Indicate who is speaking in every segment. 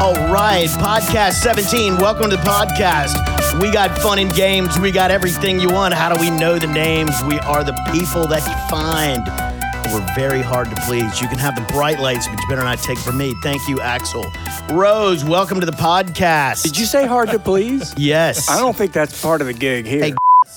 Speaker 1: All right, podcast 17. Welcome to the podcast. We got fun and games. We got everything you want. How do we know the names? We are the people that you find. We're very hard to please. You can have the bright lights, but you better not take from me. Thank you, Axel. Rose, welcome to the podcast.
Speaker 2: Did you say hard to please?
Speaker 1: Yes.
Speaker 2: I don't think that's part of the gig here.
Speaker 1: Hey,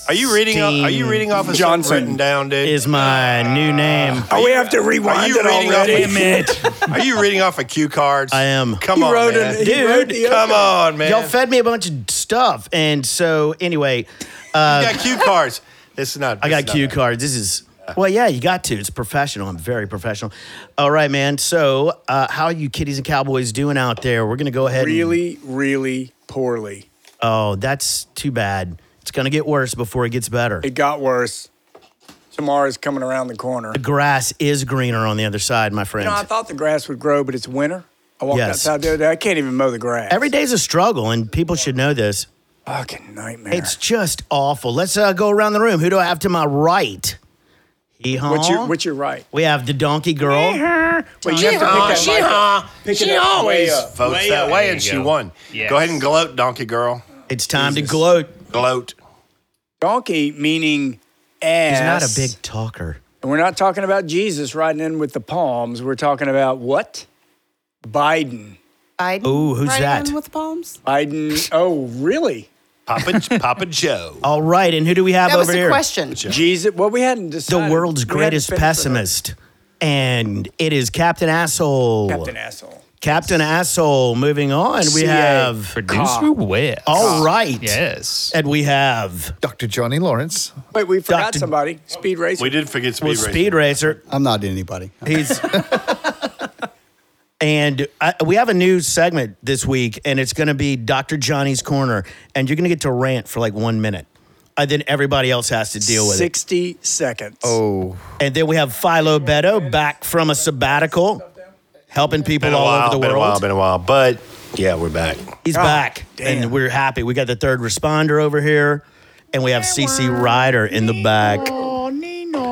Speaker 3: Are you reading? Off, are you reading off of
Speaker 2: Johnson.
Speaker 3: something written down, dude?
Speaker 1: is my new name.
Speaker 2: oh, we have to
Speaker 3: are
Speaker 2: rewind
Speaker 3: you
Speaker 2: it
Speaker 3: reading
Speaker 2: already.
Speaker 3: off a- are you reading off a cue card?
Speaker 1: I am.
Speaker 3: Come
Speaker 2: He
Speaker 3: on,
Speaker 2: wrote
Speaker 3: man.
Speaker 2: an- he
Speaker 1: Dude,
Speaker 2: wrote the-
Speaker 3: Come on, man.
Speaker 1: Y'all fed me a bunch of stuff. And so, anyway,
Speaker 3: you got cue cards. This is not.
Speaker 1: I
Speaker 3: this
Speaker 1: got
Speaker 3: is not
Speaker 1: cue
Speaker 3: bad.
Speaker 1: cards. This is well, yeah, you got to. It's professional. I'm very professional. All right, man. So, uh, how you kitties and cowboys doing out there? We're gonna go ahead. and-
Speaker 2: really, really poorly.
Speaker 1: oh, that's too bad. It's gonna get worse before it gets better.
Speaker 2: It got worse. Tomorrow's coming around the corner.
Speaker 1: The grass is greener on the other side, my friend.
Speaker 2: You know, I thought the grass would grow, but it's winter. I walked
Speaker 1: Yes.
Speaker 2: outside the other day. I can't even mow the grass.
Speaker 1: Every day's a struggle, and people should know this.
Speaker 2: fucking nightmare.
Speaker 1: It's just awful. Let's uh, go around the room. Who do I have to my right? Hee haw.
Speaker 2: what's your what's your right?
Speaker 1: We have the donkey girl.
Speaker 2: Wait, you have to
Speaker 3: Uh,
Speaker 2: pick
Speaker 3: she
Speaker 2: that mic up.
Speaker 3: uh,
Speaker 2: Pick it
Speaker 3: she
Speaker 2: up way
Speaker 3: always
Speaker 2: up.
Speaker 3: votes
Speaker 4: Way
Speaker 3: that
Speaker 4: up.
Speaker 3: way,
Speaker 4: There
Speaker 3: and
Speaker 4: you
Speaker 3: she
Speaker 4: go.
Speaker 3: won.
Speaker 4: Yes.
Speaker 3: Go ahead and gloat, donkey girl.
Speaker 1: It's time to gloat.
Speaker 3: Gloat.
Speaker 2: Donkey meaning
Speaker 1: He's
Speaker 2: ass.
Speaker 1: not a big talker.
Speaker 2: And we're not talking about Jesus riding in with the palms. We're talking about what? Biden.
Speaker 5: Biden.
Speaker 1: Ooh, who's
Speaker 5: riding
Speaker 1: that?
Speaker 5: in With palms.
Speaker 2: Biden. Oh, really?
Speaker 3: Papa Papa Joe.
Speaker 1: All right, and who do we have
Speaker 5: That was
Speaker 1: over
Speaker 5: the
Speaker 1: here?
Speaker 5: question.
Speaker 2: Jesus. Well, we hadn't
Speaker 1: the
Speaker 2: decided.
Speaker 1: world's
Speaker 2: We hadn't
Speaker 1: greatest
Speaker 2: finished with
Speaker 1: pessimist. And it is Captain Asshole.
Speaker 2: our Captain asshole.
Speaker 1: Captain Asshole. Moving on, we
Speaker 2: CA.
Speaker 1: have.
Speaker 4: Producer Wes.
Speaker 5: Oh,
Speaker 1: All right.
Speaker 4: Yes.
Speaker 1: And we have.
Speaker 6: Dr. Johnny Lawrence.
Speaker 2: Wait, we forgot
Speaker 1: Dr.
Speaker 2: somebody. Speed racer.
Speaker 3: We did forget speed
Speaker 1: Well,
Speaker 3: racer.
Speaker 1: Speed Racer.
Speaker 7: I'm not anybody.
Speaker 1: He's. and I, we have a new segment this week, and it's going to be Dr. Johnny's Corner. And you're going to get to rant for like one minute. And then everybody else has to deal with it.
Speaker 2: 60 seconds. Oh.
Speaker 1: And then we have Philo Beto back from a sabbatical, helping people
Speaker 3: Been a
Speaker 1: all
Speaker 3: while.
Speaker 1: over the
Speaker 3: been
Speaker 1: world.
Speaker 3: a while. Been Ah, a while. But yeah, we're back.
Speaker 1: He's back, and we're happy. We got the third responder over here, and we have CC Ryder in the back.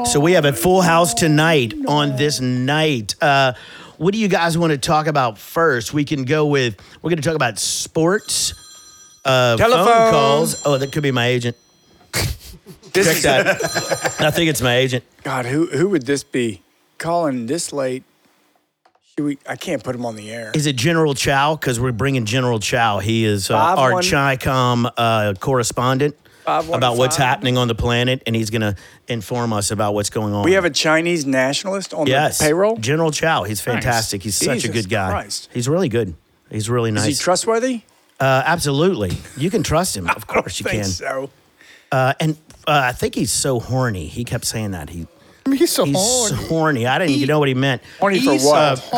Speaker 1: So we have a full house tonight on this night. Uh, what do you guys want to talk about first? We can go with. We're going to talk about sports. Uh, phone
Speaker 2: Telephone.
Speaker 1: calls. Oh, that could be my agent. Check that. I think it's my agent.
Speaker 2: God, who who would this be? Calling this late. Should we, I can't put him on the air.
Speaker 1: Is it General Chow? Because we're bringing General Chow. He is uh,
Speaker 2: Five
Speaker 1: our
Speaker 2: one-
Speaker 1: ChiCom uh, correspondent
Speaker 2: Five one
Speaker 1: about what's
Speaker 2: five.
Speaker 1: happening on the planet, and he's going to inform us about what's going on.
Speaker 2: we have a Chinese nationalist on
Speaker 1: yes,
Speaker 2: the payroll. Is
Speaker 1: General Chow. He's fantastic. He's such a
Speaker 2: Jesus
Speaker 1: good guy.
Speaker 2: Christ.
Speaker 1: He's really good. He's really nice.
Speaker 2: he trustworthy?
Speaker 1: uh, absolutely, you can trust him. Of course, you
Speaker 2: I think
Speaker 1: can.
Speaker 2: so.
Speaker 1: Uh, and uh, I think he's so horny. He kept saying that he.
Speaker 6: He's so
Speaker 1: He's
Speaker 6: horny.
Speaker 1: horny. I didn't even know what he meant. uh,
Speaker 2: Horny for what?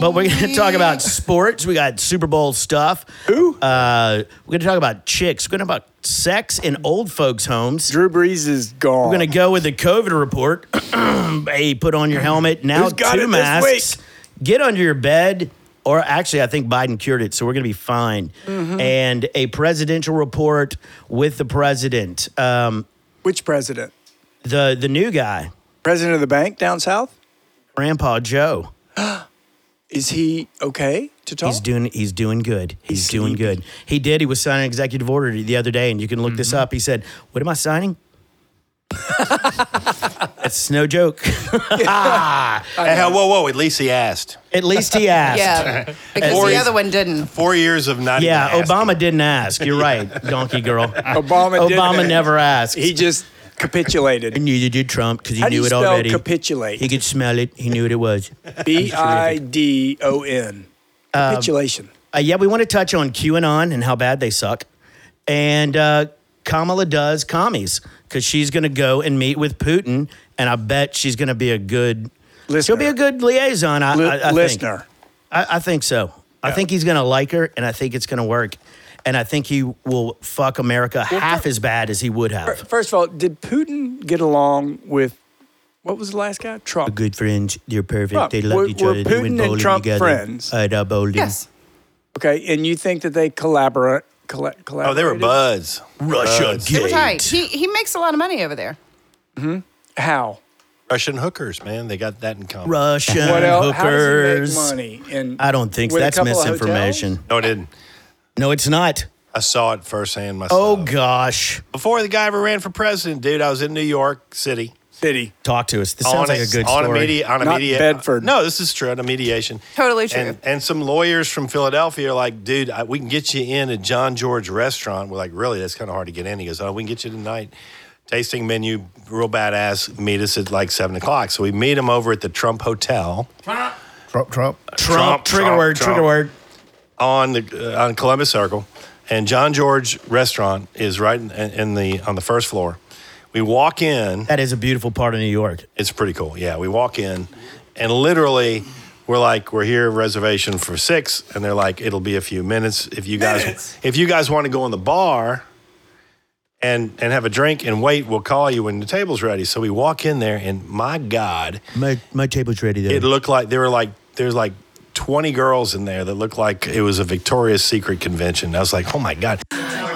Speaker 1: But we're going to talk about sports. We got Super Bowl stuff.
Speaker 2: Who?
Speaker 1: Uh, we're going to talk about chicks. We're going to talk about sex in old folks' homes.
Speaker 2: Drew Brees is gone.
Speaker 1: We're going to go with the COVID report. hey, put on your helmet. Now,
Speaker 2: Who's got
Speaker 1: two
Speaker 2: it this
Speaker 1: masks. Get under your bed. Or actually, I think Biden cured it, so we're going to be fine.
Speaker 2: Mm-hmm.
Speaker 1: And a presidential report with the president, um,
Speaker 2: Which president?
Speaker 1: the the new guy,
Speaker 2: President of the bank down south?
Speaker 1: Grandpa Joe.
Speaker 2: Is he okay to talk?
Speaker 1: He's doing he's doing good. He's, doing good. He did. He was signing an executive order the other day, and you can look this
Speaker 2: Mm-hmm.
Speaker 1: up. He said, "What am I signing?" That's no joke.
Speaker 3: Hey, hey, whoa, whoa! At least he asked.
Speaker 1: At least he asked.
Speaker 5: Yeah, because
Speaker 3: Or
Speaker 5: the
Speaker 3: he's-
Speaker 5: other one didn't.
Speaker 3: Four years of not.
Speaker 1: Yeah,
Speaker 3: even asking.
Speaker 1: Obama didn't ask. You're right, donkey girl.
Speaker 2: Obama did
Speaker 1: Obama
Speaker 2: that.
Speaker 1: never asked.
Speaker 2: He just
Speaker 1: He
Speaker 2: capitulated.
Speaker 1: knew you did Trump because he
Speaker 2: How do
Speaker 1: knew
Speaker 2: you
Speaker 1: it
Speaker 2: spell
Speaker 1: already.
Speaker 2: capitulate?
Speaker 1: He could smell it. He knew what it was.
Speaker 2: B I D O N. Capitulation.
Speaker 1: Uh, yeah, we want to touch on QAnon and how bad they suck. And uh, Kamala does commies because she's going to go and meet with Putin, and I bet she's going to be a good.
Speaker 2: Listener.
Speaker 1: She'll be a good liaison. I,
Speaker 2: Li-
Speaker 1: I, I think.
Speaker 2: listener.
Speaker 1: I, I think so. I think he's going to like her, and I think it's going to work. And I think he will fuck America half as bad as he would have.
Speaker 2: First of all, did Putin get along with what was the last guy? Trump.
Speaker 1: Good friends, you're perfect.
Speaker 2: Trump.
Speaker 1: They love
Speaker 2: Were-
Speaker 1: each
Speaker 2: were
Speaker 1: other. they
Speaker 2: Putin
Speaker 1: went
Speaker 2: and
Speaker 1: bowling
Speaker 2: Trump
Speaker 1: together.
Speaker 2: friends?
Speaker 1: I love bowling.
Speaker 5: Yes.
Speaker 2: Okay, and you think that they collaborate? Colla-
Speaker 3: Oh, they were
Speaker 2: collaborated?
Speaker 3: buds.
Speaker 1: Russia
Speaker 3: Buds.
Speaker 5: They were tight.
Speaker 1: gate.
Speaker 5: He, he makes a lot of money over there.
Speaker 2: How?
Speaker 3: Russian hookers, man. They got that in common.
Speaker 1: Russian
Speaker 2: What else? How does
Speaker 1: hookers.
Speaker 2: he make money? And
Speaker 1: I don't think
Speaker 2: with a
Speaker 1: that's
Speaker 2: couple of
Speaker 1: misinformation.
Speaker 2: hotels?
Speaker 3: No, it didn't.
Speaker 1: No, it's not.
Speaker 3: I saw it firsthand myself.
Speaker 1: Oh gosh,
Speaker 3: Before the guy ever ran for president, dude, I was in New York City.
Speaker 2: City.
Speaker 1: talk to us. This sounds like a good
Speaker 3: on
Speaker 1: story.
Speaker 3: A media, on a
Speaker 2: Not
Speaker 3: media,
Speaker 2: Bedford.
Speaker 3: No, this is true. On a mediation.
Speaker 4: Totally true.
Speaker 3: And, and some lawyers from Philadelphia are like, dude, I, we can get you in at John George restaurant. We're like, really? That's kind of hard to get in. He goes, oh, we can get you tonight. Tasting menu, real badass. Meet us at like seven o'clock. So we meet him over at the Trump Hotel
Speaker 5: Trump, Trump.
Speaker 1: Trump,
Speaker 3: Trump,
Speaker 1: trigger
Speaker 3: Trump,
Speaker 1: word,
Speaker 3: Trump.
Speaker 1: trigger word.
Speaker 3: on the uh, on Columbus Circle, and John George restaurant is right in, in the on the first floor. We walk in.
Speaker 1: That is a beautiful part of New York.
Speaker 3: It's pretty cool. Yeah, we walk in, and literally, we're like, we're here reservation for six, and they're like, it'll be a few minutes if you guys if you guys want to go in the bar. And, and have a drink and wait. We'll call you when the table's ready. So we walk in there, and my God,
Speaker 1: My my table's ready there.
Speaker 3: it looked like there were like there's like 20 girls in there that looked like it was a Victoria's Secret convention. I was like, oh my god,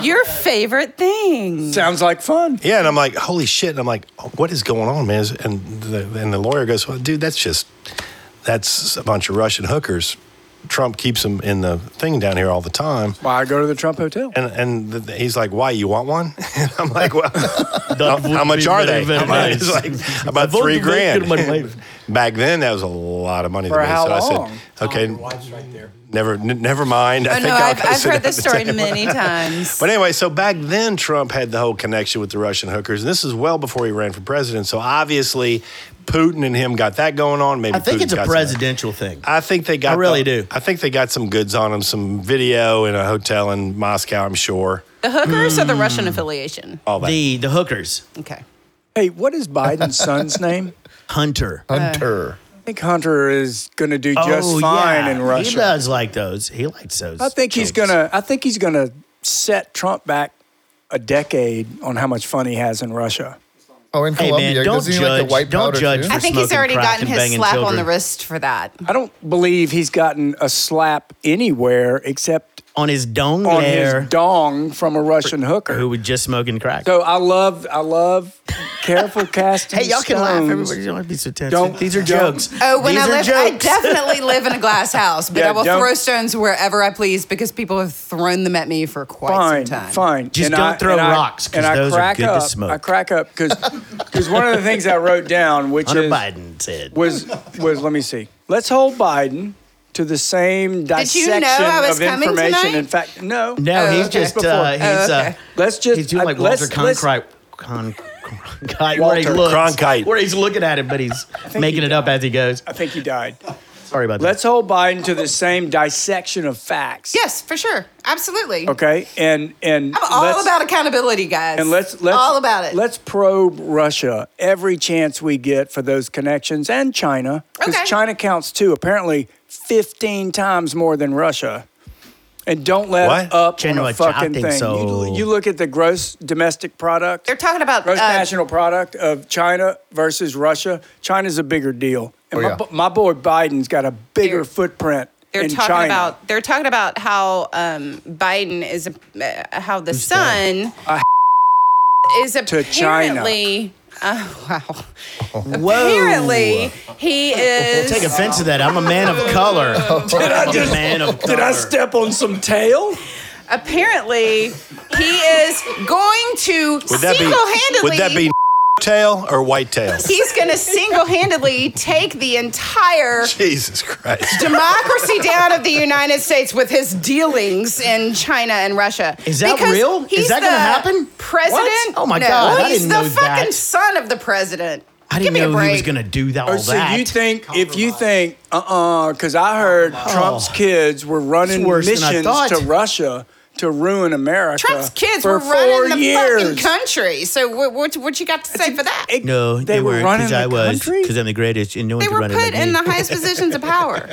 Speaker 4: Your favorite thing.
Speaker 2: Sounds like fun.
Speaker 3: yeah. And I'm like, holy shit. And I'm like, oh, what is going on, man? And the, and the lawyer goes, well, dude, that's just that's a bunch of Russian hookers. Trump keeps them in the thing down here all the time.
Speaker 2: Why I go to the Trump Hotel?
Speaker 3: And and the, he's like, why you want one? And I'm like, well, how,
Speaker 1: would
Speaker 3: how much
Speaker 1: be
Speaker 3: are
Speaker 1: very,
Speaker 3: they?
Speaker 1: very
Speaker 3: I'm like, it's
Speaker 1: nice.
Speaker 3: like about
Speaker 1: I've only
Speaker 3: three
Speaker 1: been
Speaker 3: grand.
Speaker 1: in my life.
Speaker 3: Back then, that was a lot of money.
Speaker 2: For
Speaker 3: to me.
Speaker 2: how
Speaker 3: so
Speaker 2: long?
Speaker 3: I said, okay, never, n- never mind.
Speaker 4: Oh,
Speaker 3: I
Speaker 4: no,
Speaker 3: think I'll
Speaker 4: I've,
Speaker 3: go
Speaker 4: I've
Speaker 3: sit down
Speaker 4: heard this
Speaker 3: at the
Speaker 4: story
Speaker 3: table.
Speaker 4: many times.
Speaker 3: But anyway, so back then Trump had the whole connection with the Russian hookers, and this is well before he ran for president. So obviously, Putin and him got that going on. Maybe
Speaker 1: I think
Speaker 3: Putin
Speaker 1: it's a
Speaker 3: got some-
Speaker 1: presidential thing.
Speaker 3: I think they got.
Speaker 1: I really
Speaker 3: the-
Speaker 1: do.
Speaker 3: I think they got some goods on him, some video in a hotel in Moscow. I'm sure.
Speaker 4: the hookers or the Russian affiliation?
Speaker 3: All that.
Speaker 1: The the hookers,
Speaker 4: Okay.
Speaker 2: Hey, what is Biden's son's name?
Speaker 1: Hunter.
Speaker 5: Hunter.
Speaker 2: I think Hunter is going to do just
Speaker 1: oh,
Speaker 2: fine
Speaker 1: yeah.
Speaker 2: in Russia.
Speaker 1: He does like those. He likes those.
Speaker 2: I think he's
Speaker 1: things.
Speaker 2: gonna. I think he's gonna set Trump back a decade on how much fun he has in Russia.
Speaker 5: Oh, in
Speaker 1: Hey, man,
Speaker 5: Colombia.
Speaker 1: don't
Speaker 5: Doesn't he like
Speaker 1: judge-
Speaker 5: the white
Speaker 1: don't
Speaker 5: powder
Speaker 1: judge
Speaker 5: too?
Speaker 1: for
Speaker 4: I think he's
Speaker 1: smoking
Speaker 4: already
Speaker 1: crack
Speaker 4: gotten
Speaker 1: and
Speaker 4: his
Speaker 1: banging
Speaker 4: slap on the
Speaker 1: children.
Speaker 4: wrist for that.
Speaker 2: I don't believe he's gotten a slap anywhere except
Speaker 1: on his dong
Speaker 2: on
Speaker 1: there,
Speaker 2: his dong from a Russian hooker.
Speaker 1: who would just smoking crack.
Speaker 2: so I love, I love careful casting.
Speaker 1: hey, y'all can laugh.
Speaker 2: stones.
Speaker 1: Everybody don't be so tense.
Speaker 2: Don't-
Speaker 1: These are
Speaker 2: don't-
Speaker 1: jokes.
Speaker 4: Oh, when
Speaker 1: These
Speaker 4: I
Speaker 1: are
Speaker 4: live, I
Speaker 1: jokes.
Speaker 4: definitely live in a glass house, but
Speaker 2: Yeah,
Speaker 4: I will
Speaker 2: don't-
Speaker 4: throw stones wherever I please because people have thrown them at me for quite
Speaker 2: Fine,
Speaker 4: some time.
Speaker 2: fine.
Speaker 1: Just don't throw rocks, 'cause
Speaker 2: and I
Speaker 1: those are
Speaker 2: crack
Speaker 1: good to
Speaker 2: up,
Speaker 1: smoke.
Speaker 2: I crack up because one of the things I wrote down, which
Speaker 1: Hunter
Speaker 2: is
Speaker 1: Biden said.
Speaker 2: was was let me see. Let's hold Biden to the same
Speaker 4: Did you
Speaker 2: dissection
Speaker 4: know I was
Speaker 2: of
Speaker 4: coming
Speaker 2: information.
Speaker 4: tonight?
Speaker 2: In fact, no.
Speaker 1: No,
Speaker 4: Oh,
Speaker 1: he's
Speaker 4: okay.
Speaker 1: just
Speaker 2: Before.
Speaker 1: uh, he's
Speaker 4: Oh,
Speaker 1: uh,
Speaker 4: okay.
Speaker 2: Let's just
Speaker 1: he's doing like
Speaker 2: uh, let's-
Speaker 1: Walter
Speaker 2: let's-
Speaker 1: Cronkite. Con, Cronkite, where he
Speaker 2: Walter
Speaker 1: looks,
Speaker 3: Cronkite.
Speaker 1: where he's looking at it, but he's making
Speaker 2: he
Speaker 1: it up as he goes.
Speaker 2: I think he died.
Speaker 1: Sorry about
Speaker 2: Let's hold Biden to the same dissection of facts.
Speaker 4: Yes, for sure. Absolutely.
Speaker 2: Okay. And and
Speaker 4: I'm all
Speaker 2: let's-
Speaker 4: about accountability, guys.
Speaker 2: and let's let's
Speaker 4: all about it.
Speaker 2: Let's probe Russia every chance we get for those connections and China because
Speaker 4: Okay.
Speaker 2: China counts too. Apparently, fifteen times more than Russia. And don't let
Speaker 3: What?
Speaker 2: up
Speaker 1: China,
Speaker 2: on
Speaker 1: I
Speaker 2: a fucking
Speaker 1: think
Speaker 2: thing.
Speaker 1: so.
Speaker 2: You, you look at the gross domestic product.
Speaker 4: They're talking about
Speaker 2: gross
Speaker 4: uh,
Speaker 2: national product of China versus Russia. China's a bigger deal. And
Speaker 5: Oh,
Speaker 2: my,
Speaker 5: yeah.
Speaker 2: bo- my boy Biden's got a bigger
Speaker 4: They're-
Speaker 2: footprint
Speaker 4: they're
Speaker 2: in
Speaker 4: talking
Speaker 2: China.
Speaker 4: about they're talking about how um, Biden is a, uh, how the son
Speaker 2: A
Speaker 4: is
Speaker 2: to China. Oh.
Speaker 4: apparently oh, wow.
Speaker 1: that. Whoa.
Speaker 4: Apparently, he is.
Speaker 1: Take offense to that. I'm a man of color. Did
Speaker 2: I just-
Speaker 1: man of color.
Speaker 2: Oh. Did I step on some tail?
Speaker 4: apparently, he is going to
Speaker 3: Would that be?
Speaker 4: single-handedly.
Speaker 3: Would that be tail or white tail?
Speaker 4: He's going to single-handedly take the entire
Speaker 3: Jesus Christ.
Speaker 4: democracy down of the United States with his dealings in China and Russia.
Speaker 1: Is that
Speaker 4: Because
Speaker 1: real? Is
Speaker 4: he's
Speaker 1: that gonna
Speaker 4: the
Speaker 1: happen?
Speaker 4: President?
Speaker 1: What? Oh my
Speaker 4: No,
Speaker 1: God, I
Speaker 4: He's
Speaker 1: didn't
Speaker 4: the
Speaker 1: know
Speaker 4: fucking
Speaker 1: that.
Speaker 4: son of the president.
Speaker 1: I
Speaker 4: Give
Speaker 1: didn't
Speaker 4: me a
Speaker 1: know
Speaker 4: break.
Speaker 1: he was going to do that, all
Speaker 2: Oh, so
Speaker 1: that.
Speaker 2: you think if you think uh uh because I heard Trump's kids were
Speaker 1: Oh.
Speaker 2: running
Speaker 1: It's worse than I
Speaker 2: missions
Speaker 1: thought.
Speaker 2: to Russia to ruin America.
Speaker 4: Trump's kids
Speaker 2: for
Speaker 4: were
Speaker 2: four
Speaker 4: running the
Speaker 2: years.
Speaker 4: fucking country. So what, what, what you got to say for that?
Speaker 2: It-
Speaker 1: no,
Speaker 2: they,
Speaker 1: they,
Speaker 2: were
Speaker 1: weren't
Speaker 2: running
Speaker 1: because
Speaker 2: the
Speaker 1: I was
Speaker 2: country.
Speaker 1: because I'm the greatest and no one
Speaker 4: They
Speaker 1: can
Speaker 4: were
Speaker 1: run it
Speaker 4: put
Speaker 1: like me.
Speaker 4: in the highest positions of power.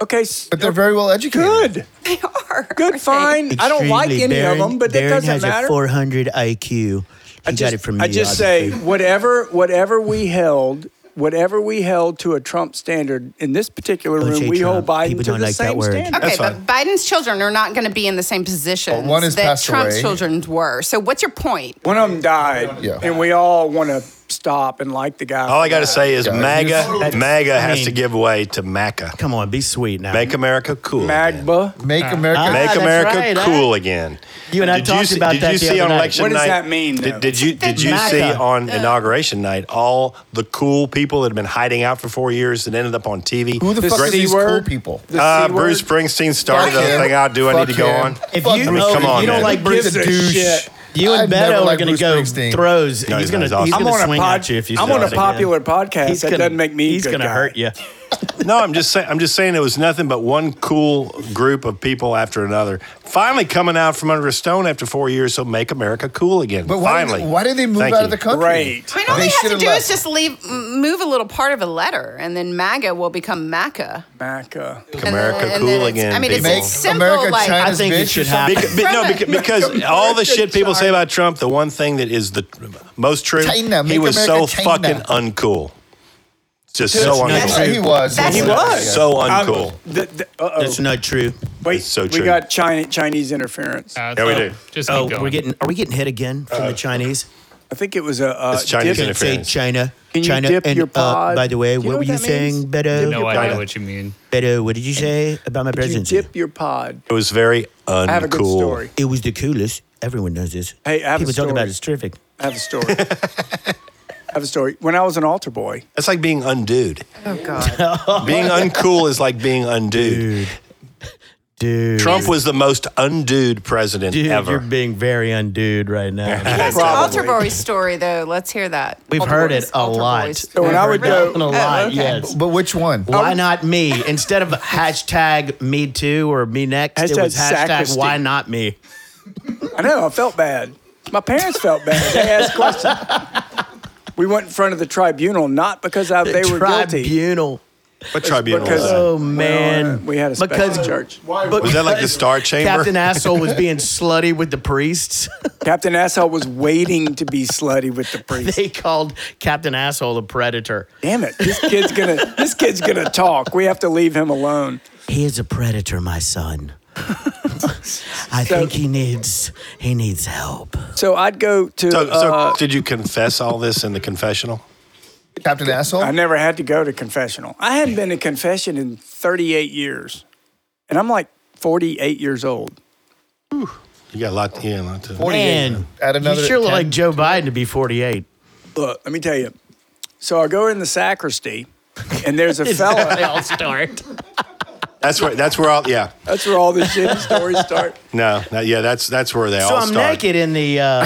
Speaker 2: okay, s-
Speaker 5: But they're very well educated.
Speaker 2: good,
Speaker 4: They are.
Speaker 2: good, fine. I don't like any
Speaker 1: Extremely.
Speaker 2: of them, but that
Speaker 1: Barron
Speaker 2: doesn't
Speaker 1: has
Speaker 2: matter.
Speaker 1: a 400 IQ. He
Speaker 2: I
Speaker 1: got
Speaker 2: just,
Speaker 1: it from me.
Speaker 2: I just say
Speaker 1: obviously.
Speaker 2: whatever whatever we held. Whatever we held to a Trump standard in this particular
Speaker 1: Don't say
Speaker 2: room, we hold
Speaker 1: Trump.
Speaker 2: Biden
Speaker 1: People
Speaker 2: to
Speaker 1: don't
Speaker 2: the
Speaker 1: like that
Speaker 2: same
Speaker 1: word.
Speaker 2: standard.
Speaker 4: Okay,
Speaker 3: That's
Speaker 4: but Biden's children are not going to be in the same position
Speaker 5: Well, one has
Speaker 4: that
Speaker 5: passed
Speaker 4: Trump's
Speaker 5: away.
Speaker 4: children were. So what's your point?
Speaker 2: One of them died,
Speaker 5: Yeah.
Speaker 2: and we all want to stop and like the guy.
Speaker 3: All I got to say is MAGA, MAGA has
Speaker 1: mean-
Speaker 3: to give way to MACA.
Speaker 1: Come on, be sweet now.
Speaker 3: Make America cool. again.
Speaker 2: Magba.
Speaker 5: Make America.
Speaker 1: Ah,
Speaker 3: Make
Speaker 1: that's
Speaker 3: America
Speaker 1: right, huh?
Speaker 3: cool again.
Speaker 1: You and I
Speaker 3: Did
Speaker 1: talked
Speaker 3: see-
Speaker 1: about
Speaker 3: did
Speaker 1: that
Speaker 3: you
Speaker 1: the
Speaker 3: see
Speaker 1: other
Speaker 3: on
Speaker 1: night.
Speaker 3: election
Speaker 2: What does
Speaker 3: night-
Speaker 2: that mean, though?
Speaker 3: Did, did you did you see
Speaker 1: MAGA.
Speaker 3: on inauguration night all the cool people that had been hiding out for four years and ended up on TV?
Speaker 5: Who the
Speaker 2: The
Speaker 5: fuck are
Speaker 2: C
Speaker 5: these
Speaker 2: word?
Speaker 5: cool people?
Speaker 2: The
Speaker 3: uh,
Speaker 2: C
Speaker 3: Bruce
Speaker 2: word?
Speaker 3: Springsteen started
Speaker 5: Fuck
Speaker 3: a
Speaker 5: him.
Speaker 3: thing. I do. I
Speaker 5: Fuck
Speaker 3: need to go
Speaker 5: him.
Speaker 3: on.
Speaker 1: If
Speaker 5: Fuck
Speaker 1: you,
Speaker 5: I
Speaker 3: mean,
Speaker 1: oh,
Speaker 3: come
Speaker 1: if
Speaker 3: on,
Speaker 1: you
Speaker 3: man.
Speaker 1: don't like Bruce,
Speaker 5: Gives a
Speaker 2: shit.
Speaker 1: you and
Speaker 5: I never
Speaker 1: Beto are
Speaker 5: liked
Speaker 1: going to
Speaker 5: Bruce
Speaker 1: go
Speaker 5: Springsteen.
Speaker 1: throws.
Speaker 3: No,
Speaker 1: he's
Speaker 3: he's
Speaker 1: going
Speaker 3: not. He's
Speaker 1: to
Speaker 3: awesome.
Speaker 1: he's
Speaker 2: I'm
Speaker 1: going
Speaker 2: on
Speaker 1: to
Speaker 2: a
Speaker 1: swing
Speaker 2: pod-
Speaker 1: at you if you
Speaker 2: I'm
Speaker 1: say
Speaker 2: on a
Speaker 1: that again.
Speaker 2: popular podcast. That
Speaker 1: gonna-
Speaker 2: doesn't make me
Speaker 1: He's
Speaker 2: good
Speaker 1: gonna
Speaker 2: guy.
Speaker 1: hurt you.
Speaker 3: No, I'm just saying. I'm just saying it was nothing but one cool group of people after another. Finally coming out from under a stone after four years. So make America cool again.
Speaker 5: But why,
Speaker 3: finally,
Speaker 5: Did, why did they move
Speaker 3: Thank
Speaker 5: out
Speaker 3: you.
Speaker 5: of the country?
Speaker 2: Great.
Speaker 4: I mean, all
Speaker 5: They
Speaker 4: they, have to
Speaker 5: should've
Speaker 4: do
Speaker 5: left.
Speaker 4: is just leave, m- move a little part of a letter, and then MAGA will become MACA.
Speaker 2: Magba.
Speaker 3: Make
Speaker 4: And then-
Speaker 3: America
Speaker 4: and then
Speaker 3: cool
Speaker 4: it's-
Speaker 3: again.
Speaker 4: I mean, it's,
Speaker 3: people.
Speaker 5: Make
Speaker 4: it's simple.
Speaker 5: America
Speaker 4: like
Speaker 5: China-
Speaker 1: I think it
Speaker 5: bitch,
Speaker 1: should
Speaker 5: you
Speaker 1: happen.
Speaker 3: Beca- be- no,
Speaker 4: Trump.
Speaker 3: beca- because all the shit people say about Trump, the one thing that is the most true,
Speaker 5: China,
Speaker 3: he
Speaker 5: make
Speaker 3: was so
Speaker 5: America
Speaker 3: fucking
Speaker 5: China.
Speaker 3: uncool. Just so
Speaker 1: not
Speaker 5: Yeah,
Speaker 3: uncool.
Speaker 5: he was.
Speaker 4: That's-
Speaker 5: He
Speaker 4: He
Speaker 5: was.
Speaker 4: was.
Speaker 3: So
Speaker 2: I'm-
Speaker 3: uncool.
Speaker 2: Um, the- the- uh-oh.
Speaker 1: That's not true.
Speaker 2: Wait,
Speaker 3: so
Speaker 2: we
Speaker 3: true.
Speaker 2: got China, Chinese interference.
Speaker 6: Uh,
Speaker 3: Yeah, we
Speaker 6: so
Speaker 3: do.
Speaker 6: Just keep
Speaker 1: Oh,
Speaker 6: going.
Speaker 1: we're getting are we getting hit again from the Chinese?
Speaker 2: I think it was a. Uh,
Speaker 3: It's Chinese
Speaker 2: dip-
Speaker 1: Can't say
Speaker 3: interference.
Speaker 1: China.
Speaker 2: Can you
Speaker 1: China
Speaker 2: dip
Speaker 1: and
Speaker 2: your
Speaker 1: uh,
Speaker 2: pod?
Speaker 1: by the way,
Speaker 2: Do
Speaker 1: what
Speaker 2: you know
Speaker 1: were
Speaker 2: what
Speaker 1: you
Speaker 2: that
Speaker 1: saying,
Speaker 2: means?
Speaker 1: Beto?
Speaker 6: no idea
Speaker 3: China.
Speaker 6: what you mean.
Speaker 1: Beto, what did you say about my
Speaker 2: you
Speaker 1: presidency?
Speaker 2: dip your pod.
Speaker 3: It was very uncool.
Speaker 2: I have a good story.
Speaker 1: It was the coolest. Everyone knows this.
Speaker 2: Hey, I have a
Speaker 1: People talk
Speaker 2: story.
Speaker 1: about it. It's terrific.
Speaker 2: I have a story. I have a story. When I was an altar boy,
Speaker 3: That's like being undude.
Speaker 4: Oh God!
Speaker 3: Being uncool is like being undude.
Speaker 1: Dude.
Speaker 3: Trump was the most undude president
Speaker 1: Dude, you're
Speaker 3: ever.
Speaker 1: being very undude right now.
Speaker 4: That's an
Speaker 2: Probably.
Speaker 4: altar boy story, though. Let's hear that.
Speaker 1: We've
Speaker 4: Altar
Speaker 1: heard
Speaker 4: boys,
Speaker 1: it a
Speaker 4: altar
Speaker 1: lot.
Speaker 4: boys.
Speaker 2: So when I would go-
Speaker 1: a lot,
Speaker 4: okay.
Speaker 1: yes.
Speaker 5: But which one?
Speaker 1: Why not me? Instead of hashtag me too or me next, it
Speaker 2: Hashtag
Speaker 1: was hashtag
Speaker 2: sacristy.
Speaker 1: why not me.
Speaker 2: I know I felt bad. My parents felt bad. They asked questions. We went in front of the tribunal not because I, they were guilty.
Speaker 1: Tribunal.
Speaker 3: What tribunal was
Speaker 2: because-
Speaker 3: that?
Speaker 1: Oh man,
Speaker 2: Well, uh, we had a special
Speaker 1: Because-
Speaker 2: church.
Speaker 3: Was that like the
Speaker 1: because
Speaker 3: Star Chamber?
Speaker 1: Captain Asshole was being slutty with the priests.
Speaker 2: Captain Asshole was waiting to be slutty with the priest.
Speaker 1: they called Captain Asshole a predator.
Speaker 2: Damn it! This kid's gonna. This kid's gonna talk. We have to leave him alone.
Speaker 1: He is a predator, my son. I think he needs he needs help.
Speaker 2: So I'd go to.
Speaker 3: So, so
Speaker 2: uh,
Speaker 3: did you confess all this in the confessional?
Speaker 5: Captain Asshole?
Speaker 2: I never had to go to confessional. I hadn't been to confession in 38 years, and I'm like 48 years old.
Speaker 3: You got a lot. Yeah, a lot to.
Speaker 5: 48.
Speaker 1: Man,
Speaker 5: Add another
Speaker 1: you sure look
Speaker 5: 10.
Speaker 1: like Joe Biden to be 48.
Speaker 2: Look, let me tell you. So I go in the sacristy, and there's a
Speaker 1: They
Speaker 2: fella.
Speaker 1: all start.
Speaker 3: That's where. That's where all. Yeah.
Speaker 2: That's where all the shitty stories start.
Speaker 3: No. that- yeah. That's that's where they
Speaker 1: So
Speaker 3: all
Speaker 1: I'm
Speaker 3: start.
Speaker 1: naked in the uh,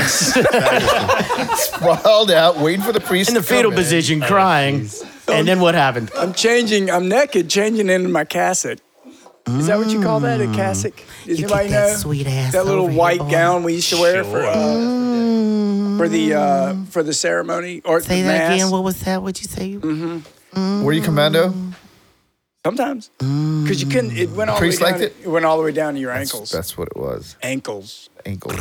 Speaker 5: Sprawled out, waiting for the priest.
Speaker 1: in the
Speaker 5: to come
Speaker 1: fetal position, crying. And then what happened?
Speaker 2: I'm changing. I'm naked, changing into my cassock. Is that what you call that? A cassock? Does
Speaker 1: Mm. You get
Speaker 2: anybody
Speaker 1: that
Speaker 2: know
Speaker 1: sweet ass
Speaker 2: uh, that little
Speaker 1: over here,
Speaker 2: white
Speaker 1: boy. Mm.
Speaker 2: gown we used to wear for
Speaker 6: Sure.
Speaker 2: uh, for the uh, for the ceremony or
Speaker 7: Say
Speaker 2: the
Speaker 7: that
Speaker 2: mass?
Speaker 7: again. What was that? What'd you say?
Speaker 5: in. Were you commando?
Speaker 2: Sometimes,
Speaker 1: Mm.
Speaker 2: because you couldn't. It went all the way
Speaker 5: Priest
Speaker 2: down.
Speaker 5: liked it?
Speaker 2: went all the way down to your ankles.
Speaker 5: That's what it was.
Speaker 2: ankles.
Speaker 5: Ankle.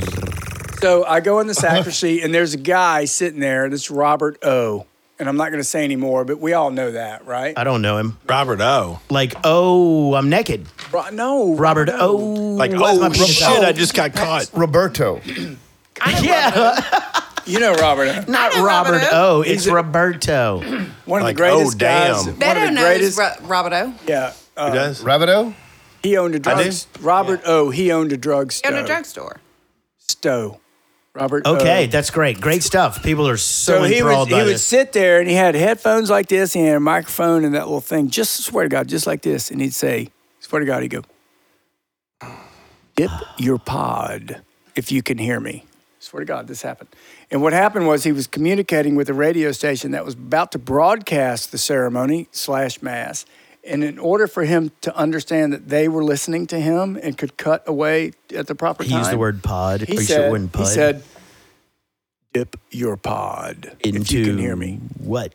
Speaker 2: So I go in the sacristy, and there's a guy sitting there. This Robert O. And I'm not going to say anymore, but we all know that, right?
Speaker 1: I don't know him.
Speaker 3: Robert O.
Speaker 1: Like, oh, I'm naked.
Speaker 2: Ro- no,
Speaker 1: Robert
Speaker 2: O.
Speaker 1: O.
Speaker 3: Like
Speaker 1: Where's
Speaker 3: oh
Speaker 1: my penis
Speaker 3: shit!
Speaker 1: out?
Speaker 3: I just got caught.
Speaker 5: Roberto.
Speaker 1: Yeah,
Speaker 2: You know Robert O.
Speaker 1: not
Speaker 4: know
Speaker 1: Robert
Speaker 4: Robert
Speaker 1: O.
Speaker 4: O.
Speaker 1: It's Roberto.
Speaker 2: One of
Speaker 3: Like,
Speaker 2: the greatest
Speaker 3: oh,
Speaker 2: guys.
Speaker 3: damn.
Speaker 2: One of
Speaker 4: Beto
Speaker 2: the
Speaker 4: knows
Speaker 2: greatest.
Speaker 4: Ro- Roberto.
Speaker 2: yeah.
Speaker 3: Who
Speaker 2: Uh,
Speaker 3: does?
Speaker 5: Rabido?
Speaker 2: he owned a drug.
Speaker 3: do?
Speaker 2: Robert O. He owned a drug
Speaker 4: Go
Speaker 2: store.
Speaker 4: to a drugstore.
Speaker 2: Stowe. Robert. O.
Speaker 1: Okay, that's great. Great stuff. People are Oh. so,
Speaker 2: So he
Speaker 1: enthralled
Speaker 2: would,
Speaker 1: by
Speaker 2: he would
Speaker 1: this.
Speaker 2: sit there and he had headphones like this, and he had a microphone and that little thing, just swear to God, just like this. And he'd say, Swear to God, he'd go, Dip your pod if you can hear me. Swear to God, this happened. And what happened was he was communicating with a radio station that was about to broadcast the ceremony slash mass. And in order for him to understand that they were listening to him and could cut away at the proper
Speaker 1: He
Speaker 2: time,
Speaker 1: used the word pod.
Speaker 2: he
Speaker 1: Are you
Speaker 2: said,
Speaker 1: sure it wasn't
Speaker 2: he
Speaker 1: pud?
Speaker 2: said, dip your pod if you can hear me.
Speaker 1: What?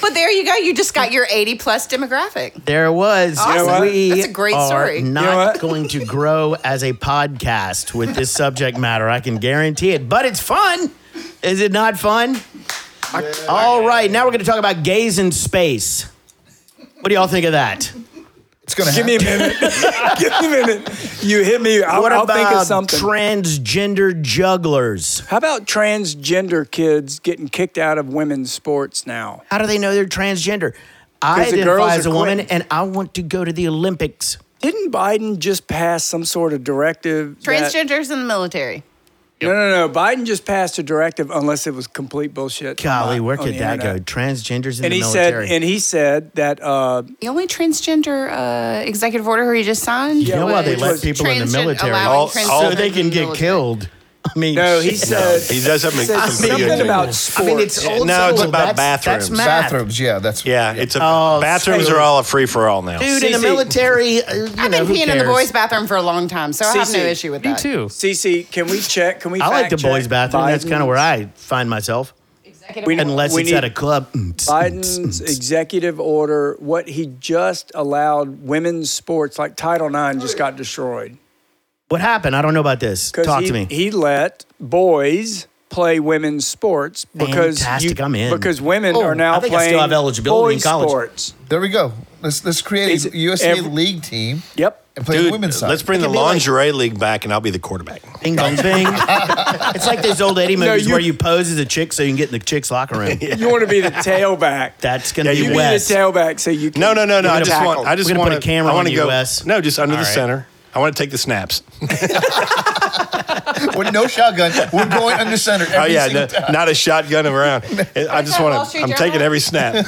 Speaker 4: But there you go. You just got your 80 plus demographic.
Speaker 1: There was.
Speaker 4: You know what?
Speaker 1: We
Speaker 4: That's a great
Speaker 1: are
Speaker 4: story. You know
Speaker 1: not
Speaker 2: what?
Speaker 1: going to grow as a podcast with this subject matter. I can guarantee it. But it's fun. Is it not fun? All right. Now we're going to talk about gays in space. What do y'all think of that?
Speaker 5: It's gonna
Speaker 2: Give me a
Speaker 5: happen.
Speaker 2: minute. Give me a minute. You hit me. I'll,
Speaker 1: What
Speaker 2: I'll think of
Speaker 1: about
Speaker 2: something.
Speaker 1: transgender jugglers?
Speaker 2: How about transgender kids getting kicked out of women's sports now?
Speaker 1: How do they know they're transgender? I
Speaker 2: 'Cause the girls
Speaker 1: identify as
Speaker 2: are
Speaker 1: a woman
Speaker 2: quitting.
Speaker 1: and I want to go to the Olympics.
Speaker 2: Didn't Biden just pass some sort of directive? that-
Speaker 4: Transgenders in the military.
Speaker 2: No, no, no. Biden just passed a directive, unless it was complete bullshit.
Speaker 1: Golly,
Speaker 2: uh,
Speaker 1: where
Speaker 2: on
Speaker 1: could
Speaker 2: the
Speaker 1: that
Speaker 2: internet.
Speaker 1: go? Transgenders in
Speaker 2: And
Speaker 1: the
Speaker 2: he
Speaker 1: military.
Speaker 2: said, and he said that uh,
Speaker 4: The only transgender uh, executive order he just signed.
Speaker 1: you know why they
Speaker 2: which
Speaker 1: let
Speaker 2: was
Speaker 1: people in the
Speaker 4: transgen-
Speaker 1: military?
Speaker 4: allowing
Speaker 3: All-
Speaker 4: transgender
Speaker 3: all-
Speaker 1: so they
Speaker 4: in
Speaker 1: can
Speaker 4: the
Speaker 1: get
Speaker 4: military.
Speaker 1: killed. I mean,
Speaker 2: no, he
Speaker 1: shit.
Speaker 2: said
Speaker 3: He does have
Speaker 2: said
Speaker 3: some pretty
Speaker 2: something
Speaker 3: good
Speaker 2: about
Speaker 3: jokes.
Speaker 1: I
Speaker 2: sports.
Speaker 1: mean, it's old
Speaker 3: No, it's
Speaker 1: school. That's-
Speaker 3: about
Speaker 1: That's
Speaker 3: bathrooms.
Speaker 1: math.
Speaker 5: Bathrooms, yeah, that's
Speaker 3: Yeah, it's a
Speaker 1: Oh,
Speaker 3: bathrooms
Speaker 1: so-
Speaker 3: are all a free for all now.
Speaker 1: Dude, in the
Speaker 2: CC.
Speaker 1: military, uh, you
Speaker 4: I've
Speaker 1: know,
Speaker 4: been
Speaker 1: who
Speaker 4: peeing in the
Speaker 1: cares?
Speaker 4: boys' bathroom for a long time, so I have no
Speaker 2: CC,
Speaker 4: issue with
Speaker 6: Me
Speaker 4: that.
Speaker 6: too.
Speaker 2: CC, can we check? Can we?
Speaker 1: I like
Speaker 2: fact
Speaker 1: the boys'
Speaker 2: check
Speaker 1: bathroom. That's
Speaker 2: Biden's-
Speaker 1: kind of where I find myself,
Speaker 2: we-
Speaker 1: unless
Speaker 2: we
Speaker 1: it's
Speaker 2: need
Speaker 1: at a club. Mm,
Speaker 2: Biden's executive order, what he just allowed women's sports like Title IX just got destroyed.
Speaker 1: What happened? I don't know about this.
Speaker 2: 'Cause
Speaker 1: Talk
Speaker 2: he,
Speaker 1: to me.
Speaker 2: He let boys play women's sports because
Speaker 1: Fantastic,
Speaker 2: you,
Speaker 1: I'm in.
Speaker 2: because women
Speaker 1: Oh,
Speaker 2: are now
Speaker 1: I think I
Speaker 2: playing
Speaker 1: still have eligibility in
Speaker 2: boys
Speaker 1: college.
Speaker 2: sports.
Speaker 5: There we go. Let's let's create
Speaker 2: It's
Speaker 5: a USA
Speaker 2: every-
Speaker 5: league team
Speaker 2: Yep.
Speaker 5: and play the
Speaker 3: Dude,
Speaker 5: women's side.
Speaker 3: let's bring the
Speaker 1: It could be like-
Speaker 3: lingerie league back, and I'll be the quarterback.
Speaker 1: Bing bong bing. it's like those old Eddie movies
Speaker 2: you-
Speaker 1: where you pose as a chick so you can get in the chick's locker room.
Speaker 2: You want to be the tailback.
Speaker 1: That's gonna
Speaker 3: Yeah, you
Speaker 1: be
Speaker 2: you
Speaker 3: mean
Speaker 1: Wes.
Speaker 2: be the tailback so you can
Speaker 3: No, no, no, no. I
Speaker 1: gonna
Speaker 3: just
Speaker 1: tackle.
Speaker 3: want. I just
Speaker 1: We're gonna
Speaker 3: want
Speaker 1: put a camera
Speaker 3: I want
Speaker 1: on
Speaker 3: to
Speaker 1: you,
Speaker 3: go.
Speaker 1: Wes.
Speaker 3: No, just under
Speaker 6: All
Speaker 3: the
Speaker 6: right.
Speaker 3: center. I want to take the snaps. Oh,
Speaker 5: With no shotgun, we're going under center. Every
Speaker 3: Oh yeah,
Speaker 5: single
Speaker 3: no-
Speaker 5: time.
Speaker 3: not a shotgun around. I just
Speaker 4: that Wall
Speaker 3: want to.
Speaker 4: Street
Speaker 3: I'm
Speaker 4: Journal?
Speaker 3: taking every snap.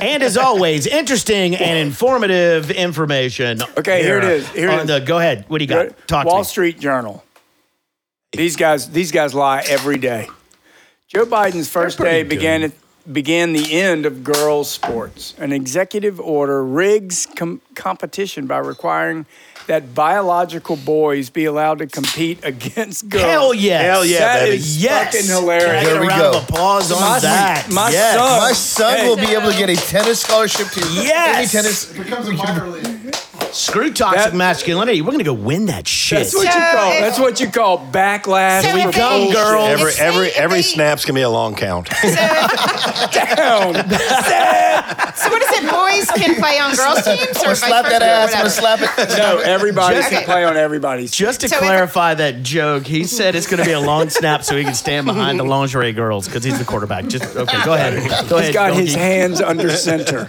Speaker 1: And as always, interesting and informative information.
Speaker 2: Okay, here it is. Here it
Speaker 1: on
Speaker 2: is.
Speaker 1: The, go ahead. What do you
Speaker 2: Go-
Speaker 1: got? Talk
Speaker 2: Wall
Speaker 1: to me.
Speaker 2: Street Journal. These guys, these guys lie every day. Joe Biden's first day began at, began the end of girls' sports. An executive order rigs com- competition by requiring that biological boys be allowed to compete against girls.
Speaker 1: Hell yes.
Speaker 3: Hell yeah,
Speaker 2: That
Speaker 3: baby.
Speaker 2: is
Speaker 1: Yes.
Speaker 2: fucking
Speaker 1: Can I
Speaker 2: hilarious.
Speaker 1: get
Speaker 5: There
Speaker 1: a
Speaker 5: we
Speaker 1: round
Speaker 5: go.
Speaker 1: of applause on
Speaker 2: My-
Speaker 1: that.
Speaker 2: my
Speaker 1: yes.
Speaker 2: son-
Speaker 5: My son
Speaker 2: Hey.
Speaker 5: will be able to get a tennis scholarship to
Speaker 1: Yes.
Speaker 5: any tennis. Becomes a minor league.
Speaker 1: Screw toxic
Speaker 2: That-
Speaker 1: masculinity. We're gonna go win that shit.
Speaker 2: That's what you
Speaker 4: So
Speaker 2: call.
Speaker 4: if-
Speaker 2: That's what you call backlash.
Speaker 4: So
Speaker 2: for
Speaker 4: if
Speaker 1: Become
Speaker 4: they-
Speaker 2: bullshit.
Speaker 1: girl.
Speaker 4: if
Speaker 3: Every
Speaker 4: they-
Speaker 3: every
Speaker 4: if
Speaker 3: every
Speaker 4: they-
Speaker 3: snap's gonna be a long count.
Speaker 4: So what is it? Boys can play on girls teams, or
Speaker 5: Or
Speaker 4: vice
Speaker 5: slap that
Speaker 4: versa,
Speaker 5: ass. Or
Speaker 4: whatever?
Speaker 5: slap it.
Speaker 2: No, everybody
Speaker 4: Just-
Speaker 2: can play on everybody's.
Speaker 1: Just to
Speaker 4: So if-
Speaker 1: clarify that joke, he said it's going to be a long snap so he can stand behind the lingerie girls because he's the quarterback. Just okay. Go ahead. Go
Speaker 2: He's
Speaker 1: ahead.
Speaker 2: got his
Speaker 1: donkey.
Speaker 2: hands under center.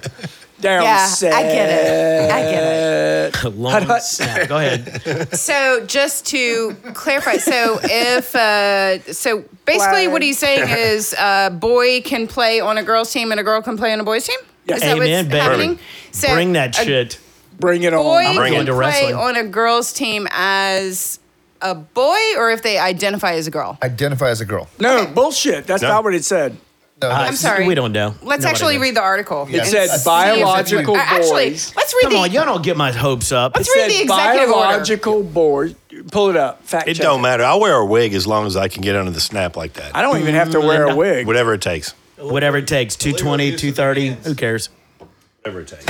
Speaker 2: Down
Speaker 4: Yeah,
Speaker 2: set.
Speaker 4: I get it. I get it.
Speaker 1: Long snap. Go ahead.
Speaker 4: So just to clarify, so if uh, so, basically what he's saying is, a boy can play on a girls' team and a girl can play on a boys' team. Is that what's
Speaker 1: Amen, baby.
Speaker 4: happening? So uh,
Speaker 1: Bring that
Speaker 4: a
Speaker 1: shit.
Speaker 2: Bring it
Speaker 4: Boy
Speaker 2: on.
Speaker 1: bringing
Speaker 4: can
Speaker 1: it to
Speaker 4: play
Speaker 1: wrestling.
Speaker 4: on a girls' team as a boy, or if they identify as a girl.
Speaker 5: Identify as a girl.
Speaker 2: No, bullshit. That's
Speaker 3: No.
Speaker 2: not what it said.
Speaker 4: I'm sorry.
Speaker 1: Uh, We don't know.
Speaker 4: Let's
Speaker 1: Nobody
Speaker 4: actually
Speaker 1: knows.
Speaker 4: read the article.
Speaker 5: Yeah.
Speaker 4: and
Speaker 5: It
Speaker 2: said
Speaker 4: see if-
Speaker 2: biological
Speaker 4: Uh, Actually,
Speaker 2: boys.
Speaker 4: let's read
Speaker 1: Come
Speaker 4: the.
Speaker 1: on, y'all don't get my hopes up.
Speaker 4: Let's read
Speaker 2: Said
Speaker 4: the executive order.
Speaker 2: biological board. Pull it up. Fact
Speaker 3: It
Speaker 2: check
Speaker 3: don't matter. I'll wear a wig as long as I can get under the snap like
Speaker 2: I
Speaker 3: that.
Speaker 2: don't even have to wear
Speaker 3: Mm,
Speaker 2: a wig.
Speaker 3: Whatever it takes.
Speaker 1: Whatever it takes. 220, 230. Who cares?
Speaker 3: Whatever it takes.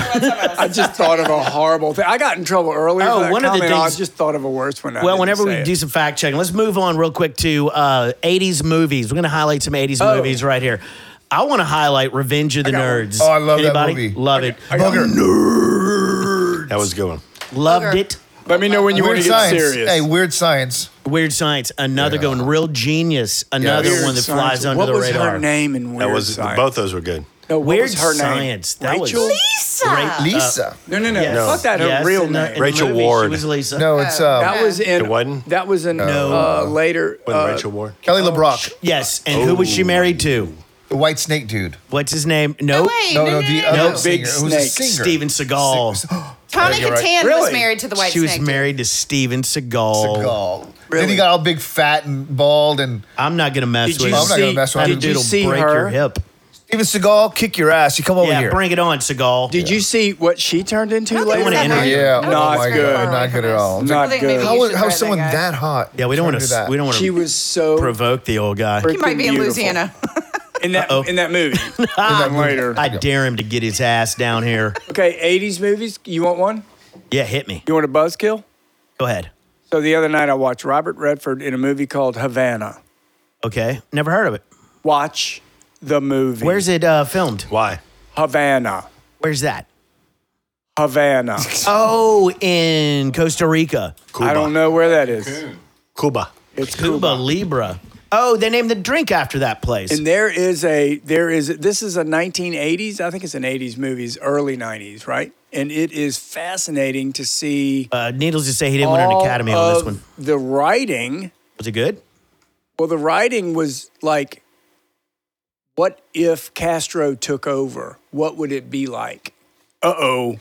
Speaker 2: I just thought of a horrible thing. I got in trouble earlier.
Speaker 1: Oh,
Speaker 2: for that
Speaker 1: one of the
Speaker 2: comment. I
Speaker 1: things-
Speaker 2: just thought of a worse one. I
Speaker 1: Well,
Speaker 2: didn't
Speaker 1: whenever
Speaker 2: say
Speaker 1: we
Speaker 2: it.
Speaker 1: do some fact checking, let's move on real quick to uh, 80s movies. We're going to highlight some 80s
Speaker 2: Oh.
Speaker 1: movies right here. I want to highlight Revenge of the
Speaker 5: got one.
Speaker 1: Nerds.
Speaker 5: Oh, I love that
Speaker 1: Anybody?
Speaker 5: movie.
Speaker 1: Love it.
Speaker 5: Booger.
Speaker 3: That was a good one.
Speaker 1: Loved it.
Speaker 2: Let me know when you want
Speaker 5: Weird
Speaker 2: to get
Speaker 5: science.
Speaker 2: serious.
Speaker 5: Hey, weird science.
Speaker 1: Weird Science, another going real genius, another
Speaker 5: Weird
Speaker 1: one that
Speaker 2: Science.
Speaker 1: flies under
Speaker 2: what
Speaker 1: the
Speaker 2: was
Speaker 1: radar.
Speaker 2: her name in Weird
Speaker 3: That was
Speaker 2: Science?
Speaker 3: both those were good.
Speaker 2: No, what
Speaker 1: Weird
Speaker 2: was her
Speaker 1: Science.
Speaker 2: name?
Speaker 1: That was-
Speaker 2: Rachel?
Speaker 4: Lisa.
Speaker 5: Lisa.
Speaker 2: No, no, no.
Speaker 1: Yes.
Speaker 2: Fuck that. Her
Speaker 1: Yes,
Speaker 2: real
Speaker 1: in the- in
Speaker 2: name.
Speaker 1: the
Speaker 3: Rachel
Speaker 1: movie,
Speaker 3: Ward.
Speaker 1: She was Lisa.
Speaker 5: No, it's um,
Speaker 2: That was in.
Speaker 3: It wasn't?
Speaker 2: That was in.
Speaker 5: No.
Speaker 2: Uh, later.
Speaker 3: Wasn't
Speaker 2: uh,
Speaker 3: Rachel Ward?
Speaker 5: Kelly LeBrock,
Speaker 1: Yes, and who was she
Speaker 5: Oh.
Speaker 1: married to?
Speaker 5: the White Snake dude.
Speaker 1: What's his name? No,
Speaker 4: Wait,
Speaker 5: No, no, the other
Speaker 1: no.
Speaker 5: singer.
Speaker 2: Big
Speaker 5: Who was a
Speaker 2: Snake.
Speaker 5: singer?
Speaker 1: Steven Seagal.
Speaker 4: Tony
Speaker 5: you're right.
Speaker 4: Catan was
Speaker 2: Really?
Speaker 4: married to the White
Speaker 1: she was
Speaker 4: Snake. dude.
Speaker 1: married to Steven Seagal.
Speaker 5: Seagal. Then
Speaker 2: Really?
Speaker 5: he got all big, fat, and bald, and
Speaker 1: I'm not gonna mess
Speaker 2: Did
Speaker 1: with
Speaker 2: you
Speaker 1: him.
Speaker 5: I'm not gonna
Speaker 2: see?
Speaker 5: mess around.
Speaker 2: Did
Speaker 1: Dude,
Speaker 2: you
Speaker 1: it'll
Speaker 2: see
Speaker 1: break your
Speaker 2: her?
Speaker 1: hip.
Speaker 5: Steven Seagal, kick your ass. You come over
Speaker 1: yeah,
Speaker 5: here.
Speaker 1: bring it on, Seagal.
Speaker 2: Did you see what she turned into
Speaker 4: I don't think
Speaker 2: later?
Speaker 1: wanna
Speaker 4: it's that
Speaker 1: enter
Speaker 4: hard.
Speaker 1: you.
Speaker 5: Yeah,
Speaker 4: I don't
Speaker 2: Not
Speaker 4: think it's
Speaker 2: good.
Speaker 4: that far
Speaker 5: Not
Speaker 4: away
Speaker 5: good
Speaker 4: from
Speaker 5: at
Speaker 4: us.
Speaker 5: all.
Speaker 4: I
Speaker 2: Not
Speaker 4: think maybe
Speaker 2: good.
Speaker 4: you
Speaker 5: How was,
Speaker 4: should
Speaker 5: how
Speaker 4: throw
Speaker 5: was someone
Speaker 4: guy.
Speaker 5: that hot?
Speaker 1: yeah, we don't want
Speaker 5: Turn
Speaker 1: to.
Speaker 5: that.
Speaker 1: We don't want
Speaker 2: She
Speaker 1: to
Speaker 2: was so
Speaker 1: provoke the old guy.
Speaker 4: He might be in
Speaker 2: beautiful.
Speaker 4: Louisiana.
Speaker 2: in that in that movie. in that later.
Speaker 1: I dare him to get his ass down here.
Speaker 2: Okay, 80s movies. You want one?
Speaker 1: Yeah, hit me.
Speaker 2: You want a buzzkill?
Speaker 1: Go ahead.
Speaker 2: So the other night I watched Robert Redford in a movie called Havana.
Speaker 1: Okay, never heard of it.
Speaker 2: Watch the movie.
Speaker 1: Where's it uh, filmed?
Speaker 3: Why?
Speaker 2: Havana?
Speaker 1: Where's that?
Speaker 2: Havana.
Speaker 1: Oh, in Costa Rica.
Speaker 3: Cuba.
Speaker 2: I don't know where that is.
Speaker 3: Cuba.
Speaker 2: It's Cuba.
Speaker 1: Cuba Libra. Oh, they named the drink after that place.
Speaker 2: And there is a there is this is a 1980s. I think it's an 80s movies, early 90s, right? And it is fascinating to see
Speaker 1: uh, needless to say, he didn't win an
Speaker 2: all
Speaker 1: Academy on this
Speaker 2: of
Speaker 1: one.
Speaker 2: the writing.
Speaker 1: Was it good?
Speaker 2: Well, the writing was like, what if Castro took over? What would it be like? Uh oh.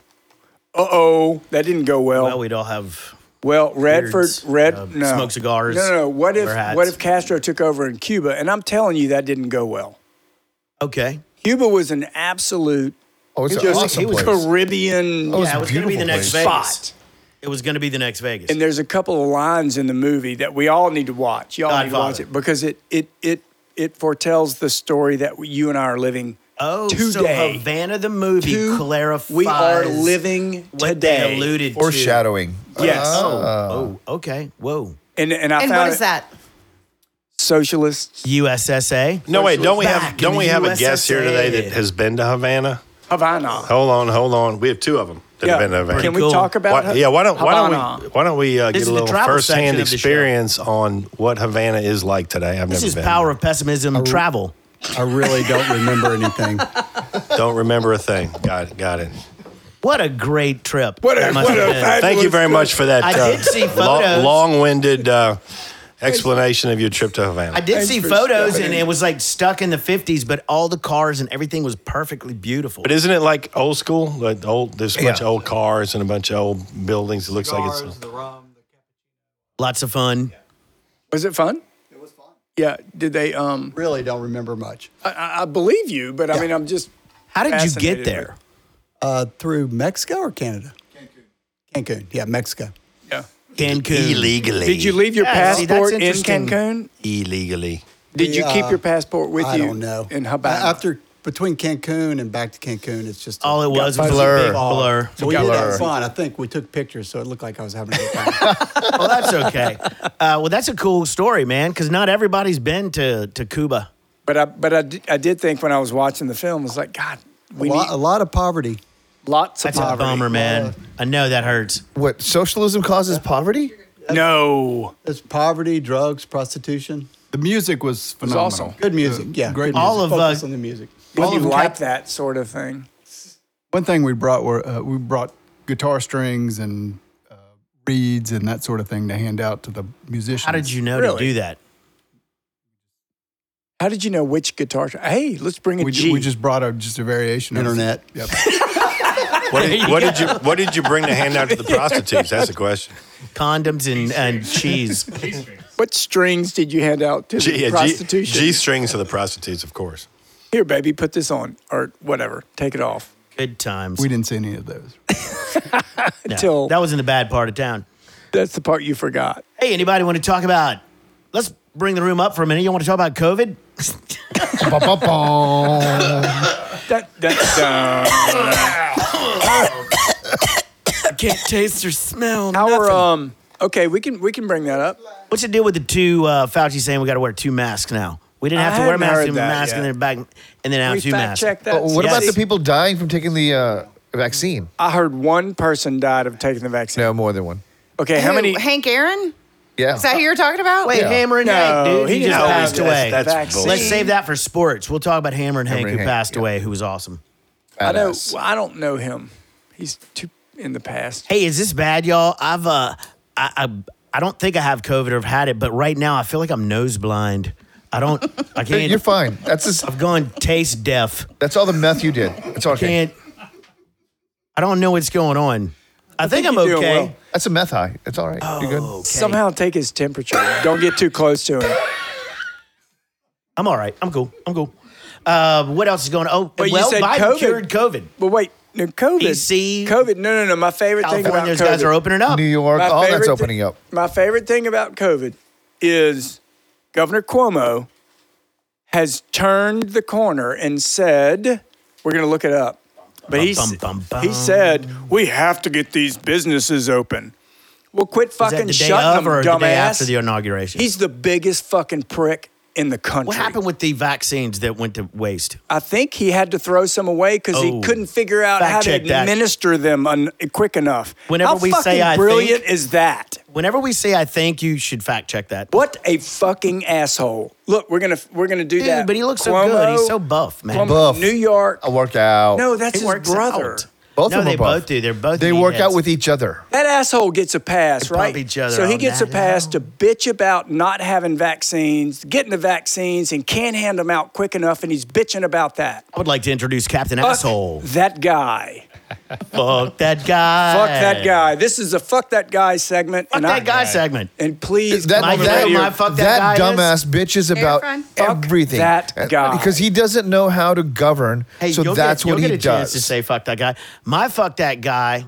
Speaker 2: Uh oh. That didn't go well.
Speaker 1: Well, we'd all have.
Speaker 2: Well, Redford,
Speaker 1: Beards,
Speaker 2: Red,
Speaker 1: uh,
Speaker 2: no,
Speaker 1: smoke cigars,
Speaker 2: No, no, no. What if
Speaker 1: wear hats.
Speaker 2: what if Castro took over in Cuba? And I'm telling you, that didn't go well.
Speaker 1: Okay.
Speaker 2: Cuba was an absolute
Speaker 5: Oh, it's an
Speaker 2: just
Speaker 5: awesome place.
Speaker 2: Caribbean
Speaker 5: Oh, it's
Speaker 1: Yeah,
Speaker 5: a
Speaker 1: it was going to be
Speaker 5: beautiful
Speaker 1: the next
Speaker 5: place.
Speaker 1: Vegas. It was going to be the next Vegas.
Speaker 2: And there's a couple of lines in the movie that we all need to watch. Y'all need to watch
Speaker 1: Godfather.
Speaker 2: it because it it it it foretells the story that you and I are living
Speaker 1: oh, so
Speaker 2: today.
Speaker 1: Havana the movie
Speaker 2: To-
Speaker 1: clarifies.
Speaker 2: we are living
Speaker 1: what
Speaker 2: today.
Speaker 1: they alluded to.
Speaker 5: Or shadowing.
Speaker 2: Yes.
Speaker 1: Oh, okay. Whoa.
Speaker 2: And and I
Speaker 4: And
Speaker 2: found
Speaker 4: what
Speaker 2: it-
Speaker 4: is that?
Speaker 2: socialist
Speaker 1: USSA.
Speaker 3: No wait, don't we
Speaker 1: Back
Speaker 3: have
Speaker 1: in
Speaker 3: don't
Speaker 1: the
Speaker 3: we have a guest here today
Speaker 1: USSA.
Speaker 3: that has been to Havana?
Speaker 2: Havana.
Speaker 3: Hold on, hold on. We have two of them that have been to Havana.
Speaker 2: Can we
Speaker 1: Cool.
Speaker 2: talk about
Speaker 3: Why, yeah, why don't why don't
Speaker 2: Havana?
Speaker 3: we why don't we uh,
Speaker 1: This
Speaker 3: get
Speaker 1: is
Speaker 3: a
Speaker 1: the
Speaker 3: little
Speaker 1: travel
Speaker 3: firsthand
Speaker 1: section of the show.
Speaker 3: experience on what Havana is like today? I've
Speaker 1: This
Speaker 3: never
Speaker 1: is
Speaker 3: been.
Speaker 1: power of pessimism travel.
Speaker 6: I really don't remember anything.
Speaker 3: Don't remember a thing. Got it. Got it.
Speaker 1: What a great trip.
Speaker 2: What a-
Speaker 1: that must
Speaker 2: what
Speaker 1: have
Speaker 2: a
Speaker 1: been.
Speaker 2: fabulous-
Speaker 3: Thank you very much for that.
Speaker 1: I did see photos.
Speaker 3: Long, long-winded uh, explanation of your trip to Havana.
Speaker 1: I did see
Speaker 2: for
Speaker 1: photos
Speaker 2: stopping
Speaker 1: and
Speaker 2: in.
Speaker 1: it was like stuck in the 50s, but all the cars and everything was perfectly beautiful.
Speaker 3: But isn't it like old school? Like old, there's a bunch
Speaker 5: Yeah.
Speaker 3: of old cars and a bunch of old buildings. It looks like it's.
Speaker 1: Lots of fun.
Speaker 2: Was it fun? It was fun. Yeah. Did they? Um,
Speaker 6: Really don't remember much.
Speaker 2: I- I, I believe you, but I mean, I'm just.
Speaker 1: How did you
Speaker 2: Fascinated
Speaker 1: get there?
Speaker 6: Uh, through Mexico or Canada? Cancun. Cancun. Yeah, Mexico.
Speaker 2: Yeah.
Speaker 1: Cancun.
Speaker 3: Illegally.
Speaker 2: Did you leave your
Speaker 1: Yeah, see, that's
Speaker 2: passport in
Speaker 1: interesting.
Speaker 2: Cancun?
Speaker 3: Illegally.
Speaker 2: Did you
Speaker 6: Yeah.
Speaker 2: keep your passport with
Speaker 6: uh, I
Speaker 2: you?
Speaker 6: don't know.
Speaker 2: In
Speaker 6: A-
Speaker 2: Havana.
Speaker 6: After between Cancun and back to Cancun, it's just a-
Speaker 1: All it was was a
Speaker 5: Blur.
Speaker 1: big blur.
Speaker 6: So we did
Speaker 5: Blur.
Speaker 6: have fun. I think we took pictures, so it looked like I was having a good time.
Speaker 1: Well, that's okay. Uh, well, that's a cool story, man, because not everybody's been to, to Cuba.
Speaker 2: but I, but I, did, I did think when I was watching the film, I was like, God, we
Speaker 6: a, lot,
Speaker 2: need
Speaker 6: a lot of poverty.
Speaker 2: lots of
Speaker 1: That's
Speaker 2: poverty.
Speaker 1: a bummer, man. I know that hurts.
Speaker 5: What, socialism causes poverty?
Speaker 2: No.
Speaker 6: It's poverty, drugs, prostitution.
Speaker 7: The music was phenomenal.
Speaker 2: awesome.
Speaker 6: Good music. Yeah,
Speaker 7: great.
Speaker 6: good
Speaker 7: music.
Speaker 1: All of, uh,
Speaker 6: Focus on the music.
Speaker 2: Did you
Speaker 7: of them
Speaker 2: like
Speaker 7: kept-
Speaker 2: that sort of thing?
Speaker 7: One thing we brought were uh, we brought guitar strings and uh, reeds and that sort of thing to hand out to the musicians.
Speaker 1: How did you know to
Speaker 2: Really?
Speaker 1: do that?
Speaker 2: How did you know which guitar? Hey, let's bring a
Speaker 7: We,
Speaker 2: G.
Speaker 7: ju- we just brought a, just a variation. of-
Speaker 6: Internet.
Speaker 7: Yep.
Speaker 3: What, did, what did you What did you bring to hand out to the prostitutes? That's the question.
Speaker 1: Condoms and, and cheese.
Speaker 2: what strings did you hand out to
Speaker 3: G,
Speaker 2: the prostitution?
Speaker 3: G strings to the prostitutes, of course.
Speaker 2: Here, baby, put this on or whatever. Take it off.
Speaker 1: Good times.
Speaker 7: We didn't see any of those.
Speaker 1: No,
Speaker 2: till-
Speaker 1: that was in the bad part of town.
Speaker 2: That's the part you forgot.
Speaker 1: Hey, anybody want to talk about? Let's bring the room up for a minute. You want to talk about COVID?
Speaker 2: That that's
Speaker 1: Can't taste or smell.
Speaker 2: our um. Okay, we can we can bring that up.
Speaker 1: What's the deal with the two uh, Fauci saying we got to wear two masks now? We didn't have
Speaker 2: I
Speaker 1: to wear a
Speaker 2: hadn't
Speaker 1: mask,
Speaker 2: heard
Speaker 1: and
Speaker 2: that
Speaker 1: mask, and
Speaker 2: yet.
Speaker 1: then back, and then out
Speaker 2: We
Speaker 1: two
Speaker 2: fact
Speaker 1: masks.
Speaker 2: check that.
Speaker 5: But what
Speaker 1: Yes.
Speaker 5: about the people dying from taking the uh, vaccine?
Speaker 2: I heard one person died of taking the vaccine.
Speaker 5: No, more than one.
Speaker 2: Okay, how
Speaker 4: Who,
Speaker 2: many?
Speaker 4: Hank Aaron?
Speaker 5: Yeah.
Speaker 4: Is that who you're talking about?
Speaker 1: Wait,
Speaker 5: Yeah.
Speaker 1: Hammer and
Speaker 2: No,
Speaker 1: Hank, dude, he,
Speaker 2: Oh, he
Speaker 1: just
Speaker 2: didn't
Speaker 1: passed
Speaker 2: have
Speaker 1: away.
Speaker 3: That's, that's
Speaker 2: Vaccine.
Speaker 3: bull-
Speaker 1: Let's save that for sports. We'll talk about Hammer and Hank,
Speaker 5: Hammer
Speaker 1: who
Speaker 5: and Hank,
Speaker 1: passed
Speaker 5: yeah.
Speaker 1: away, who was awesome.
Speaker 2: I know.
Speaker 5: Badass.
Speaker 2: I don't know him. He's too in the past.
Speaker 1: Hey, is this bad, y'all? I've uh, I, I I don't think I have COVID or have had it, but right now I feel like I'm nose blind. I don't. I can't.
Speaker 5: You're fine. That's just,
Speaker 1: I've gone taste deaf.
Speaker 5: that's all the meth you did. It's okay.
Speaker 1: Can't. I don't know what's going on. I, think, I'm
Speaker 2: you're doing
Speaker 1: okay.
Speaker 2: well.
Speaker 5: That's a meth high. It's all right. You're good.
Speaker 1: Okay.
Speaker 2: Somehow take his temperature. Don't get too close to him.
Speaker 1: I'm all right. I'm cool. I'm cool. Uh, what else is going on? Oh,
Speaker 2: you
Speaker 1: well,
Speaker 2: said
Speaker 1: Biden
Speaker 2: COVID.
Speaker 1: cured COVID.
Speaker 2: But wait, no COVID.
Speaker 1: DC.
Speaker 2: COVID. No, no, no. My favorite thing about
Speaker 1: California, those
Speaker 2: COVID.
Speaker 1: guys are opening up.
Speaker 5: New York,
Speaker 2: My
Speaker 5: all
Speaker 2: favorite
Speaker 5: that's
Speaker 2: thi-
Speaker 5: opening up.
Speaker 2: My favorite thing about COVID is Governor Cuomo has turned the corner and said, "We're going to look it up." But he,
Speaker 1: Bum,
Speaker 2: s-
Speaker 1: bum, bum,
Speaker 2: he
Speaker 1: bum.
Speaker 2: said, "We have to get these businesses open." Well, quit
Speaker 1: Is that
Speaker 2: fucking
Speaker 1: the day
Speaker 2: shutting
Speaker 1: of
Speaker 2: them,
Speaker 1: or the
Speaker 2: dumbass.
Speaker 1: day after the inauguration?
Speaker 2: He's the biggest fucking prick in the country.
Speaker 1: What happened with the vaccines that went to waste?
Speaker 2: I think he had to throw some away because
Speaker 1: Oh.
Speaker 2: he couldn't figure out
Speaker 1: Fact
Speaker 2: how to
Speaker 1: check that.
Speaker 2: administer them un- quick enough.
Speaker 1: Whenever
Speaker 2: how
Speaker 1: we
Speaker 2: fucking
Speaker 1: say, "I
Speaker 2: brilliant
Speaker 1: think,"
Speaker 2: is that?
Speaker 1: Whenever we say I think, you should fact check that.
Speaker 2: What a fucking asshole! Look, we're gonna we're gonna do
Speaker 1: Dude,
Speaker 2: that.
Speaker 1: but he looks so good. He's so buff, man.
Speaker 2: Cuomo,
Speaker 5: Buff.
Speaker 2: New York.
Speaker 5: I work out.
Speaker 2: No, that's
Speaker 1: He
Speaker 2: his
Speaker 1: works
Speaker 2: brother.
Speaker 1: out.
Speaker 5: Both
Speaker 1: no,
Speaker 5: of them
Speaker 1: they
Speaker 5: are buff.
Speaker 1: both do. They're both.
Speaker 5: They work out
Speaker 1: meatheads.
Speaker 5: with e- each other.
Speaker 2: That asshole gets a pass,
Speaker 1: They
Speaker 2: right?
Speaker 1: bump each other
Speaker 2: so he
Speaker 1: all
Speaker 2: gets a
Speaker 1: night
Speaker 2: pass
Speaker 1: long.
Speaker 2: to bitch about not having vaccines, getting the vaccines, and can't hand them out quick enough, and he's bitching about that.
Speaker 1: I would like to introduce Captain
Speaker 2: Fuck
Speaker 1: Asshole.
Speaker 2: that guy.
Speaker 1: Fuck that guy.
Speaker 2: Fuck that guy. This is a fuck that guy segment.
Speaker 1: Fuck
Speaker 2: and I-
Speaker 1: that guy segment.
Speaker 2: And please,
Speaker 5: that,
Speaker 1: Mike,
Speaker 5: that,
Speaker 1: you know who my fuck that
Speaker 5: that
Speaker 1: guy
Speaker 5: dumbass bitch is about
Speaker 4: friend.
Speaker 2: Fuck
Speaker 5: everything.
Speaker 2: that
Speaker 5: Uh,
Speaker 2: guy.
Speaker 5: Because he doesn't know how to govern.
Speaker 1: Hey,
Speaker 5: so
Speaker 1: you'll
Speaker 5: that's
Speaker 1: get,
Speaker 5: what
Speaker 1: you'll
Speaker 5: he
Speaker 1: get a chance
Speaker 5: does.
Speaker 1: to say fuck that guy. My fuck that guy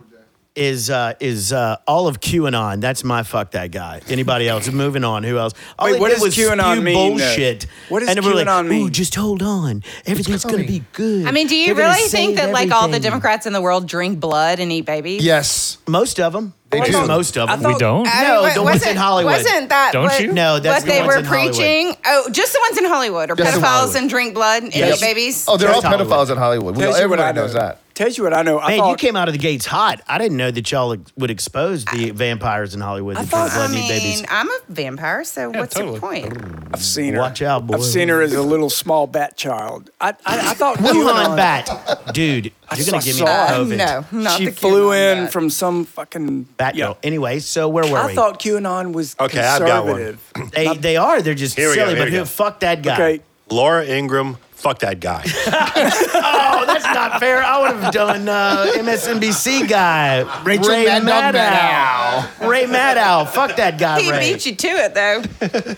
Speaker 1: is uh, is uh, all of QAnon. That's my fuck that guy. Anybody else? Moving on. Who else? All
Speaker 2: Wait,
Speaker 1: they
Speaker 2: what
Speaker 1: did
Speaker 2: does
Speaker 1: was
Speaker 2: QAnon
Speaker 1: spew
Speaker 2: mean, though?
Speaker 1: Bullshit.
Speaker 2: What does
Speaker 1: and everybody
Speaker 2: QAnon
Speaker 1: like,
Speaker 2: mean?
Speaker 1: Ooh, just hold on. Everything's gonna
Speaker 5: coming.
Speaker 1: be good.
Speaker 8: I mean, do you
Speaker 1: They're gonna
Speaker 8: really think
Speaker 1: save
Speaker 8: that like all the
Speaker 1: everything."
Speaker 8: Democrats in the world drink blood and eat babies?
Speaker 5: yes.
Speaker 1: Most of them.
Speaker 5: They do.
Speaker 1: Most of them.
Speaker 9: We don't.
Speaker 8: I
Speaker 1: No,
Speaker 8: mean,
Speaker 1: the ones
Speaker 8: wasn't-
Speaker 1: in Hollywood.
Speaker 8: Wasn't that
Speaker 9: Don't
Speaker 8: what,
Speaker 9: you?
Speaker 1: No, that's
Speaker 8: what
Speaker 1: the
Speaker 8: they
Speaker 1: ones
Speaker 8: were
Speaker 1: in Hollywood.
Speaker 8: preaching? Oh, just the ones in Hollywood or
Speaker 5: Just
Speaker 8: pedophiles
Speaker 5: in
Speaker 1: Hollywood.
Speaker 8: and drink blood and
Speaker 1: Yes.
Speaker 8: eat babies?
Speaker 5: Oh, they're
Speaker 1: Just
Speaker 5: all
Speaker 1: Hollywood.
Speaker 5: pedophiles in Hollywood. We know,
Speaker 2: tells you what I
Speaker 5: everybody
Speaker 2: know.
Speaker 5: knows that.
Speaker 2: Tells you what I know. I
Speaker 1: Man,
Speaker 2: thought,
Speaker 1: you came out of the gates hot. I didn't know that y'all would expose the vampires in Hollywood that
Speaker 2: thought-
Speaker 1: drink
Speaker 8: I
Speaker 1: blood and
Speaker 8: mean,
Speaker 1: eat babies.
Speaker 8: I'm a vampire, so what's
Speaker 9: totally.
Speaker 8: the point?
Speaker 2: I've seen her.
Speaker 1: Watch out, boy.
Speaker 2: I've seen her as a little small bat child. I, I, I thought
Speaker 1: Wuhan
Speaker 2: QAnon-
Speaker 1: bat, dude. You're gonna
Speaker 2: saw-
Speaker 1: give me
Speaker 2: saw
Speaker 1: COVID.
Speaker 2: it.
Speaker 8: No, not
Speaker 2: she
Speaker 8: the
Speaker 2: flew
Speaker 8: QAnon
Speaker 2: in
Speaker 8: bat.
Speaker 2: from some fucking
Speaker 1: Batgirl.
Speaker 2: Yeah.
Speaker 1: Anyway, so where were
Speaker 2: I
Speaker 1: we?
Speaker 2: thought QAnon was
Speaker 3: Okay, I've got one.
Speaker 2: conservative.
Speaker 1: they, they are. They're just
Speaker 3: Here we go,
Speaker 1: silly.
Speaker 3: here
Speaker 1: but
Speaker 3: we
Speaker 1: who?
Speaker 3: go.
Speaker 1: Fuck that guy.
Speaker 2: Okay,
Speaker 3: Laura Ingram, fuck that guy.
Speaker 1: Oh, that's not fair. I would have done uh, MSNBC guy.
Speaker 5: Rachel
Speaker 1: Ray
Speaker 5: Maddow-
Speaker 1: Maddow. Ray Maddow. Fuck that guy.
Speaker 8: He
Speaker 1: Ray.
Speaker 8: beat you to it, though.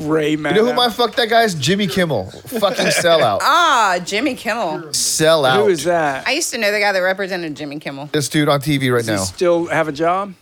Speaker 2: Ray Maddow.
Speaker 5: You know who my fuck that guy is? Jimmy Kimmel. Fucking sellout.
Speaker 8: Ah, Jimmy Kimmel.
Speaker 5: Sell out.
Speaker 2: Who is that?
Speaker 8: I used to know the guy that represented Jimmy Kimmel.
Speaker 5: This dude on TV right
Speaker 2: Does
Speaker 5: now.
Speaker 2: he still have a job?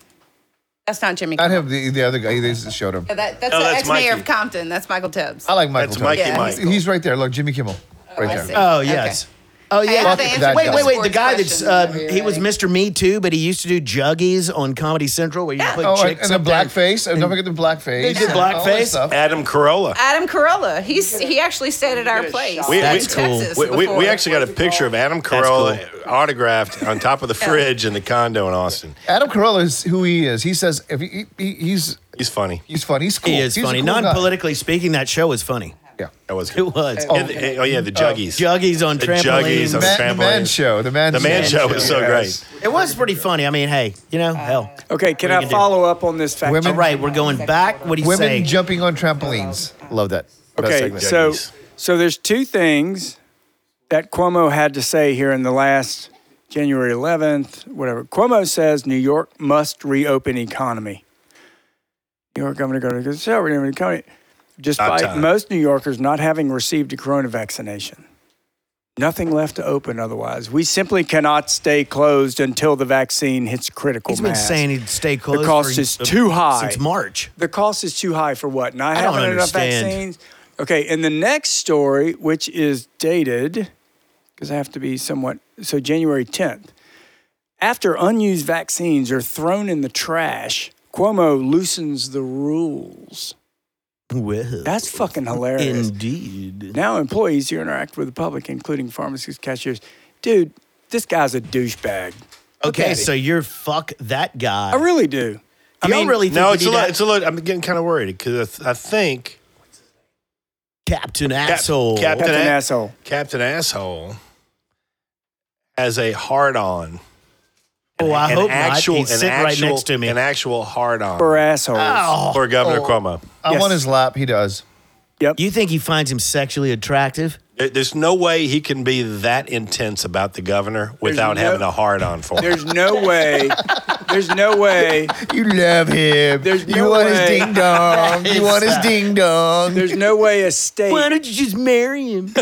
Speaker 8: That's not Jimmy
Speaker 5: Not
Speaker 8: Kimmel.
Speaker 5: him, the, the other guy. They just showed him.
Speaker 8: Yeah, that- that's
Speaker 3: No,
Speaker 8: the
Speaker 3: Oh, that's
Speaker 8: ex-mayor
Speaker 3: Mikey.
Speaker 8: of Compton. That's Michael Tibbs.
Speaker 5: I like Michael.
Speaker 3: That's
Speaker 5: Tubs.
Speaker 3: Mikey
Speaker 8: Yeah.
Speaker 3: Mike.
Speaker 5: He's- He's right there. Look, Jimmy Kimmel. Right
Speaker 8: I
Speaker 5: there.
Speaker 8: see.
Speaker 1: Oh
Speaker 8: Okay.
Speaker 1: yes. Oh
Speaker 8: Hey, I
Speaker 1: yeah.
Speaker 8: have to
Speaker 5: Fuck
Speaker 8: answer
Speaker 5: that
Speaker 1: Wait,
Speaker 5: guy.
Speaker 8: some
Speaker 1: wait, wait. The
Speaker 8: sports
Speaker 1: guy that's
Speaker 8: questions
Speaker 1: uh,
Speaker 8: whenever you're
Speaker 1: he was
Speaker 8: ready.
Speaker 1: Mr. Me Too, but he used to do juggies on Comedy Central where you
Speaker 8: Yeah.
Speaker 1: put
Speaker 5: Oh, and,
Speaker 1: chicks
Speaker 5: and the
Speaker 1: up there.
Speaker 5: blackface. And don't forget the blackface.
Speaker 1: They did
Speaker 5: and all that
Speaker 1: blackface.
Speaker 5: stuff.
Speaker 3: Adam Carolla.
Speaker 8: Adam Carolla. He's he actually stayed at our place.
Speaker 3: We-
Speaker 8: in
Speaker 3: we-
Speaker 1: cool.
Speaker 8: Texas
Speaker 3: We, we,
Speaker 8: before.
Speaker 3: we actually got a picture of Adam Carolla autographed on top of the fridge in the condo in Austin.
Speaker 5: Adam Carolla is who he is. He says if he, he- he- he's
Speaker 3: He's funny.
Speaker 5: he's funny. He's cool.
Speaker 1: He is
Speaker 5: He's a
Speaker 1: funny.
Speaker 5: cool guy.
Speaker 1: Non-politically speaking, that show was funny.
Speaker 5: Yeah.
Speaker 3: That was
Speaker 1: It
Speaker 3: good.
Speaker 1: was.
Speaker 3: Oh, and the- oh, yeah, the Juggies.
Speaker 1: Juggies on
Speaker 3: The
Speaker 1: trampolines.
Speaker 3: Juggies on
Speaker 5: The man, the
Speaker 3: Trampoline.
Speaker 5: man show. The man.
Speaker 3: the man show was so
Speaker 5: yes.
Speaker 3: great.
Speaker 1: It was pretty funny. I mean, hey, you know, hell.
Speaker 2: Okay, can
Speaker 1: What
Speaker 2: I
Speaker 1: you can do.
Speaker 2: follow up on this fact?
Speaker 5: Women-
Speaker 1: All right, we're going back. What do you
Speaker 5: Women
Speaker 1: say?
Speaker 5: jumping on trampolines. Love that. Best
Speaker 2: Okay,
Speaker 5: segment.
Speaker 2: so
Speaker 3: Juggies.
Speaker 2: so there's two things that Cuomo had to say here in the last January 11th, whatever. Cuomo says New York must reopen economy. New York Governor Governor goes, "So we're going to despite
Speaker 3: time.
Speaker 2: most New Yorkers not having received a corona vaccination. Nothing left to open otherwise. We simply cannot stay closed until the vaccine hits critical
Speaker 1: He's been
Speaker 2: mass.
Speaker 1: saying he'd stay close.
Speaker 2: cost
Speaker 1: for-
Speaker 2: is too high.
Speaker 1: since March.
Speaker 2: the cost is too high for what? Not
Speaker 1: I don't
Speaker 2: having enough
Speaker 1: understand.
Speaker 2: vaccines. Okay, and the next story, which is dated, because I have to be somewhat so January 10th. After unused vaccines are thrown in the trash, Cuomo loosens the rules.
Speaker 1: Well,
Speaker 2: That's fucking hilarious.
Speaker 1: indeed.
Speaker 2: Now employees who interact with the public, including pharmacists, cashiers, dude, this guy's a douchebag. Look
Speaker 1: Okay,
Speaker 2: at him.
Speaker 1: so you're fuck that guy.
Speaker 2: I really do.
Speaker 1: I
Speaker 2: mean,
Speaker 1: really think
Speaker 3: No,
Speaker 1: we
Speaker 3: it's a
Speaker 1: need
Speaker 3: little.
Speaker 1: to-
Speaker 3: It's a little. I'm getting kind of worried because I think
Speaker 1: Captain
Speaker 3: Cap-
Speaker 1: Asshole.
Speaker 2: Captain
Speaker 3: A-
Speaker 2: asshole.
Speaker 3: Captain Asshole has a hard on.
Speaker 1: oh, I
Speaker 3: an
Speaker 1: hope
Speaker 3: actual,
Speaker 1: not. He's
Speaker 3: an
Speaker 1: sitting right
Speaker 3: actual-
Speaker 1: next to me.
Speaker 3: An actual hard on
Speaker 2: For assholes.
Speaker 1: oh,
Speaker 3: for Governor Cuomo.
Speaker 5: I'm
Speaker 2: Yes.
Speaker 5: on his lap. He does.
Speaker 2: Yep.
Speaker 1: you think he finds him sexually attractive?
Speaker 3: There- There's no way he can be that intense about the governor without
Speaker 2: no-
Speaker 3: having a hard on for him.
Speaker 2: There's no way. There's no way.
Speaker 5: You love him.
Speaker 2: There's
Speaker 5: you
Speaker 2: no
Speaker 5: want
Speaker 2: way.
Speaker 5: his ding dong. you want his ding dong.
Speaker 2: There's no way a state.
Speaker 1: Why don't you just marry him?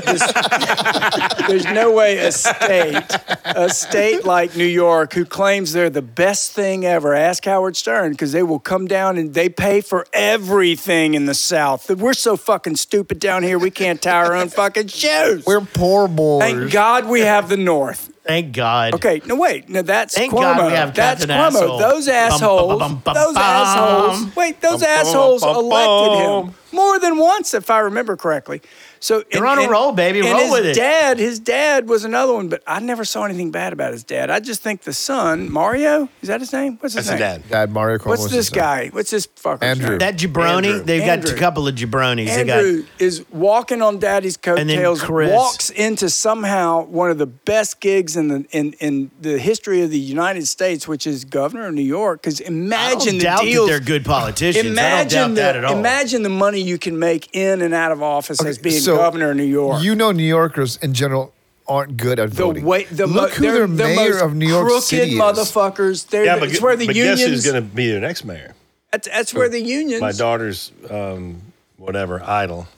Speaker 2: There's no way a state, a state like New York, who claims they're the best thing ever, ask Howard Stern because they will come down and they pay for everything in the South. We're so fucking stupid down here, we can't tie our own fucking shoes.
Speaker 5: We're poor boys.
Speaker 2: Thank God we have the North.
Speaker 1: Thank God.
Speaker 2: Okay, no wait, no that's
Speaker 1: Thank
Speaker 2: Cuomo.
Speaker 1: God we have
Speaker 2: that's
Speaker 1: Captain
Speaker 2: Cuomo.
Speaker 1: Asshole.
Speaker 2: Those
Speaker 1: Bum, bum, bum,
Speaker 2: assholes,
Speaker 1: bum, bum,
Speaker 2: those
Speaker 1: bum.
Speaker 2: assholes. Wait, those
Speaker 3: Bum, bum,
Speaker 2: assholes
Speaker 3: bum, bum,
Speaker 2: elected him.
Speaker 3: bum.
Speaker 2: more than once, if I remember correctly. So and-
Speaker 1: You're on a
Speaker 2: and-
Speaker 1: roll, baby.
Speaker 2: and
Speaker 1: Roll
Speaker 2: his
Speaker 1: with it.
Speaker 2: Dad, his dad was another one, but I never saw anything bad about his dad. I just think the son, Mario, is that his name? What's his
Speaker 3: That's a
Speaker 2: name?
Speaker 3: dad.
Speaker 5: Dad Mario Cuomo
Speaker 2: What's
Speaker 5: was
Speaker 2: this
Speaker 5: his son.
Speaker 2: guy? What's this fucker?
Speaker 5: Andrew.
Speaker 1: That jabroni,
Speaker 3: Andrew.
Speaker 1: they've got
Speaker 2: Andrew.
Speaker 1: a couple of jabronis. They got-
Speaker 2: Andrew is walking on Daddy's
Speaker 1: then
Speaker 2: coattails,
Speaker 1: Chris.
Speaker 2: walks into somehow one of the best gigs in the in, in the history of the United States, which is governor of New York. Because
Speaker 1: I don't
Speaker 2: imagine the
Speaker 1: doubt
Speaker 2: deals.
Speaker 1: that they're good politicians.
Speaker 2: Imagine
Speaker 1: I don't doubt
Speaker 2: the,
Speaker 1: that at all.
Speaker 2: Imagine the money you can make in and out of office as being
Speaker 5: So,
Speaker 2: governor of New York.
Speaker 5: You know, New Yorkers in general aren't good at
Speaker 2: the
Speaker 5: voting.
Speaker 2: way the,
Speaker 5: Look
Speaker 2: mo-
Speaker 5: who
Speaker 2: they're
Speaker 5: their
Speaker 2: the
Speaker 5: mayor
Speaker 2: most
Speaker 5: of New York
Speaker 2: crooked
Speaker 5: City is.
Speaker 2: motherfuckers. They're
Speaker 3: Yeah,
Speaker 2: the-
Speaker 3: but,
Speaker 2: it's where the
Speaker 3: but
Speaker 2: unions.
Speaker 3: guess who's going to be their next mayor?
Speaker 2: that's, that's where the unions.
Speaker 3: My daughter's um, whatever idol,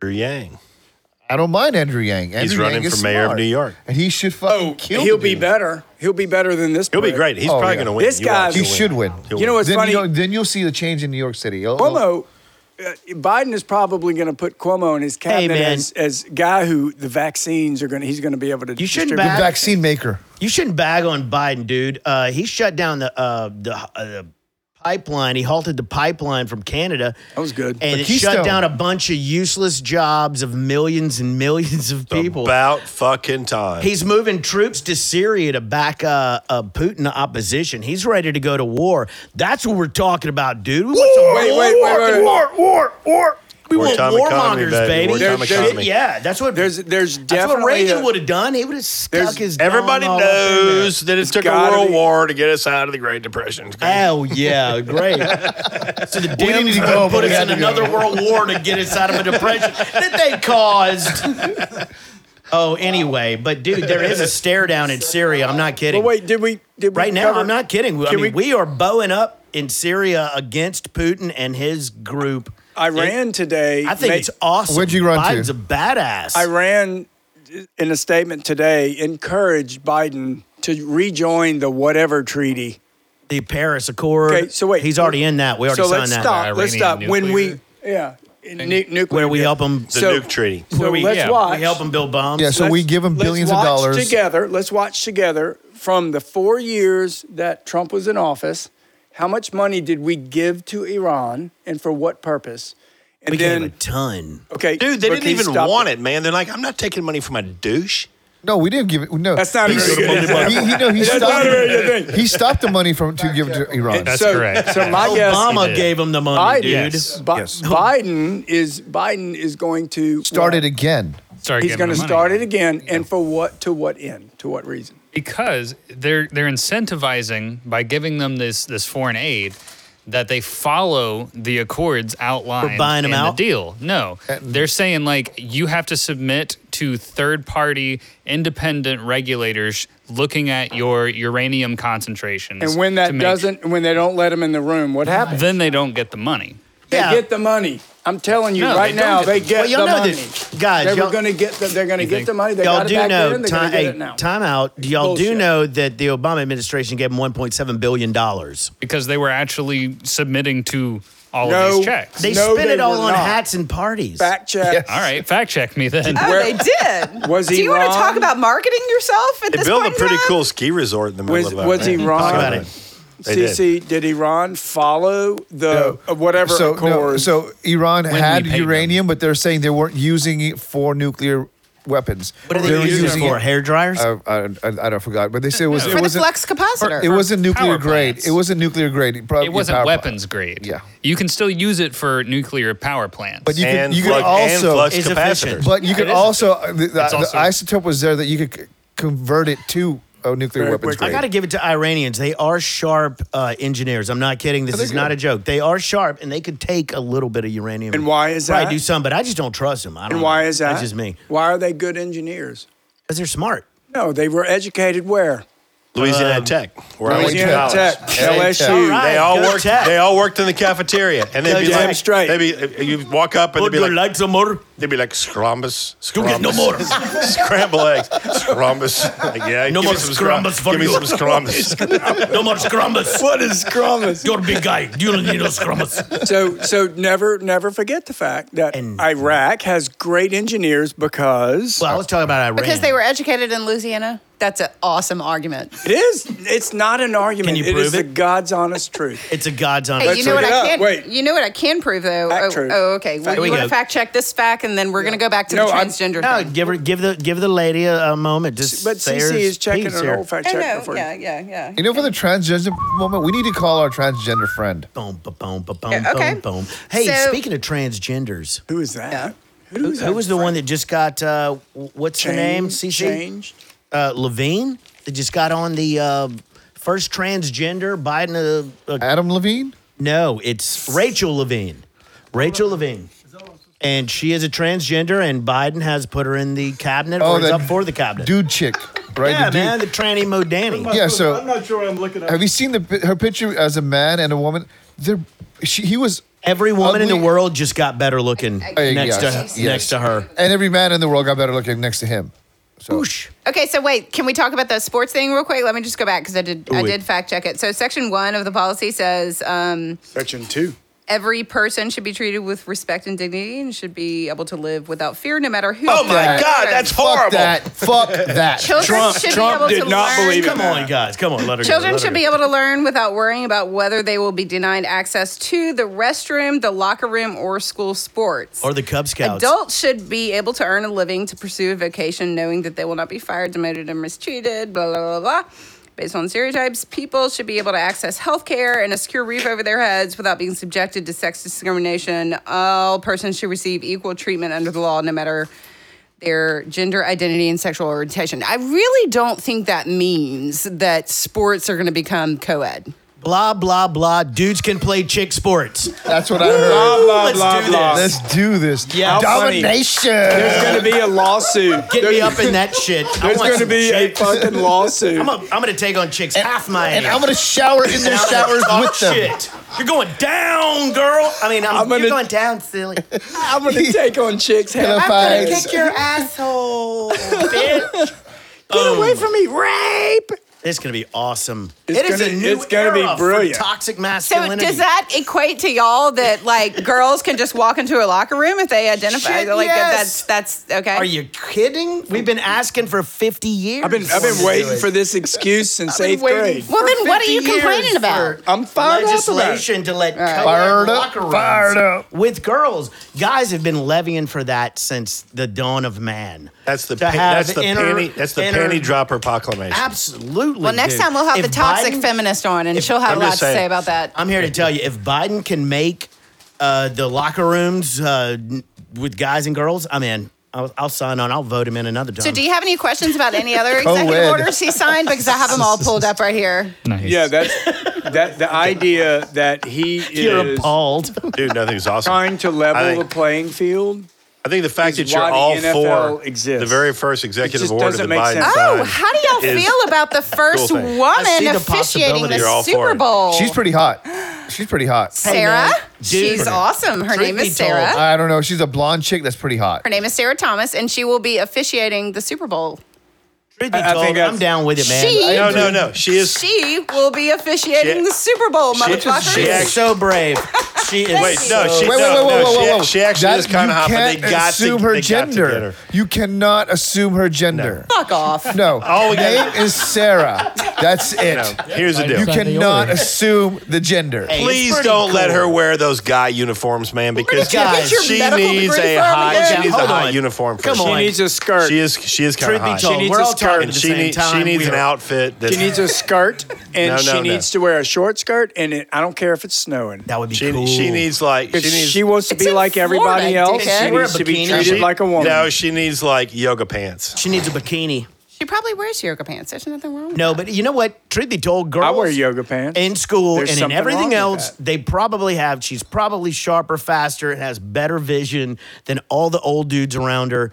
Speaker 3: Andrew Yang.
Speaker 5: I don't mind Andrew Yang. Andrew
Speaker 3: running
Speaker 5: Yang is
Speaker 3: for mayor of
Speaker 5: smart,
Speaker 3: New York.
Speaker 5: and he should fucking kill.
Speaker 2: Oh, he'll
Speaker 5: the
Speaker 2: be
Speaker 5: dude.
Speaker 2: better. He'll be better than this.
Speaker 3: He'll be
Speaker 2: prick.
Speaker 3: great. He's
Speaker 5: Oh,
Speaker 3: probably
Speaker 5: yeah.
Speaker 3: going to win.
Speaker 2: This
Speaker 3: You watch,
Speaker 2: guy-
Speaker 5: He
Speaker 3: he'll
Speaker 5: should win.
Speaker 3: He'll
Speaker 2: You know what's
Speaker 5: then
Speaker 2: funny?
Speaker 5: You'll, then you'll see the change in New York City. He'll-
Speaker 2: Cuomo,
Speaker 5: he'll-
Speaker 2: uh, Biden is probably going to put Cuomo in his cabinet
Speaker 1: man.
Speaker 2: as, as guy who the vaccines are going. to He's going to be able to.
Speaker 1: You shouldn't
Speaker 2: distribute.
Speaker 5: the
Speaker 1: back-
Speaker 5: vaccine maker.
Speaker 1: You shouldn't bag on Biden, dude. Uh, he shut down the uh, the, uh, the pipeline. He halted the pipeline from Canada. That
Speaker 2: was good.
Speaker 1: And
Speaker 5: The
Speaker 1: it shut
Speaker 5: Keystone.
Speaker 1: down a bunch of useless jobs of millions and millions of people.
Speaker 3: About fucking time.
Speaker 1: He's moving troops to Syria to back uh, uh, Putin opposition. He's ready to go to war. That's what we're talking about, dude. We want some
Speaker 2: Wait, wait, wait, wait.
Speaker 1: war, war, war. We
Speaker 3: War
Speaker 1: want
Speaker 3: time economy,
Speaker 1: warmongers,
Speaker 3: baby.
Speaker 1: baby.
Speaker 3: War time
Speaker 1: Shit,
Speaker 3: economy.
Speaker 1: Yeah, that's what.
Speaker 2: There's there's
Speaker 1: that's
Speaker 2: definitely
Speaker 1: what Reagan
Speaker 2: a-
Speaker 1: would have done. He would have stuck
Speaker 2: There's-
Speaker 1: his. dong
Speaker 3: Everybody
Speaker 1: all up in there.
Speaker 3: knows that it took a
Speaker 2: gotta
Speaker 3: world
Speaker 2: be-
Speaker 3: war to get us out of the Great Depression.
Speaker 1: Oh yeah, great. so the
Speaker 5: didn't
Speaker 1: Dems
Speaker 5: need to go,
Speaker 1: would
Speaker 5: but
Speaker 1: put
Speaker 5: we
Speaker 1: us
Speaker 5: had
Speaker 1: in
Speaker 5: to go.
Speaker 1: another world war to get us out of a depression that they caused. oh, anyway, but dude, there is a stare down in Syria. I'm not kidding.
Speaker 2: But wait, did we? Did we
Speaker 1: right now,
Speaker 2: cover-
Speaker 1: I'm not kidding. I
Speaker 2: Can
Speaker 1: mean, we, are bowing up in Syria against Putin and his group.
Speaker 2: Iran today.
Speaker 1: I think
Speaker 2: ma-
Speaker 1: it's awesome.
Speaker 5: Where'd you run to?
Speaker 1: Biden's a badass.
Speaker 2: Iran, in a statement today, encouraged Biden to rejoin the whatever treaty.
Speaker 1: the Paris Accord.
Speaker 2: Okay, so wait.
Speaker 1: he's already in that. We already
Speaker 2: so
Speaker 1: signed
Speaker 2: let's
Speaker 1: that.
Speaker 2: stop. let's
Speaker 9: Iranian
Speaker 2: stop. When we
Speaker 9: nuclear?
Speaker 2: yeah, nu- nuclear
Speaker 1: Where we
Speaker 2: deal.
Speaker 1: help him.
Speaker 3: The
Speaker 2: So-
Speaker 3: nuke treaty.
Speaker 2: So
Speaker 1: we,
Speaker 2: let's
Speaker 9: yeah, we
Speaker 2: watch.
Speaker 1: we help him build bombs.
Speaker 5: Yeah, so we
Speaker 2: Let's-
Speaker 5: give him
Speaker 2: let's
Speaker 5: billions of
Speaker 2: watch
Speaker 5: dollars.
Speaker 2: together. Let's watch together from the four years that Trump was in office. How much money did we give to Iran, and for what purpose? And
Speaker 1: we
Speaker 2: then,
Speaker 1: gave him a ton.
Speaker 2: okay,
Speaker 3: Dude, they
Speaker 2: but
Speaker 3: didn't
Speaker 2: can you
Speaker 3: even
Speaker 2: stop
Speaker 3: want it, man. They're like, I'm not taking money from a douche.
Speaker 5: No, we didn't give it. No,
Speaker 2: That's not a
Speaker 5: He-
Speaker 2: very good
Speaker 5: He, he, no, he
Speaker 2: That's
Speaker 5: stopped.
Speaker 2: not a very good thing.
Speaker 5: He stopped the money from to give to Iran.
Speaker 9: That's
Speaker 2: so,
Speaker 9: correct.
Speaker 2: So my guess,
Speaker 1: Obama
Speaker 9: did.
Speaker 1: gave him the money,
Speaker 2: Biden,
Speaker 1: dude.
Speaker 9: Yes.
Speaker 2: Bi- Biden is Biden is going to
Speaker 5: Start it again.
Speaker 9: Start
Speaker 2: He's
Speaker 9: giving
Speaker 2: going to
Speaker 9: them money.
Speaker 2: start it again, and for what? To what end? To what reason?
Speaker 9: because they're they're incentivizing by giving them this this foreign aid that they follow the accords outlined
Speaker 1: We're buying 'em
Speaker 9: in
Speaker 1: out?
Speaker 9: the deal. No, they're saying like you have to submit to third party independent regulators looking at your uranium concentrations.
Speaker 2: And when that
Speaker 9: to make-
Speaker 2: doesn't, when they don't let him in the room, what happens?
Speaker 9: then they don't get the money.
Speaker 2: They
Speaker 1: Yeah.
Speaker 2: get the money. I'm telling you
Speaker 9: No,
Speaker 2: right
Speaker 9: they don't
Speaker 2: now,
Speaker 9: get
Speaker 2: they
Speaker 9: the-
Speaker 2: get
Speaker 1: Well, y'all
Speaker 2: the
Speaker 1: know
Speaker 2: money.
Speaker 1: this- guys,
Speaker 2: they were
Speaker 1: y'all-
Speaker 2: going to get the, they're going to get the money. They
Speaker 1: y'all
Speaker 2: got it
Speaker 1: do
Speaker 2: back
Speaker 1: know
Speaker 2: then. They're
Speaker 1: time,
Speaker 2: going to get
Speaker 1: hey,
Speaker 2: it now.
Speaker 1: time out y'all do
Speaker 2: Bullshit.
Speaker 1: know that the obama administration gave him 1.7 billion dollars
Speaker 9: because they were actually submitting to all of
Speaker 2: No.
Speaker 9: these checks.
Speaker 1: they
Speaker 2: No,
Speaker 1: spent
Speaker 2: they
Speaker 1: it all
Speaker 2: were
Speaker 1: on
Speaker 2: not.
Speaker 1: hats and parties
Speaker 2: Back check.
Speaker 9: all right, fact check me then.
Speaker 8: Oh,
Speaker 2: Where-
Speaker 8: they did.
Speaker 2: Was
Speaker 8: Do you want
Speaker 2: Iran-
Speaker 8: to talk about marketing yourself at
Speaker 3: They
Speaker 8: this
Speaker 3: built a
Speaker 8: point in
Speaker 3: pretty
Speaker 8: time?
Speaker 3: cool ski resort in the middle
Speaker 2: Was-
Speaker 3: of
Speaker 2: was he
Speaker 3: Iran.
Speaker 2: wrong?
Speaker 1: Talk about it.
Speaker 3: They did.
Speaker 2: CC, did. Iran follow the uh, whatever
Speaker 5: So, no,
Speaker 2: accord?
Speaker 5: so Iran had
Speaker 9: paid them.
Speaker 5: uranium, but they're saying they weren't using it for nuclear weapons.
Speaker 1: what are they
Speaker 5: were
Speaker 1: using it for hair dryers
Speaker 5: Uh, I, I, I don't forgot, but they say it was
Speaker 9: For
Speaker 5: it
Speaker 8: For the
Speaker 5: wasn't
Speaker 8: flex capacitor.
Speaker 5: it wasn't nuclear
Speaker 9: power
Speaker 5: grade.
Speaker 9: plants.
Speaker 5: It wasn't nuclear grade. It, probably
Speaker 9: it wasn't
Speaker 5: power plant.
Speaker 9: weapons grade.
Speaker 5: Yeah.
Speaker 9: You can still use it for nuclear power plants.
Speaker 5: But you can
Speaker 3: and
Speaker 5: you could
Speaker 3: flux, and
Speaker 5: also
Speaker 3: flux
Speaker 1: It's
Speaker 3: capacitors.
Speaker 1: efficient.
Speaker 5: but you could
Speaker 9: it is
Speaker 5: also uh, the, the,
Speaker 9: also-
Speaker 5: the isotope was there that you could c- convert it to a nuclear
Speaker 2: Very
Speaker 5: weapons
Speaker 2: quickly.
Speaker 5: grade.
Speaker 1: I got to give it to Iranians. They are sharp uh, engineers. I'm not kidding. This is not a joke. They are sharp, and they could take a little bit of uranium.
Speaker 2: And why is
Speaker 1: Probably
Speaker 2: that?
Speaker 1: do some, but I just don't trust them. I don't
Speaker 2: and
Speaker 1: know.
Speaker 2: why is that?
Speaker 1: That's just me.
Speaker 2: Why are they good engineers?
Speaker 1: Because they're smart. Um,
Speaker 2: No, they were educated where?
Speaker 3: Louisiana Tech, where I
Speaker 2: Louisiana
Speaker 3: went to college.
Speaker 2: Tech, LSU.
Speaker 1: All right.
Speaker 3: They all
Speaker 1: go
Speaker 3: worked.
Speaker 1: Tech.
Speaker 3: They all worked in the cafeteria, and they'd
Speaker 1: Go
Speaker 3: be
Speaker 1: Tech.
Speaker 3: like,
Speaker 2: Straight.
Speaker 3: They'd be, you'd walk up and they'd be like,
Speaker 1: some more?
Speaker 3: they'd be like, scrumbus,
Speaker 1: Don't get no
Speaker 3: scrumbus,
Speaker 1: more.
Speaker 3: scramble eggs, scrumbus. Like, yeah,
Speaker 1: No
Speaker 3: give
Speaker 1: more
Speaker 3: me some
Speaker 1: scrumbus for
Speaker 3: Give me
Speaker 1: you.
Speaker 3: some scrumbus.
Speaker 1: No more scrumbus.
Speaker 2: What is Scrumbus?
Speaker 1: You're a big guy. You don't need no scrumbus.
Speaker 2: so so never never forget the fact that
Speaker 1: And-
Speaker 2: Iraq has great engineers because
Speaker 1: Well, I was talking about Iran.
Speaker 8: Because they were educated in Louisiana.
Speaker 4: that's an awesome argument.
Speaker 2: It is. It's not an argument.
Speaker 1: you
Speaker 2: It is
Speaker 1: prove it?
Speaker 2: the God's honest truth.
Speaker 1: It's a God's honest.
Speaker 4: Hey, you know
Speaker 2: look
Speaker 4: what
Speaker 2: it
Speaker 4: I
Speaker 2: up.
Speaker 4: can
Speaker 2: Wait.
Speaker 4: You know what I can prove though.
Speaker 2: Fact
Speaker 4: oh,
Speaker 2: truth.
Speaker 4: oh, okay. Well,
Speaker 2: Fact-
Speaker 4: you
Speaker 1: we
Speaker 4: want
Speaker 1: go.
Speaker 4: to fact check this fact, and then we're gonna go back to
Speaker 2: No,
Speaker 4: the
Speaker 2: I'm-
Speaker 4: transgender
Speaker 1: No,
Speaker 4: thing.
Speaker 1: give her, give the, give the lady a, a moment. Just
Speaker 2: But
Speaker 1: say
Speaker 2: CC
Speaker 1: her
Speaker 2: is checking
Speaker 1: piece
Speaker 2: an
Speaker 1: here.
Speaker 2: old fact
Speaker 4: Oh,
Speaker 2: checker
Speaker 4: no,
Speaker 2: for
Speaker 4: yeah, yeah, yeah.
Speaker 5: You know, for the transgender moment, we need to call our transgender friend.
Speaker 1: Boom, ba- boom, ba- boom,
Speaker 4: Yeah, okay.
Speaker 1: boom, boom. Hey,
Speaker 4: So-
Speaker 1: speaking of transgenders,
Speaker 2: Who is that?
Speaker 1: who, who was the one that just got uh, wh- what's
Speaker 2: Change-
Speaker 1: the name? CC
Speaker 2: Changed.
Speaker 1: uh, Levine that just got on the uh, first transgender Biden. Uh, uh,
Speaker 5: Adam Levine?
Speaker 1: no, it's Rachel Levine. Rachel Levine. And she is a transgender, and Biden has put her in the cabinet or is
Speaker 5: Oh, that
Speaker 1: up for the cabinet.
Speaker 5: Dude chick, right?
Speaker 1: yeah,
Speaker 5: the dude-
Speaker 1: man, the tranny Mo Danny.
Speaker 5: Yeah, so-
Speaker 10: I'm not sure I'm looking at.
Speaker 5: Have you seen the pi- her picture as a man and a woman? They're, she, he was
Speaker 1: Every woman in the
Speaker 5: Ugly-
Speaker 1: world just got better looking
Speaker 5: Hey,
Speaker 1: next to
Speaker 5: yes, yes.
Speaker 1: next to her.
Speaker 5: and every man in the world got better looking next to him. So
Speaker 4: Okay, so wait, can we talk about the sports thing real quick? Let me just go back because I did I
Speaker 1: Ooh, wait.
Speaker 4: did fact check it. So section one of the policy says um,
Speaker 2: Section two.
Speaker 4: every person should be treated with respect and dignity and should be able to live without fear, no matter who.
Speaker 3: Oh my God, that's horrible.
Speaker 5: fuck that. Fuck that.
Speaker 4: Children
Speaker 2: Trump-
Speaker 4: should
Speaker 2: Trump
Speaker 4: be able
Speaker 2: did
Speaker 4: to
Speaker 2: not
Speaker 4: learn.
Speaker 2: believe it.
Speaker 1: Come on, guys, come on, let her. go,
Speaker 4: Children
Speaker 1: let her
Speaker 4: should
Speaker 1: go.
Speaker 4: be able to learn without worrying about whether they will be denied access to the restroom, the locker room, or school sports.
Speaker 1: or the Cub Scouts.
Speaker 4: Adults should be able to earn a living to pursue a vocation, knowing that they will not be fired, demoted, or mistreated, blah, blah, blah, blah. Based on stereotypes, people should be able to access health care and a secure roof over their heads without being subjected to sex discrimination. All persons should receive equal treatment under the law, no matter their gender identity and sexual orientation. I really don't think that means that sports are going to become co ed.
Speaker 1: blah blah blah. Dudes can play chick sports.
Speaker 5: That's what I heard.
Speaker 2: Blah blah
Speaker 1: Let's
Speaker 2: blah
Speaker 1: do
Speaker 2: blah.
Speaker 1: this.
Speaker 5: Let's do this.
Speaker 1: Yeah. How
Speaker 2: funny.
Speaker 5: Domination.
Speaker 2: There's going to be a
Speaker 1: Get
Speaker 2: lawsuit. There's-
Speaker 1: me up in that shit. I want
Speaker 2: There's going to
Speaker 1: some
Speaker 2: be a
Speaker 1: chicks.
Speaker 2: fucking lawsuit.
Speaker 1: I'm, a, I'm gonna take on chicks half my
Speaker 5: And
Speaker 1: age.
Speaker 5: I'm gonna shower in their
Speaker 1: And I'm gonna
Speaker 5: showers
Speaker 1: talk
Speaker 5: with them.
Speaker 1: Shit. You're going down, girl. I mean, I'm,
Speaker 2: I'm gonna-
Speaker 1: you're going down, silly.
Speaker 2: I'm going to take on chicks.
Speaker 5: Pillow
Speaker 2: Get
Speaker 5: fights.
Speaker 1: your asshole, bitch.
Speaker 2: away from me, rape!
Speaker 1: It's gonna be awesome.
Speaker 2: It's
Speaker 1: It is
Speaker 2: gonna-
Speaker 1: a new
Speaker 2: it's gonna be
Speaker 1: era for
Speaker 2: brilliant.
Speaker 1: toxic
Speaker 4: So
Speaker 1: masculinity.
Speaker 4: does that equate to y'all that like girls can just walk into a locker room if they identify
Speaker 1: Shit,
Speaker 4: like
Speaker 1: yes.
Speaker 4: that's that's okay?
Speaker 1: Are you kidding? We've been asking for 50 years.
Speaker 2: I've been I've been waiting for this excuse since eighth grade.
Speaker 4: Well, then what are you complaining about?
Speaker 2: I'm fired up about it.
Speaker 1: legislation to let co-ed
Speaker 5: Fired up,
Speaker 1: locker rooms
Speaker 5: fired up.
Speaker 1: with girls. Guys have been levying for that since the dawn of man.
Speaker 3: That's the
Speaker 1: To
Speaker 3: pa-
Speaker 1: have
Speaker 3: that's the
Speaker 1: inner-
Speaker 3: panty that's the
Speaker 1: inner-
Speaker 3: panty dropper proclamation.
Speaker 1: Absolutely.
Speaker 4: well, next
Speaker 1: dude.
Speaker 4: time we'll have
Speaker 1: If
Speaker 4: the toxic
Speaker 1: Biden-
Speaker 4: feminist on, and she'll have
Speaker 3: I'm
Speaker 4: a lot
Speaker 3: just
Speaker 4: to say
Speaker 3: saying.
Speaker 4: about that.
Speaker 1: I'm here to tell you, if Biden can make uh, the locker rooms uh, n- with guys and girls, I'm in. I'll, I'll sign on. I'll vote him in another time.
Speaker 4: so, do you have any questions about any other executive
Speaker 5: Co-ed.
Speaker 4: orders he signed? Because I have them all pulled up right here.
Speaker 9: Nice.
Speaker 2: Yeah, that's that the idea that he
Speaker 1: You're
Speaker 2: is
Speaker 1: appalled.
Speaker 3: Dude, nothing's awesome.
Speaker 2: trying to level
Speaker 3: I think-
Speaker 2: the playing field.
Speaker 3: I think the fact
Speaker 2: is
Speaker 3: that you're
Speaker 2: why the
Speaker 3: all
Speaker 2: NFL
Speaker 3: for
Speaker 2: exists.
Speaker 3: the very first executive
Speaker 2: just
Speaker 3: order
Speaker 2: doesn't
Speaker 3: that
Speaker 2: make
Speaker 3: Biden
Speaker 2: sense.
Speaker 4: Oh,
Speaker 3: signed,
Speaker 4: how do y'all
Speaker 3: is-
Speaker 4: feel about the first
Speaker 3: Cool thing.
Speaker 1: I
Speaker 4: woman
Speaker 1: see the
Speaker 4: officiating
Speaker 1: possibility.
Speaker 4: the
Speaker 3: You're all for
Speaker 4: Super
Speaker 3: it.
Speaker 4: Bowl?
Speaker 5: She's pretty hot. She's pretty hot.
Speaker 4: Sarah.
Speaker 1: man, dude.
Speaker 4: She's awesome. Her
Speaker 1: Truth
Speaker 4: name
Speaker 1: be
Speaker 4: is Sarah.
Speaker 1: told,
Speaker 5: I don't know. She's a blonde chick that's pretty hot.
Speaker 4: her name is Sarah Thomas, and she will be officiating the Super Bowl.
Speaker 1: Truth be
Speaker 2: I- I
Speaker 1: told,
Speaker 2: think
Speaker 1: I'm
Speaker 2: that's-
Speaker 1: down with it, man.
Speaker 4: She-
Speaker 3: no, no, no. She is.
Speaker 4: She will be officiating
Speaker 3: She-
Speaker 4: the Super Bowl, motherfuckers.
Speaker 1: She is so brave. She is.
Speaker 3: Wait,
Speaker 1: so
Speaker 3: no, she,
Speaker 5: Wait, wait,
Speaker 3: no,
Speaker 5: wait, wait,
Speaker 3: no,
Speaker 5: wait,
Speaker 3: she,
Speaker 5: wait, wait.
Speaker 3: she actually
Speaker 5: That-
Speaker 3: is kind
Speaker 5: you
Speaker 3: of hot, but they
Speaker 5: can't
Speaker 3: got
Speaker 5: assume
Speaker 3: to,
Speaker 5: her
Speaker 3: they
Speaker 5: gender.
Speaker 3: Got to get her.
Speaker 5: You cannot assume her gender.
Speaker 4: Fuck off.
Speaker 5: No.
Speaker 3: All we
Speaker 5: name
Speaker 3: got-
Speaker 5: is Sarah. That's it.
Speaker 3: No, here's the
Speaker 5: You
Speaker 3: deal.
Speaker 5: cannot assume the gender.
Speaker 1: Hey, it's
Speaker 3: Please
Speaker 1: pretty
Speaker 3: don't let
Speaker 1: cool.
Speaker 3: her wear those guy uniforms, man, because
Speaker 1: you get your
Speaker 3: she
Speaker 4: medical
Speaker 3: needs a
Speaker 4: degree from
Speaker 3: hot,
Speaker 4: again?
Speaker 3: she needs a
Speaker 1: Hold
Speaker 3: hot
Speaker 1: on.
Speaker 3: uniform. for
Speaker 1: Come
Speaker 3: her.
Speaker 1: on.
Speaker 2: She needs a skirt.
Speaker 3: She is she is kind
Speaker 1: Truth
Speaker 3: of
Speaker 1: be
Speaker 3: hot.
Speaker 1: told,
Speaker 2: needs
Speaker 1: we're
Speaker 2: a
Speaker 1: all
Speaker 2: skirt
Speaker 1: talking at
Speaker 3: and
Speaker 1: the
Speaker 3: she
Speaker 1: same
Speaker 3: needs
Speaker 1: time.
Speaker 3: she needs
Speaker 1: We
Speaker 3: an
Speaker 1: are-
Speaker 3: outfit that
Speaker 2: She needs a skirt, and
Speaker 3: No, no,
Speaker 2: she
Speaker 3: no.
Speaker 2: needs to wear a short skirt, and it, I don't care if it's snowing.
Speaker 1: That would be
Speaker 3: she,
Speaker 1: cool.
Speaker 3: she needs like she
Speaker 2: If
Speaker 3: needs
Speaker 2: she wants to
Speaker 4: It's
Speaker 2: be
Speaker 4: in
Speaker 2: like everybody
Speaker 4: Florida,
Speaker 2: else,
Speaker 4: dickhead.
Speaker 2: she
Speaker 1: Wear a
Speaker 2: needs to be
Speaker 1: bikini.
Speaker 2: treated
Speaker 3: she-
Speaker 2: like a woman.
Speaker 3: No, she needs like yoga pants.
Speaker 1: She needs a bikini.
Speaker 4: She probably wears yoga pants. There's nothing wrong. with
Speaker 1: No, but you know what? Truth be told, girls.
Speaker 2: I wear yoga pants.
Speaker 1: in school
Speaker 2: There's
Speaker 1: and in
Speaker 2: something wrong
Speaker 1: everything
Speaker 2: with
Speaker 1: else,
Speaker 2: that.
Speaker 1: they probably have. She's probably sharper, faster, and has better vision than all the old dudes around her.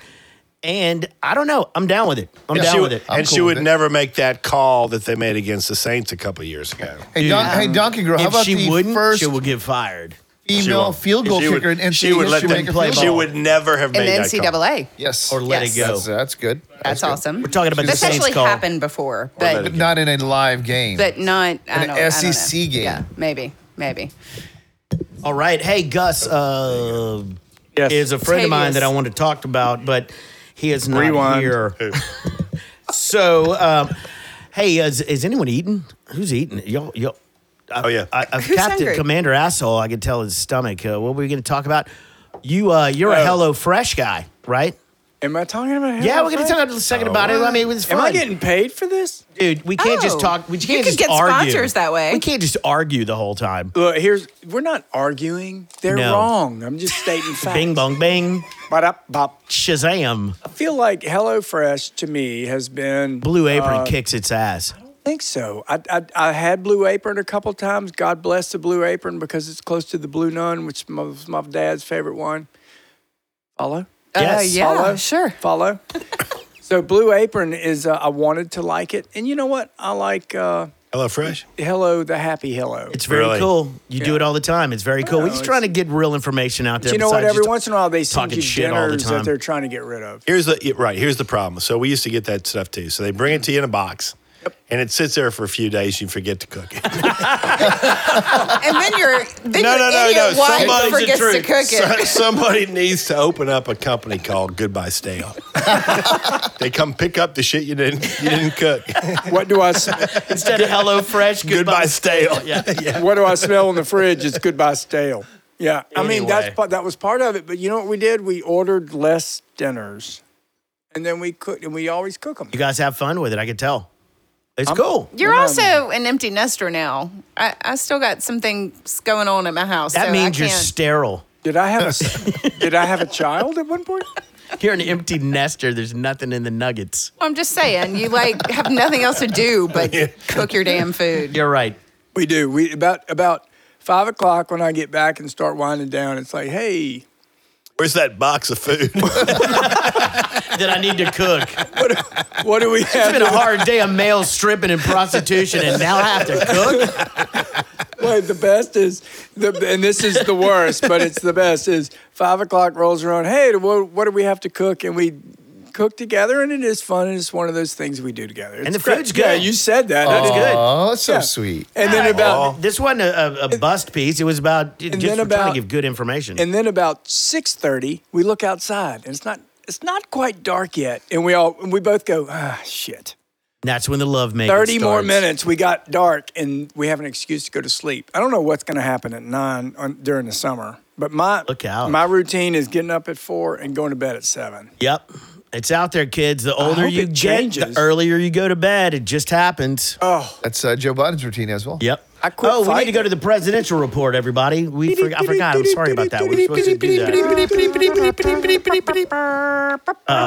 Speaker 1: And I don't know. I'm down with it. I'm
Speaker 3: And
Speaker 1: down
Speaker 3: she,
Speaker 1: with
Speaker 3: would-
Speaker 1: it.
Speaker 3: and
Speaker 5: cool
Speaker 3: she
Speaker 5: with
Speaker 3: would
Speaker 5: it.
Speaker 3: never make that call that they made against the Saints a couple years ago.
Speaker 5: Hey, Don, hey, Donkey Girl, how
Speaker 1: if
Speaker 5: about
Speaker 1: she
Speaker 5: the
Speaker 1: wouldn't,
Speaker 5: first
Speaker 1: she would get fired.
Speaker 3: She
Speaker 5: female
Speaker 3: won't.
Speaker 5: field goal
Speaker 3: She would-
Speaker 5: kicker in NCAA
Speaker 3: She would let
Speaker 5: history
Speaker 3: them
Speaker 5: make a field
Speaker 3: She
Speaker 5: goal?
Speaker 3: would never have
Speaker 4: In
Speaker 3: made
Speaker 4: the
Speaker 3: that call.
Speaker 4: NCAA.
Speaker 5: Yes.
Speaker 1: Or let it go.
Speaker 5: That's, that's good.
Speaker 4: That's,
Speaker 5: good.
Speaker 4: awesome.
Speaker 1: We're talking about the
Speaker 4: this
Speaker 1: Saints
Speaker 4: actually
Speaker 1: call.
Speaker 4: happened before,
Speaker 3: let
Speaker 4: but
Speaker 3: it-
Speaker 5: Not in a live game.
Speaker 4: but not I
Speaker 5: An
Speaker 4: don't, I don't know.
Speaker 5: SEC game.
Speaker 4: Yeah, maybe, maybe.
Speaker 1: All right. Hey, Gus uh,
Speaker 2: Yes.
Speaker 1: is a friend of mine
Speaker 4: Tavius.
Speaker 1: that I want to talk about, but he is not
Speaker 2: Rewind.
Speaker 1: here. So, um, hey, is, is anyone eating? Who's eating? Y'all, y'all. I-
Speaker 3: Oh, yeah.
Speaker 1: I, I- Captain
Speaker 8: hungry?
Speaker 1: Commander Asshole. I could tell his stomach. Uh, what were we going to talk about? You, uh, you're a Hello Fresh guy, right?
Speaker 2: Am I talking about Hello
Speaker 1: yeah, we're going to
Speaker 2: Fresh?
Speaker 1: talk in a second about it. I mean, it was fun.
Speaker 2: Am I getting paid for this?
Speaker 1: dude? We can't just
Speaker 4: Oh.
Speaker 1: talk. We
Speaker 4: You
Speaker 1: can't
Speaker 4: could
Speaker 1: just
Speaker 4: get
Speaker 1: argue.
Speaker 4: sponsors that way.
Speaker 1: We can't just argue the whole time.
Speaker 2: Look, here's we're not arguing. They're
Speaker 1: No.
Speaker 2: wrong. I'm just stating facts.
Speaker 1: Bing bong bing.
Speaker 2: Ba-da, bop.
Speaker 1: Shazam!
Speaker 2: I feel like HelloFresh to me has been
Speaker 1: Blue Apron
Speaker 2: uh,
Speaker 1: kicks its ass.
Speaker 2: I think so. I, I I had Blue Apron a couple times. God bless the Blue Apron because it's close to the Blue Nun, which was my dad's favorite one. Follow?
Speaker 4: Uh,
Speaker 1: Yes.
Speaker 8: yeah,
Speaker 2: Follow?
Speaker 8: sure.
Speaker 2: Follow? so Blue Apron is uh, I wanted to like it, and you know what? I like uh,
Speaker 3: Hello Fresh.
Speaker 2: Hello the Happy Hello.
Speaker 1: It's very
Speaker 3: Really?
Speaker 1: cool. You do it all the time. It's very cool. We're just
Speaker 2: it's-
Speaker 1: trying to get real information out there.
Speaker 2: you know what?
Speaker 1: besides
Speaker 2: Every
Speaker 1: just-
Speaker 2: once in a while they send
Speaker 1: talking
Speaker 2: you
Speaker 1: shit all the
Speaker 2: dinners
Speaker 1: time.
Speaker 2: that they're trying to get rid of.
Speaker 3: Here's the yeah, right. Here's the problem. So we used to get that stuff too. So they bring it to you in a box, and it sits there for a few days. You forget to cook it.
Speaker 4: And then you're then
Speaker 3: no, no,
Speaker 4: your
Speaker 3: no,
Speaker 4: idiot
Speaker 3: no.
Speaker 4: wife
Speaker 3: Somebody's the
Speaker 4: forgets to
Speaker 3: truth.
Speaker 4: cook it.
Speaker 3: So- somebody needs to open up a company called Goodbye Stale. they come pick up the shit you didn't you didn't cook.
Speaker 2: What do I s-
Speaker 1: instead of Hello Fresh,
Speaker 3: Goodbye
Speaker 1: goodbye.
Speaker 3: Stale.
Speaker 1: Yeah.
Speaker 2: what do I smell in the fridge? It's goodbye stale. Yeah, I mean
Speaker 1: Anyway.
Speaker 2: that's part, that was part of it. But you know what we did? We ordered less dinners, and then we cooked, and we always cook them.
Speaker 1: You guys have fun with it. I can tell. It's cool.
Speaker 4: You're
Speaker 2: Well,
Speaker 4: also
Speaker 2: no,
Speaker 4: an empty nester now. I, I still got some things going on in my house.
Speaker 1: That
Speaker 4: so
Speaker 1: means
Speaker 4: I
Speaker 1: you're
Speaker 4: can't-
Speaker 1: sterile.
Speaker 2: Did I have a s- Did I have a child at one point?
Speaker 1: You're an empty nester. There's nothing in the nuggets.
Speaker 4: I'm just saying, you like have nothing else to do but cook your damn food.
Speaker 1: You're right.
Speaker 2: We do. We about about five o'clock when I get back and start winding down. It's like, hey,
Speaker 3: Where's that box of food?
Speaker 1: That I need to cook. It's
Speaker 2: what do we have?
Speaker 1: been a hard day of male stripping and prostitution, and now I have to cook.
Speaker 2: Wait, the best is the and this is the worst, but it's the best is five o'clock rolls around. Hey, what, what do we have to cook? And we cook together, and it is fun. And it's one of those things we do together. It's
Speaker 1: the
Speaker 2: great.
Speaker 1: food's
Speaker 2: Yeah,
Speaker 1: good.
Speaker 2: you said that. That's good.
Speaker 5: Oh, that's so
Speaker 2: Yeah.
Speaker 5: sweet.
Speaker 2: And then about
Speaker 1: This wasn't a, a, a bust piece. It was about just
Speaker 2: then
Speaker 1: we're trying
Speaker 2: about-
Speaker 1: to give good information.
Speaker 2: and then about six thirty, we look outside, and it's not it's not quite dark yet, and we all and we both go ah shit.
Speaker 1: That's when the love making.
Speaker 2: 30 more
Speaker 1: starts.
Speaker 2: minutes we got dark and we have an excuse to go to sleep i don't know what's going to happen at 9 on, during the summer but my
Speaker 1: Look out.
Speaker 2: my routine is getting up at 4 and going to bed at 7
Speaker 1: Yep. It's out there, kids. The older
Speaker 2: hope
Speaker 1: you
Speaker 2: it
Speaker 1: get, the
Speaker 2: changes.
Speaker 1: earlier you go to bed. It just happens.
Speaker 5: That's uh, Joe Biden's routine as well.
Speaker 1: Yep.
Speaker 2: I quit
Speaker 1: oh, we need to
Speaker 2: fighting.
Speaker 1: go to the presidential report, everybody. We forg- I forgot. I'm sorry about that. We're supposed to do that.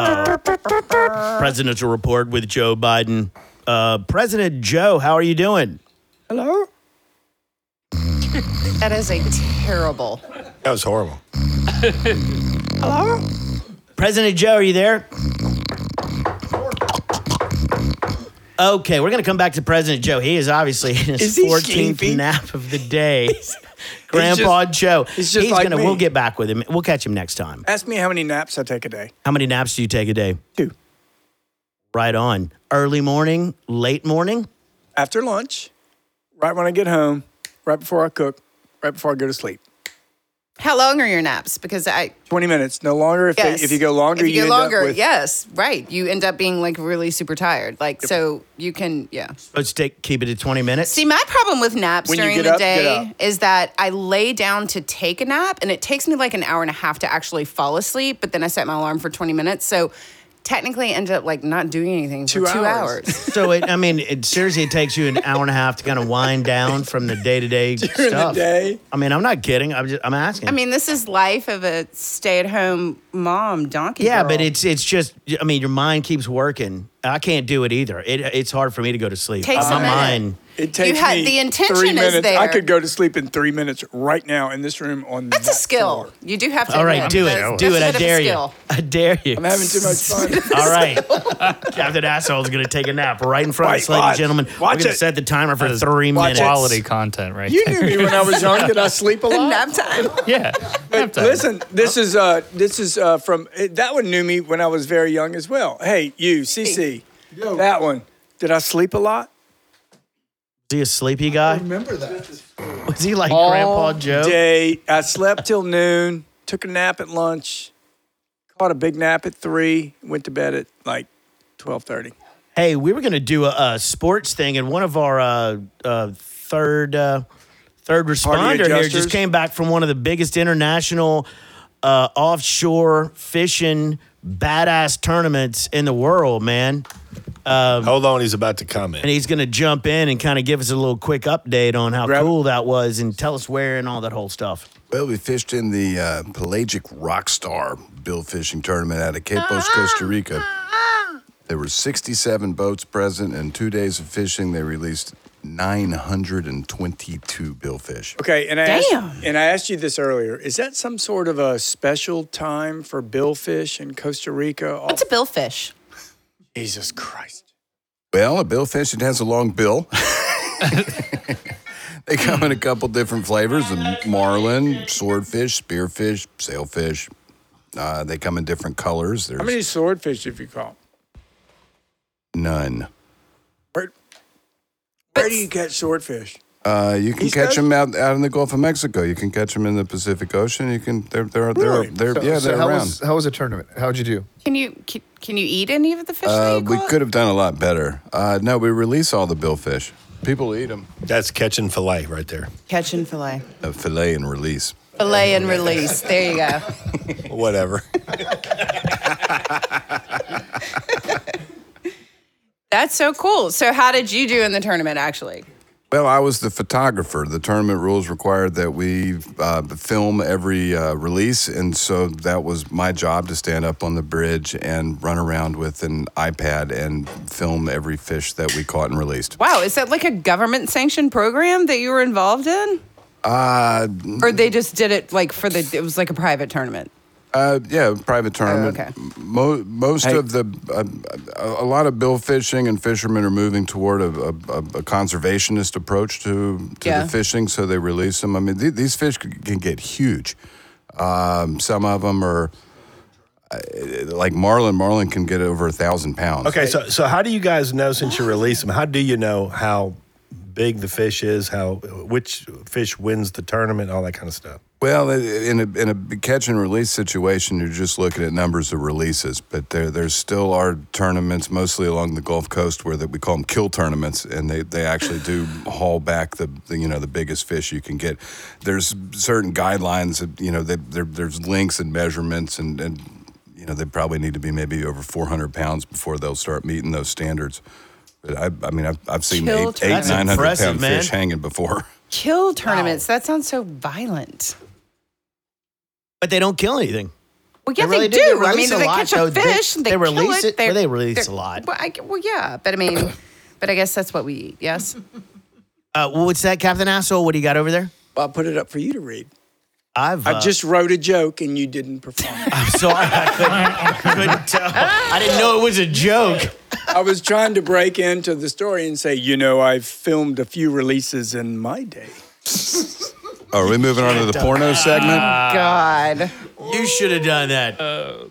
Speaker 1: Uh, presidential report with Joe Biden. Uh, President Joe, how are you doing?
Speaker 2: hello
Speaker 4: That is a terrible.
Speaker 3: that was horrible.
Speaker 1: President Joe, are you there? Okay, we're going to come back to President Joe. He is obviously in his
Speaker 2: Is he
Speaker 1: 14th
Speaker 2: sleepy?
Speaker 1: nap of the day. Grandpa Joe.
Speaker 2: he's just like
Speaker 1: gonna,
Speaker 2: me.
Speaker 1: We'll get back with him. We'll catch him next time.
Speaker 2: ask me how many naps i take a day
Speaker 1: How many naps do you take a day?
Speaker 2: two
Speaker 1: Right on. Early morning, late morning.
Speaker 2: after lunch right when i get home right before i cook right before i go to sleep
Speaker 4: How long are your naps? Because I
Speaker 2: 20 minutes no longer if, they-
Speaker 4: yes,
Speaker 2: if you go longer
Speaker 4: if you, go
Speaker 2: end up
Speaker 4: longer,
Speaker 2: with-
Speaker 4: yes, right. You end up being like really super tired. Like so, you can yeah.
Speaker 1: Let's take, keep it at 20 minutes.
Speaker 4: See, my problem with naps
Speaker 2: When you
Speaker 4: during
Speaker 2: get
Speaker 4: the
Speaker 2: up, get
Speaker 4: day
Speaker 2: up.
Speaker 4: is that I lay down to take a nap and it takes me like an hour and a half to actually fall asleep, but then I set my alarm for 20 minutes. So technically end up like not doing anything for
Speaker 2: Two
Speaker 4: two,
Speaker 2: hours.
Speaker 4: hours.
Speaker 1: so, it, I mean, it, seriously, it takes you an hour and a half to kind of wind down from the day to day stuff.
Speaker 2: day.
Speaker 1: I mean, I'm not kidding. I'm, just, I'm asking.
Speaker 4: I mean, this is life of a stay-at-home mom donkey.
Speaker 1: yeah, but
Speaker 4: girl.
Speaker 1: it's it's just. I mean, your mind keeps working. I can't do it either. It, it's hard for me to go to sleep.
Speaker 4: Takes
Speaker 1: my
Speaker 4: a minute.
Speaker 1: mind.
Speaker 2: it takes
Speaker 4: had-
Speaker 2: me
Speaker 4: the intention
Speaker 2: three
Speaker 4: is
Speaker 2: minutes. I
Speaker 4: there.
Speaker 2: could go to sleep in three minutes right now in this room. On
Speaker 4: that's a skill. You do have to.
Speaker 1: All right,
Speaker 4: admit,
Speaker 1: do
Speaker 4: that's-
Speaker 1: it. Do it.
Speaker 4: that's a
Speaker 1: I
Speaker 4: bit of a
Speaker 1: dare you.
Speaker 4: skill.
Speaker 1: I dare you.
Speaker 2: I'm having too much fun.
Speaker 1: All right. Captain Asshole's going to take a nap right in front of us,
Speaker 2: Wait,
Speaker 1: ladies and
Speaker 2: watch.
Speaker 1: gentlemen.
Speaker 2: Watch
Speaker 1: We're going to
Speaker 2: it.
Speaker 1: set the timer for three minutes.
Speaker 9: Quality content right
Speaker 2: You
Speaker 9: there.
Speaker 2: knew me when I was young. Did I sleep a lot?
Speaker 4: Nap time.
Speaker 9: Yeah. Nap time.
Speaker 2: Listen, this is uh, this is uh, from eh, that one knew me when I was very young as well. Hey, you, CC, that one. Did I sleep a lot?
Speaker 1: Is he a sleepy guy?
Speaker 5: Remember that.
Speaker 1: Was he like
Speaker 2: All
Speaker 1: Grandpa Joe?
Speaker 2: Day. I slept till noon. Took a nap at lunch. Caught a big nap at three. Went to bed at like twelve thirty.
Speaker 1: Hey, we were going to do a, a sports thing, and one of our uh, uh, third uh, third responder here
Speaker 2: adjusters?
Speaker 1: just came back from one of the biggest international uh, offshore fishing badass tournaments in the world, man.
Speaker 3: Hold on, he's about to come
Speaker 1: And
Speaker 3: in.
Speaker 1: he's going to jump in and kind of give us a little quick update on how
Speaker 2: Grab it.
Speaker 1: cool that was, and tell us where and all that whole stuff.
Speaker 10: Well, we fished in the uh, Pelagic Rockstar bill fishing tournament out of Capos,
Speaker 2: Ah.
Speaker 10: Costa Rica. There were 67 boats present, and two days of fishing, they released 922 billfish.
Speaker 2: Okay, and I asked,
Speaker 8: Damn.
Speaker 2: and I asked you this earlier. Is that some sort of a special time for billfish in Costa Rica? Oh,
Speaker 8: What's a billfish?
Speaker 2: Jesus Christ!
Speaker 10: Well, a billfish, it has a long bill. they come in a couple different flavors of marlin, swordfish, spearfish, sailfish. Uh, they come in different colors. There's
Speaker 2: How many swordfish have you caught?
Speaker 10: none.
Speaker 2: Where, where do you catch swordfish?
Speaker 10: Uh, you can
Speaker 2: East
Speaker 10: catch
Speaker 2: Coast?
Speaker 10: them out, out in the Gulf of Mexico. You can catch them in the Pacific Ocean. You can they're they're they're,
Speaker 2: Really?
Speaker 10: they're
Speaker 5: So-
Speaker 10: yeah
Speaker 5: so
Speaker 10: they're
Speaker 5: how
Speaker 10: around. Uh,
Speaker 5: was how was the tournament? How'd you do?
Speaker 4: Can you can, can you eat any of the fish? that
Speaker 10: uh,
Speaker 4: you
Speaker 10: we
Speaker 4: caught?
Speaker 10: could have done a lot better. Uh, no, we release all the billfish. People eat them.
Speaker 3: That's catching fillet right there.
Speaker 8: Catch and fillet.
Speaker 10: Uh, fillet and release.
Speaker 4: fillet and release. There you go.
Speaker 3: Whatever.
Speaker 4: That's so cool. So how did you do in the tournament? Actually,
Speaker 10: Well, I was the photographer. The tournament rules required that we uh, film every uh, release, and so that was my job to stand up on the bridge and run around with an iPad and film every fish that we caught and released.
Speaker 4: wow. Is that like a government sanctioned program that you were involved in,
Speaker 10: Uh,
Speaker 4: or they just did it like for the? It was like a private tournament.
Speaker 10: Uh, yeah, private tournament.
Speaker 4: Oh, okay.
Speaker 10: Mo- most of the, uh, a, a lot of bill fishing and fishermen are moving toward a, a, a- a conservationist approach to, to
Speaker 4: Yeah.
Speaker 10: the fishing, so they release them. I mean, th- these fish c- can get huge. Um, some of them are uh, like marlin. Marlin can get over a thousand pounds.
Speaker 3: Okay, so so how do you guys know since you release them? How do you know how big the fish is? How which fish wins the tournament? All that kind of stuff.
Speaker 10: Well, i- in a, in a catch and release situation, you're just looking at numbers of releases, but there there's still are tournaments, mostly along the Gulf Coast, where that we call them kill tournaments, and they, they actually do haul back the, the you know the biggest fish you can get. There's certain guidelines, that, you know, that there, there's links and measurements, and, and you know they probably need to be maybe over 400 pounds before they'll start meeting those standards. But I, I mean, I've, I've seen
Speaker 4: Kill
Speaker 10: eight, eight
Speaker 4: tournaments.
Speaker 10: 900
Speaker 1: Impressive,
Speaker 10: pound
Speaker 1: man.
Speaker 10: fish hanging before.
Speaker 4: Kill tournaments. That sounds so violent.
Speaker 1: But they don't kill anything.
Speaker 4: Well, yeah,
Speaker 1: They
Speaker 4: they,
Speaker 1: really
Speaker 4: do.
Speaker 1: do. They
Speaker 4: I mean,
Speaker 1: release a
Speaker 4: they
Speaker 1: lot,
Speaker 4: catch
Speaker 1: though.
Speaker 4: a
Speaker 1: They-
Speaker 4: fish. and
Speaker 1: they
Speaker 4: They, kill
Speaker 1: release it-
Speaker 4: They're-
Speaker 1: well, they release
Speaker 4: they're-
Speaker 1: a lot.
Speaker 4: Well, I- well, yeah, but I mean, but I guess that's what we eat. Yes.
Speaker 1: Uh, what's that, Captain Asshole? What do you got over there?
Speaker 2: Well, I put it up for you to read.
Speaker 1: I've
Speaker 2: I
Speaker 1: uh,
Speaker 2: just wrote a joke and you didn't perform. it.
Speaker 1: I'm sorry, I couldn't, couldn't tell. I didn't know it was a joke.
Speaker 2: I was trying to break into the story and say, you know, I've filmed a few releases in my day.
Speaker 10: Are we moving on to the porno segment?
Speaker 1: Uh,
Speaker 4: God.
Speaker 1: You should have done that.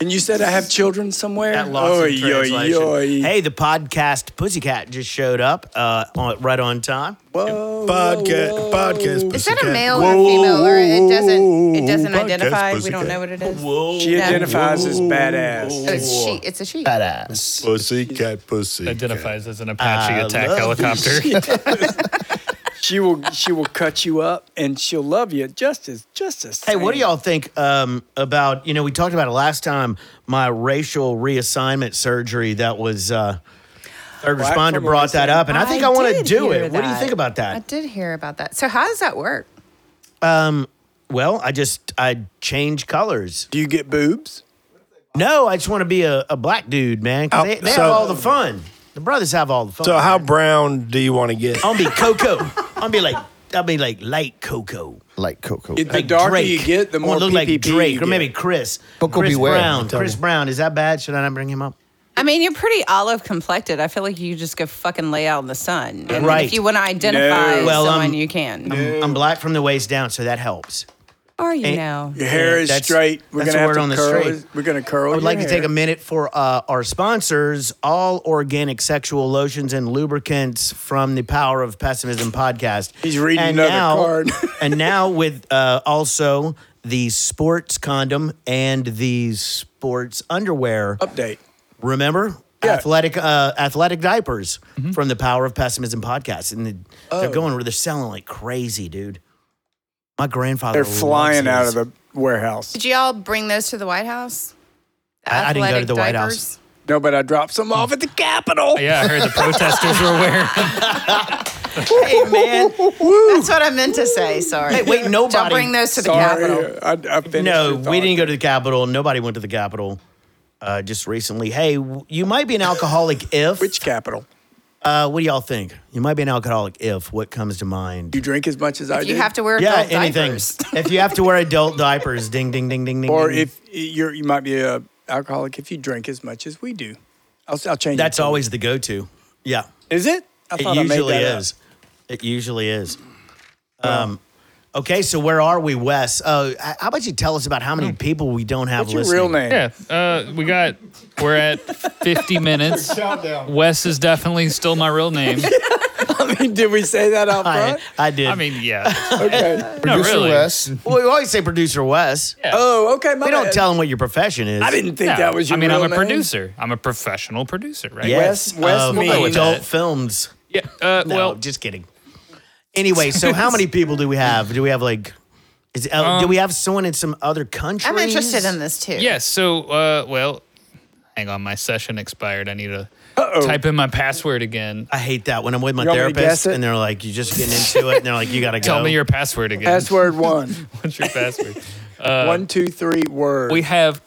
Speaker 2: And you said I have children somewhere.
Speaker 1: That lost in
Speaker 2: Oy, oy,
Speaker 1: translation.
Speaker 2: oy.
Speaker 1: Hey, the podcast Pussycat just showed up uh, on, right on time.
Speaker 2: Whoa,
Speaker 3: Podcast,
Speaker 2: whoa,
Speaker 3: podcast.
Speaker 4: Oh, Is that a
Speaker 3: pussycat.
Speaker 4: male or a female, or it doesn't? It doesn't
Speaker 3: Podcast
Speaker 4: identify. We don't
Speaker 3: pussycat.
Speaker 4: know what it is.
Speaker 2: whoa. She
Speaker 4: Yeah.
Speaker 2: identifies as badass.
Speaker 4: It's she. It's a she.
Speaker 3: Pussycat, pussy.
Speaker 9: Identifies as an Apache
Speaker 1: I
Speaker 9: attack
Speaker 1: love
Speaker 9: helicopter.
Speaker 2: She will she will cut you up and she'll love you just as just as.
Speaker 1: Hey, what do
Speaker 2: same.
Speaker 1: y'all think um, about? You know, we talked about it last time. My racial reassignment surgery that was uh, third
Speaker 2: Black
Speaker 1: responder
Speaker 2: from
Speaker 1: brought that up, and I think I, want to
Speaker 4: did
Speaker 1: do
Speaker 4: hear
Speaker 1: it. What do you think about
Speaker 4: I
Speaker 1: that?
Speaker 4: did hear about that. So how does that work?
Speaker 1: Well, I just I change colors.
Speaker 2: Do you get boobs?
Speaker 1: No, I just want to be a, a black dude, man. 'cause
Speaker 3: Oh,
Speaker 1: they they
Speaker 3: so-
Speaker 1: have all the fun. The brothers have all the fun.
Speaker 3: So how
Speaker 1: man.
Speaker 3: brown do you want to get?
Speaker 1: I'll be cocoa. I'll be like I'll be like light cocoa.
Speaker 5: Like Coco.
Speaker 2: It- The
Speaker 1: Like
Speaker 2: darker
Speaker 1: Drake.
Speaker 2: you get, the
Speaker 1: I wanna
Speaker 2: more
Speaker 1: look like
Speaker 2: PPP you
Speaker 1: Drake or
Speaker 2: get.
Speaker 1: maybe Chris.
Speaker 5: Coco
Speaker 1: Chris
Speaker 5: beware,
Speaker 1: Brown.
Speaker 5: I'm telling
Speaker 1: Chris
Speaker 5: you.
Speaker 1: Brown. Is that bad? Should I not bring him up?
Speaker 4: I mean, you're pretty olive complected. I feel like you just go fucking lay out in the sun. And then
Speaker 1: Right.
Speaker 4: If you want to identify
Speaker 2: No.
Speaker 1: Well, um,
Speaker 4: someone,
Speaker 1: I'm-
Speaker 4: you can.
Speaker 1: I'm, I'm black from the waist down, so that helps.
Speaker 4: Or you
Speaker 1: Eh.
Speaker 4: know.
Speaker 2: Your hair
Speaker 1: Yeah,
Speaker 2: is
Speaker 1: that's-
Speaker 2: straight. We're
Speaker 1: that's the
Speaker 2: gonna have
Speaker 1: word
Speaker 2: to
Speaker 1: on the
Speaker 2: curl.
Speaker 1: street.
Speaker 2: it- We're gonna curl.
Speaker 1: I would like
Speaker 2: your
Speaker 1: to take a
Speaker 2: hair.
Speaker 1: minute for uh, our sponsors, all organic sexual lotions and lubricants from the Power of Pessimism podcast.
Speaker 2: He's reading another card.
Speaker 1: and now with uh, also the sports condom and the sports underwear.
Speaker 2: update.
Speaker 1: Remember, athletic uh, athletic diapers
Speaker 2: Mm-hmm.
Speaker 1: from the Power of Pessimism podcast, and the,
Speaker 2: Oh.
Speaker 1: they're going where they're selling like crazy, dude. My grandfather.
Speaker 2: They're flying out
Speaker 1: loves
Speaker 2: of
Speaker 1: these.
Speaker 2: the warehouse.
Speaker 4: Did y'all bring those to the White House? The
Speaker 1: I- I didn't go to
Speaker 4: athletic
Speaker 1: the White
Speaker 4: diapers?
Speaker 2: No, but I dropped some off at the Capitol.
Speaker 9: Yeah, I heard the protesters were aware.
Speaker 8: Hey, man. That's what I meant to say. Sorry.
Speaker 1: Hey, wait, nobody.
Speaker 4: Don't bring those to the
Speaker 2: Sorry,
Speaker 4: Capitol.
Speaker 2: I, I finished
Speaker 1: No,
Speaker 2: your
Speaker 1: we
Speaker 2: thought.
Speaker 1: didn't go to the Capitol. Nobody went to the Capitol. Uh, just recently, hey, w- you might be an alcoholic if.
Speaker 2: Which Capitol?
Speaker 1: Uh, what do y'all think? You might be an alcoholic if. What comes to mind?
Speaker 2: You drink as much as I do.
Speaker 4: You have to wear
Speaker 1: yeah,
Speaker 4: adult
Speaker 1: anything.
Speaker 4: diapers.
Speaker 1: if you have to wear adult diapers, ding, ding, ding, ding, ding.
Speaker 2: or
Speaker 1: ding.
Speaker 2: if you're, you might be a alcoholic if you drink as much as we do. I'll, I'll change.
Speaker 1: that's
Speaker 2: it.
Speaker 1: always the go-to. Yeah,
Speaker 2: Is it? I
Speaker 1: it
Speaker 2: thought I made
Speaker 1: usually
Speaker 2: that up. Oh.
Speaker 1: is. It usually is. Um, okay, so where are we, Wes? Uh, h- how about you tell us about how many people we don't have
Speaker 2: Hmm. What's your
Speaker 1: listening?
Speaker 2: real name?
Speaker 9: Yeah, uh, we got. We're at 50 minutes. Wes is definitely still my real name.
Speaker 2: I mean, did we say that out
Speaker 1: I,
Speaker 2: front?
Speaker 1: I did.
Speaker 9: I mean, yeah,
Speaker 2: Okay.
Speaker 9: not
Speaker 5: Producer
Speaker 9: really.
Speaker 5: Wes.
Speaker 1: well, we always say producer Wes.
Speaker 2: Oh, okay. My
Speaker 1: We don't
Speaker 2: bad.
Speaker 1: tell them what your profession is.
Speaker 2: I didn't think
Speaker 9: No,
Speaker 2: that was
Speaker 9: I
Speaker 2: your
Speaker 9: mean,
Speaker 2: real
Speaker 9: I'm a
Speaker 2: name.
Speaker 9: producer. I'm a professional producer, right?
Speaker 1: Yes,
Speaker 2: Wes- Wes
Speaker 1: of
Speaker 2: means- We'll go with
Speaker 1: adult
Speaker 9: that.
Speaker 1: films.
Speaker 9: Yeah. Uh,
Speaker 1: No,
Speaker 9: well,
Speaker 1: just kidding. Anyway, so how many people do we have? Do we have like, is, uh, do
Speaker 9: Um,
Speaker 1: we have someone in some other country?
Speaker 8: I'm interested in this too.
Speaker 9: yeah. So, uh, well, hang on. My session expired. I need to type in my password again.
Speaker 1: I hate that when I'm with my
Speaker 2: You want me to
Speaker 1: therapist
Speaker 2: guess it?
Speaker 1: and they're like, "You're just getting into it," and they're like, "You gotta go."
Speaker 9: Tell me your password again.
Speaker 2: Password one.
Speaker 9: What's your password?
Speaker 2: one, two, three. Word.
Speaker 9: We have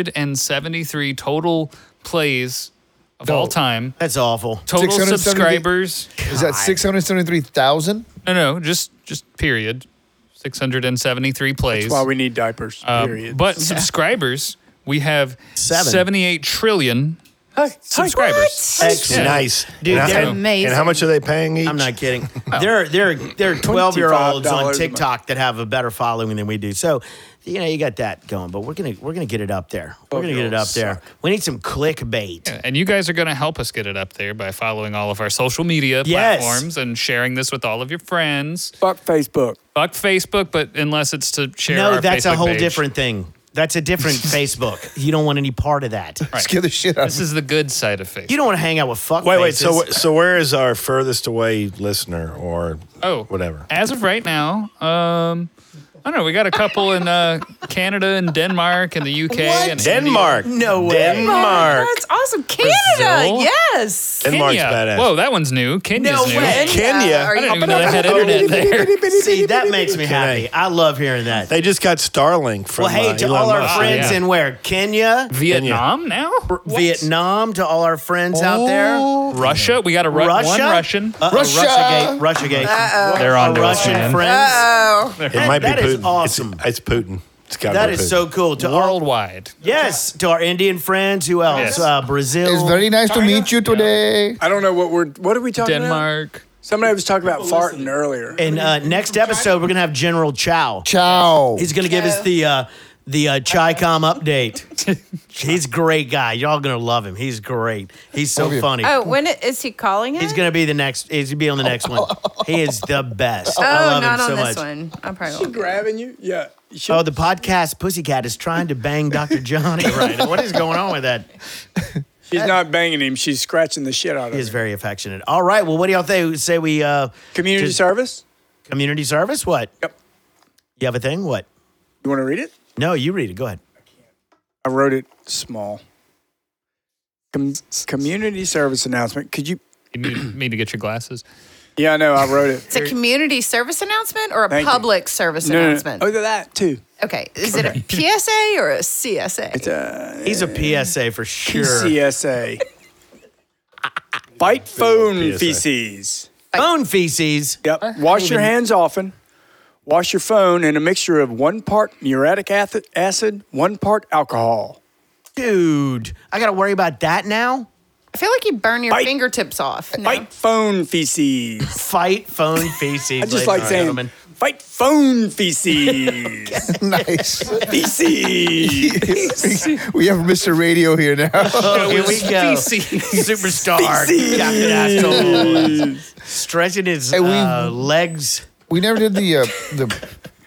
Speaker 9: 673 total plays of all time.
Speaker 1: That's awful.
Speaker 9: Total
Speaker 5: 673
Speaker 9: subscribers.
Speaker 5: Is that 673,000?
Speaker 9: No, no, just just period. 673 plays.
Speaker 2: That's why we need diapers.
Speaker 9: Uh,
Speaker 2: period.
Speaker 9: but subscribers, we have
Speaker 1: Seven.
Speaker 9: 78 trillion subscribers.
Speaker 1: Excellent.
Speaker 3: Nice,
Speaker 1: Dude,
Speaker 3: And,
Speaker 1: they're
Speaker 3: and-
Speaker 8: amazing.
Speaker 3: And how much are they paying each?
Speaker 1: I'm not kidding. There, are, there, are, there are 12 year olds
Speaker 2: $25 a
Speaker 1: on
Speaker 2: month.
Speaker 1: TikTok that have a better following than we do. So, you know, you got that going, but we're gonna we're gonna get it up there. We're gonna get it up there. We need some clickbait.
Speaker 9: And you guys are going to help us get it up there by following all of our social media
Speaker 1: Yes.
Speaker 9: platforms and sharing this with all of your friends.
Speaker 2: fuck Facebook.
Speaker 9: Fuck Facebook, but unless it's to share
Speaker 1: No,
Speaker 9: our
Speaker 1: that's a
Speaker 9: Facebook
Speaker 1: whole
Speaker 9: page.
Speaker 1: different thing. That's a different Facebook. You don't want any part of that.
Speaker 5: Scare the shit out of
Speaker 9: This is the good side of Facebook.
Speaker 1: You don't want to hang out with fuck.
Speaker 3: Wait, wait.
Speaker 1: faces.
Speaker 3: So, so where is our furthest away listener or
Speaker 9: Oh,
Speaker 3: whatever?
Speaker 9: As of right now, um, I don't know. We got a couple in uh, Canada and Denmark and the UK and India.
Speaker 3: Denmark.
Speaker 1: No way.
Speaker 3: Denmark.
Speaker 8: That's awesome. Canada.
Speaker 9: Brazil?
Speaker 8: Yes.
Speaker 3: Denmark's
Speaker 9: Kenya.
Speaker 3: badass.
Speaker 9: Whoa, that one's new. Kenya's
Speaker 1: No
Speaker 9: new.
Speaker 1: way.
Speaker 3: Kenya.
Speaker 4: Are
Speaker 9: I
Speaker 4: you-
Speaker 9: didn't even know they had internet there.
Speaker 1: see, that makes me happy. I love hearing that.
Speaker 3: They just got Starlink from
Speaker 1: Well, hey
Speaker 3: uh,
Speaker 1: to
Speaker 3: Elon
Speaker 1: all our
Speaker 3: Musk.
Speaker 1: friends
Speaker 9: yeah.
Speaker 1: in where Kenya,
Speaker 9: Vietnam now?
Speaker 1: Vietnam, to all our friends out there.
Speaker 9: Russia? We got a Ru-
Speaker 1: Russia,
Speaker 9: one Russian.
Speaker 1: Uh-oh, Russia, Russia gate, Russia
Speaker 9: They're on to us,
Speaker 1: Russian
Speaker 9: man.
Speaker 1: friends.
Speaker 4: Oh,
Speaker 3: It might be
Speaker 1: That
Speaker 3: Putin.
Speaker 1: is
Speaker 3: It's-
Speaker 1: awesome.
Speaker 3: It's, Putin. It's got
Speaker 1: That is so cool. To all,
Speaker 9: Worldwide.
Speaker 1: yes, to our Indian friends. Who else?
Speaker 9: Yes.
Speaker 1: Uh, Brazil.
Speaker 5: It's very nice to meet you today.
Speaker 2: I don't know what we're. What are we talking about?
Speaker 9: Denmark.
Speaker 2: Somebody was talking about farting earlier.
Speaker 1: and uh, next episode, we're gonna have General Chow.
Speaker 5: Ciao.
Speaker 1: He's gonna give us the uh, the uh, ChiCom update. He's a great guy. Y'all gonna love him. He's great. He's so
Speaker 5: Love you.
Speaker 1: funny.
Speaker 4: oh, when it- is he calling it?
Speaker 1: He's gonna be the next. He's gonna be on the next one. He is the best.
Speaker 4: Oh,
Speaker 1: I love
Speaker 4: not
Speaker 1: him so
Speaker 4: on
Speaker 1: much.
Speaker 4: this one. I probably
Speaker 2: She
Speaker 4: won't.
Speaker 2: grabbing you? Yeah. She,
Speaker 1: Oh, the podcast Pussycat is trying to bang Dr. Johnny right now. What is going on with that?
Speaker 2: she's not banging him. She's scratching the shit out of
Speaker 1: He is
Speaker 2: him.
Speaker 1: very affectionate. All right. Well, what do y'all think? Say we uh,
Speaker 2: Community
Speaker 1: just-
Speaker 2: service.
Speaker 1: community service. What?
Speaker 2: Yep.
Speaker 1: You have a thing? What?
Speaker 2: You want to read it?
Speaker 1: No, you read it. Go ahead.
Speaker 2: I wrote it small. Com- community service announcement. Could you?
Speaker 9: You need me to get your glasses.
Speaker 2: Yeah, I know. I wrote it.
Speaker 8: It's a community service announcement or a
Speaker 2: Thank you.
Speaker 8: public service
Speaker 2: No, no, no.
Speaker 8: announcement?
Speaker 2: Oh, that too.
Speaker 8: Okay. Is it a PSA or a CSA?
Speaker 2: It's a
Speaker 1: He's a PSA for sure.
Speaker 2: PCSA. Bite phone
Speaker 3: PSA.
Speaker 2: feces.
Speaker 1: Phone feces.
Speaker 2: Yep. Wash your hands often. Wash your phone in a mixture of one part muriatic ath- acid, one part alcohol.
Speaker 1: Dude, I got to worry about that now?
Speaker 8: I feel like you burn your
Speaker 2: Bite.
Speaker 8: fingertips off. No.
Speaker 2: Bite phone feces.
Speaker 1: Fight phone feces.
Speaker 2: I just
Speaker 1: ladies
Speaker 2: like
Speaker 1: and
Speaker 2: saying,
Speaker 1: gentlemen.
Speaker 2: fight phone feces.
Speaker 5: nice.
Speaker 2: feces.
Speaker 5: we have Mr. Radio here now.
Speaker 1: Oh, here we go. Superstar. Captain Asshole. Stretching his
Speaker 5: we-
Speaker 1: uh, legs.
Speaker 5: we never did the uh, the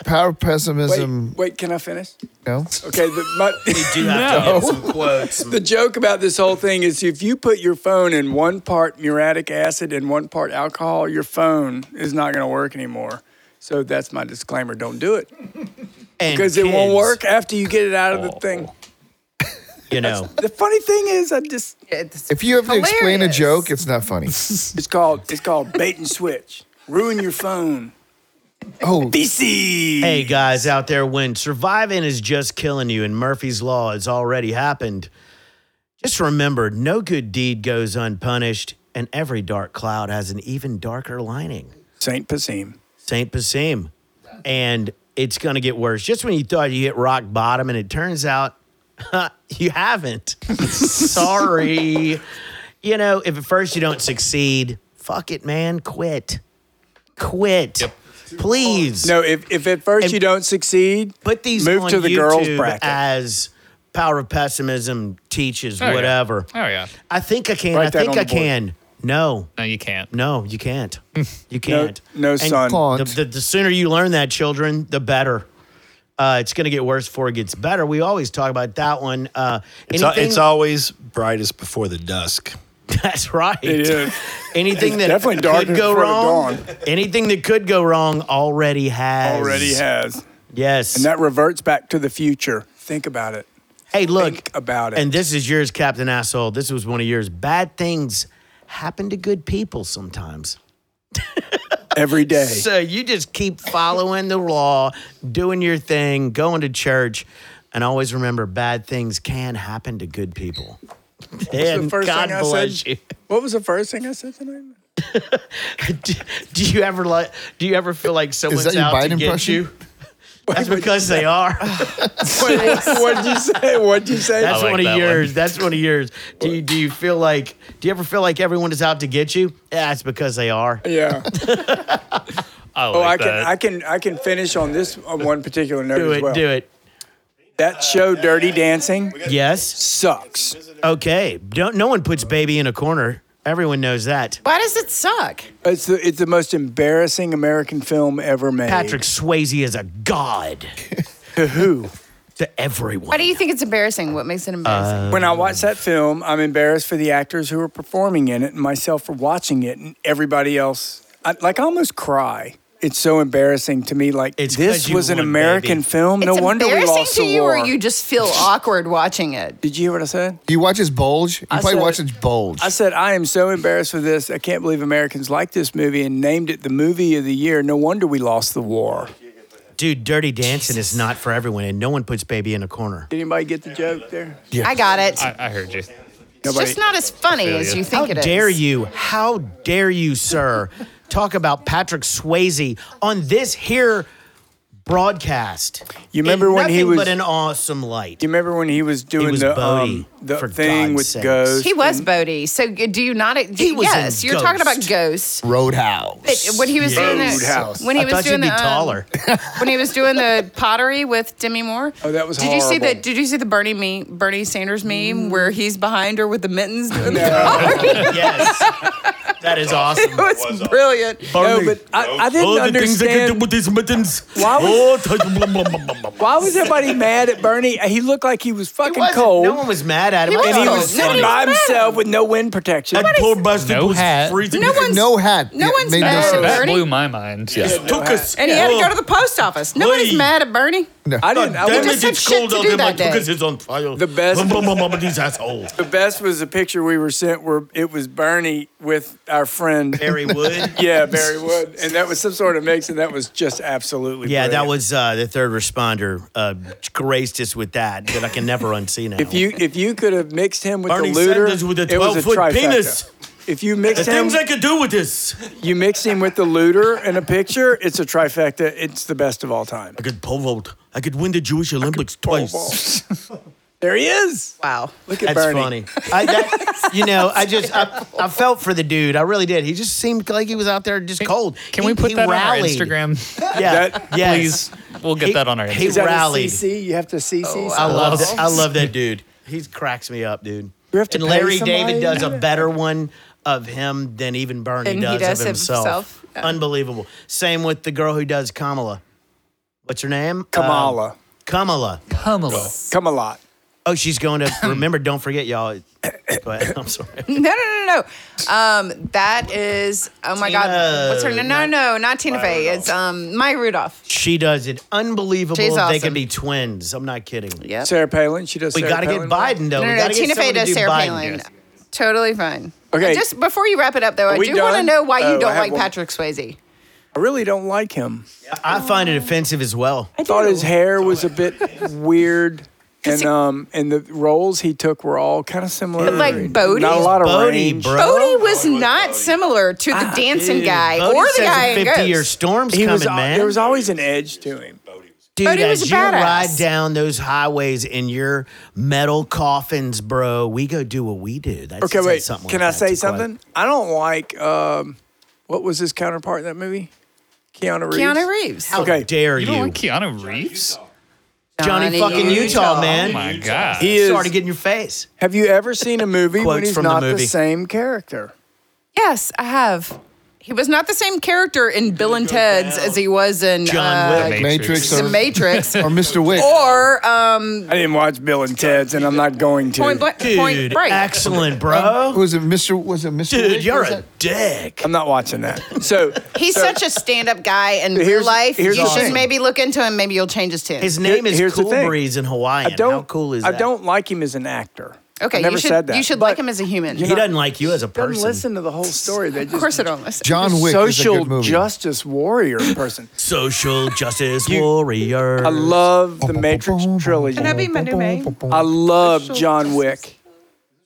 Speaker 5: power pessimism.
Speaker 2: Wait, can I finish?
Speaker 5: No.
Speaker 2: Okay, the, my, we
Speaker 5: do have to No. get some
Speaker 2: quotes. the joke about this whole thing is if you put your phone in one part muriatic acid and one part alcohol, your phone is not going to work anymore. So that's my disclaimer. Don't do it because it won't
Speaker 1: kids. Oh.
Speaker 2: work after you get it out of the thing.
Speaker 1: You know,
Speaker 2: The funny thing is, I just
Speaker 5: If you have to explain a joke, it's not funny.
Speaker 2: it's called it's called bait and switch. Ruin your phone.
Speaker 5: Oh,
Speaker 2: BC.
Speaker 1: Hey guys out there, when surviving is just killing you and Murphy's Law has already happened, just remember no good deed goes unpunished, and every dark cloud has an even darker lining.
Speaker 2: Saint Passim.
Speaker 1: Saint Passim. And it's going to get worse. Just when you thought you hit rock bottom, and it turns out you haven't. Sorry. You know, if at first you don't succeed, fuck it, man. Quit. Quit. Please.
Speaker 2: No, if, if at first you don't succeed,
Speaker 1: put these
Speaker 2: move
Speaker 1: on
Speaker 2: to the
Speaker 1: YouTube
Speaker 2: girls bracket.
Speaker 1: as Power of Pessimism teaches
Speaker 9: Oh, yeah.
Speaker 1: whatever.
Speaker 9: Oh yeah.
Speaker 1: I think I can.
Speaker 2: Write
Speaker 1: I
Speaker 2: that
Speaker 1: think
Speaker 2: on the
Speaker 1: I can. No,
Speaker 9: No, you can't.
Speaker 1: no, you can't. You can't.
Speaker 2: no, son.
Speaker 1: The, the, the sooner you learn that, children, the better. Uh, it's going to get worse before it gets better. We always talk about that one. Uh,
Speaker 3: It's,
Speaker 1: anything,
Speaker 3: it's always brightest before the dusk.
Speaker 1: that's right.
Speaker 2: It is.
Speaker 1: Anything that
Speaker 2: definitely
Speaker 1: could
Speaker 2: darkness
Speaker 1: go
Speaker 2: before the
Speaker 1: wrong,
Speaker 2: dawn.
Speaker 1: anything that could go wrong already has.
Speaker 2: Already has.
Speaker 1: Yes.
Speaker 2: And that reverts back to the future. Think about it.
Speaker 1: hey, look.
Speaker 2: Think about it.
Speaker 1: And this is yours, Captain Asshole. This was one of yours. Bad things happen to good people sometimes.
Speaker 2: every day.
Speaker 1: So you just keep following the law, doing your thing, going to church, and always remember bad things can happen to good people. And God bless
Speaker 2: I said? What was the first thing I said tonight?
Speaker 1: you. Do, do you ever like? Do you ever feel like someone's
Speaker 5: that your
Speaker 1: out to
Speaker 5: Biden
Speaker 1: get
Speaker 5: impression?
Speaker 1: you? That's because they are.
Speaker 2: Wait, what, what'd you say? What'd you say?
Speaker 1: That's
Speaker 9: like
Speaker 1: one of
Speaker 9: that one.
Speaker 1: yours. That's one of yours. Do you do you feel like? Do you ever feel like everyone is out to get you? Yeah, it's because they are.
Speaker 2: yeah.
Speaker 9: I
Speaker 2: Oh, I
Speaker 9: like
Speaker 2: can,
Speaker 9: that.
Speaker 2: I can, I can finish on this on one particular note
Speaker 1: Do
Speaker 2: as
Speaker 1: it.
Speaker 2: well.
Speaker 1: Do it.
Speaker 2: That show, Dirty Dancing,
Speaker 1: Yes.
Speaker 2: sucks.
Speaker 1: Okay. Don't. No one puts baby in a corner. Everyone knows that.
Speaker 8: Why does it suck?
Speaker 2: It's the, it's the most embarrassing American film ever made.
Speaker 1: Patrick Swayze is a god. to who? To everyone.
Speaker 4: Why do you think it's embarrassing? What makes it embarrassing?
Speaker 2: When I watch that film, I'm embarrassed for the actors who are performing in it and myself for watching it and everybody else. I, like, I almost cry. It's so embarrassing to me. Like,
Speaker 1: It's 'cause
Speaker 2: this
Speaker 1: you
Speaker 2: was an
Speaker 1: won,
Speaker 2: American
Speaker 1: baby.
Speaker 2: film. No
Speaker 4: it's
Speaker 2: wonder we
Speaker 4: embarrassing
Speaker 2: lost
Speaker 4: to
Speaker 2: the
Speaker 4: you,
Speaker 2: war.
Speaker 4: or you just feel awkward watching it.
Speaker 2: Did you hear what I said?
Speaker 5: He watches Bulge. He probably
Speaker 2: said-
Speaker 5: watches Bulge.
Speaker 2: I said, I am so embarrassed for this. I can't believe Americans like this movie and named it the movie of the year. No wonder we lost the war.
Speaker 1: Dude, Dirty Dancing is not for everyone, and no one puts baby in a corner.
Speaker 2: Did anybody get the joke there?
Speaker 8: I got it.
Speaker 9: I, I heard you.
Speaker 8: it's just not as funny
Speaker 9: feel
Speaker 8: as
Speaker 9: you.
Speaker 8: you think
Speaker 1: How
Speaker 8: it is.
Speaker 1: dare you? How dare you, sir? Talk about Patrick Swayze on this here broadcast.
Speaker 2: You remember
Speaker 1: In
Speaker 2: when he
Speaker 1: nothing
Speaker 2: was-
Speaker 1: but an awesome light?
Speaker 2: Do you remember when he was doing
Speaker 1: was
Speaker 2: the, um,
Speaker 1: Bodhi,
Speaker 2: the
Speaker 1: for
Speaker 2: thing
Speaker 1: God's
Speaker 2: with
Speaker 1: sakes.
Speaker 2: Ghost?
Speaker 4: He was Bodhi. So g- do you not?
Speaker 1: He was
Speaker 4: yes,
Speaker 1: in
Speaker 4: you're talking about
Speaker 1: Ghost.
Speaker 4: ghosts.
Speaker 5: Roadhouse.
Speaker 4: But when he was doing
Speaker 2: Yes.
Speaker 4: that,
Speaker 2: Roadhouse.
Speaker 4: when he
Speaker 1: I
Speaker 4: was
Speaker 1: thought
Speaker 4: doing
Speaker 1: you'd be
Speaker 4: the um,
Speaker 1: taller.
Speaker 4: when he was doing the pottery with Demi Moore.
Speaker 2: Oh, that was
Speaker 4: Did you see the
Speaker 2: horrible.
Speaker 4: Did you see the Bernie me Bernie Sanders meme
Speaker 1: Mm.
Speaker 4: where he's behind her with the mittens? Doing the
Speaker 1: yes. That is awesome.
Speaker 4: it was
Speaker 1: uh,
Speaker 4: brilliant.
Speaker 2: no, but I, I didn't understand.
Speaker 1: with these mittens. Oh,
Speaker 2: Why was-
Speaker 1: was,
Speaker 2: Why was everybody mad at Bernie? He looked like he was fucking cold.
Speaker 1: No one was mad at him. I
Speaker 2: and
Speaker 1: thought
Speaker 2: he
Speaker 1: it
Speaker 2: was
Speaker 4: Nobody
Speaker 2: sitting
Speaker 4: was
Speaker 2: by
Speaker 4: mad at
Speaker 2: himself
Speaker 4: him.
Speaker 2: with no wind protection.
Speaker 1: poor bastard
Speaker 9: No was hat. freezing.
Speaker 4: No one's
Speaker 5: no hat.
Speaker 4: no
Speaker 5: It
Speaker 4: one's
Speaker 5: made
Speaker 4: mad.
Speaker 5: No sense.
Speaker 9: That
Speaker 4: Bernie?
Speaker 9: blew my mind. Yeah.
Speaker 1: took us.
Speaker 4: and he had to go to the post office. Nobody's
Speaker 1: Wait.
Speaker 4: mad at Bernie.
Speaker 2: I didn't. I
Speaker 4: it,
Speaker 2: wasn't-
Speaker 4: just it's had shit cold to out do there. My that day. cookies
Speaker 1: is on fire.
Speaker 2: The best- Bum, bum,
Speaker 1: these assholes.
Speaker 2: the best was the picture we were sent where it was Bernie with our friend
Speaker 1: Barry Wood.
Speaker 2: Yeah, Barry Wood, and that was some sort of mix, and that was just absolutely.
Speaker 1: Yeah, that
Speaker 2: brilliant.
Speaker 1: was uh, the third responder uh, graced us with that that I can never unsee now.
Speaker 2: If you if you could have mixed him with
Speaker 1: Bernie
Speaker 2: the looter,
Speaker 1: Sanders with a
Speaker 2: it was
Speaker 1: 12-foot
Speaker 2: trifecta.
Speaker 1: penis.
Speaker 2: If you mixed him,
Speaker 1: could do with this,
Speaker 2: you mixed him with the looter and a picture, it's a trifecta. It's the best of all time.
Speaker 1: I could pole vault. I could win the Jewish Olympics twice.
Speaker 2: There he is.
Speaker 8: Wow.
Speaker 2: Look at
Speaker 1: That's
Speaker 2: Bernie.
Speaker 1: funny. I, that, you know, I just I, I felt for the dude. I really did. He just seemed like he was out there just cold.
Speaker 9: Can
Speaker 1: He-
Speaker 9: we put
Speaker 1: he
Speaker 9: that
Speaker 1: rallied.
Speaker 9: on our Instagram?
Speaker 1: Yeah.
Speaker 2: That-
Speaker 1: yes.
Speaker 9: Please. We'll get
Speaker 1: He-
Speaker 9: that on our
Speaker 1: he
Speaker 9: Instagram.
Speaker 2: Is that
Speaker 1: rallied.
Speaker 2: a CC? You have to CC.
Speaker 1: Oh, I
Speaker 2: something?
Speaker 1: love that. I love that dude. He cracks me up, dude.
Speaker 2: You have to
Speaker 1: and
Speaker 2: pay
Speaker 1: Larry
Speaker 2: somebody?
Speaker 1: David does a better one of him than even Bernie
Speaker 4: Than he
Speaker 1: does,
Speaker 4: does
Speaker 1: of himself.
Speaker 4: himself.
Speaker 1: Unbelievable. Same with the girl who does Kamala. What's her name?
Speaker 2: Kamala.
Speaker 1: Um, Kamala.
Speaker 9: Kamala.
Speaker 2: Kamala.
Speaker 1: Oh, she's going to remember. Don't forget, y'all. Go ahead. I'm sorry.
Speaker 4: No, no, no, no. Um, that is. Oh my
Speaker 1: Tina-
Speaker 4: God. What's her name? No, no, not Tina Fey. It's um Maya Rudolph.
Speaker 1: She does it unbelievable.
Speaker 4: She's
Speaker 1: They
Speaker 4: awesome.
Speaker 1: can be twins. I'm not kidding.
Speaker 4: Yep.
Speaker 2: Sarah Palin. She does.
Speaker 1: We
Speaker 2: Sarah
Speaker 1: got to get
Speaker 2: Palin.
Speaker 1: Biden though.
Speaker 4: no,
Speaker 1: we
Speaker 4: no,
Speaker 1: got to
Speaker 4: no. Tina
Speaker 1: get
Speaker 4: Fey
Speaker 1: someone to
Speaker 4: does
Speaker 1: do
Speaker 4: Sarah
Speaker 1: Biden.
Speaker 4: Palin. Totally fine.
Speaker 2: Okay.
Speaker 4: And just before you wrap it up, though, I
Speaker 2: we
Speaker 4: do want to
Speaker 2: done?
Speaker 4: know why you
Speaker 2: Oh, I
Speaker 4: don't
Speaker 2: have
Speaker 4: like
Speaker 2: one.
Speaker 4: Patrick Swayze.
Speaker 2: I really don't like him.
Speaker 1: I find it offensive as well.
Speaker 2: I thought his hair was a bit weird. And um and the roles he took were all kind of similar.
Speaker 4: Like Bodhi?
Speaker 2: Not a lot of
Speaker 1: Bodhi,
Speaker 2: range.
Speaker 1: bro.
Speaker 4: Bodie was not similar to
Speaker 2: Ah,
Speaker 4: the dancing
Speaker 1: Dude,
Speaker 4: guy
Speaker 1: Bodie
Speaker 4: or the
Speaker 1: says
Speaker 4: guy
Speaker 1: 50
Speaker 4: in Ghost.
Speaker 1: year storm's
Speaker 2: He
Speaker 1: coming,
Speaker 2: was, al-
Speaker 1: man.
Speaker 2: There was always an edge to him.
Speaker 1: Dude,
Speaker 4: Bodie was
Speaker 1: as
Speaker 4: a
Speaker 1: you
Speaker 4: badass.
Speaker 1: ride down those highways in your metal coffins, bro, we go do what we do. That's
Speaker 2: Okay,
Speaker 1: says
Speaker 2: wait.
Speaker 1: something like
Speaker 2: Can I
Speaker 1: that
Speaker 2: say
Speaker 1: to quite-
Speaker 2: something? I don't like. Um, what was his counterpart in that movie? Keanu Reeves.
Speaker 4: Keanu Reeves.
Speaker 1: How
Speaker 2: Okay.
Speaker 1: dare
Speaker 9: You
Speaker 1: you,
Speaker 9: don't like Keanu Reeves?
Speaker 1: Johnny,
Speaker 4: Johnny
Speaker 1: fucking Utah,
Speaker 4: Utah.
Speaker 1: man?
Speaker 9: Oh my God.
Speaker 2: He
Speaker 1: It's
Speaker 2: is.
Speaker 1: already getting your face.
Speaker 2: Have you ever seen a movie when
Speaker 1: Quotes
Speaker 2: he's
Speaker 1: from the
Speaker 2: not the,
Speaker 1: movie.
Speaker 2: same character?
Speaker 4: Yes, I have. He was not the same character in Bill and Ted's as he was in
Speaker 1: John
Speaker 4: uh,
Speaker 1: Wick.
Speaker 5: Matrix
Speaker 4: The
Speaker 5: or,
Speaker 4: Matrix Oh.
Speaker 5: or Mr. Wick.
Speaker 4: or um,
Speaker 2: I didn't watch Bill and Ted's, and I'm not going to.
Speaker 4: Point, Blank- Point
Speaker 1: Dude,
Speaker 4: Break.
Speaker 1: excellent,
Speaker 2: Uh,
Speaker 1: bro.
Speaker 5: was it Mr. Was it Mr. Wick?
Speaker 1: Dude, you're
Speaker 5: Was
Speaker 1: a
Speaker 5: that-
Speaker 1: dick.
Speaker 2: I'm not watching that. So
Speaker 8: He's such a stand-up guy in real
Speaker 2: here's-
Speaker 8: life.
Speaker 2: here's
Speaker 8: you
Speaker 2: the
Speaker 8: should
Speaker 2: thing.
Speaker 8: maybe look into him. Maybe you'll change his tune.
Speaker 1: His name is
Speaker 2: here's the
Speaker 1: Cool
Speaker 2: thing.
Speaker 1: Breeze in
Speaker 2: I
Speaker 1: Hawaiian.
Speaker 2: don't.
Speaker 1: How cool is
Speaker 2: I
Speaker 1: that?
Speaker 2: don't like him as an actor.
Speaker 8: okay,
Speaker 2: I never
Speaker 8: you should
Speaker 2: said that.
Speaker 8: you should
Speaker 2: But
Speaker 8: like him as a human.
Speaker 1: He doesn't like you as a
Speaker 2: they don't
Speaker 1: person.
Speaker 2: listen to the whole story. They just
Speaker 4: Of course, I don't listen.
Speaker 5: John Wick is a good
Speaker 2: social
Speaker 5: movie.
Speaker 2: justice warrior person.
Speaker 1: Social justice warrior.
Speaker 2: I love the Matrix trilogy.
Speaker 4: Can I be my new maid?
Speaker 2: I love
Speaker 4: Social
Speaker 2: John
Speaker 4: justice.
Speaker 2: Wick.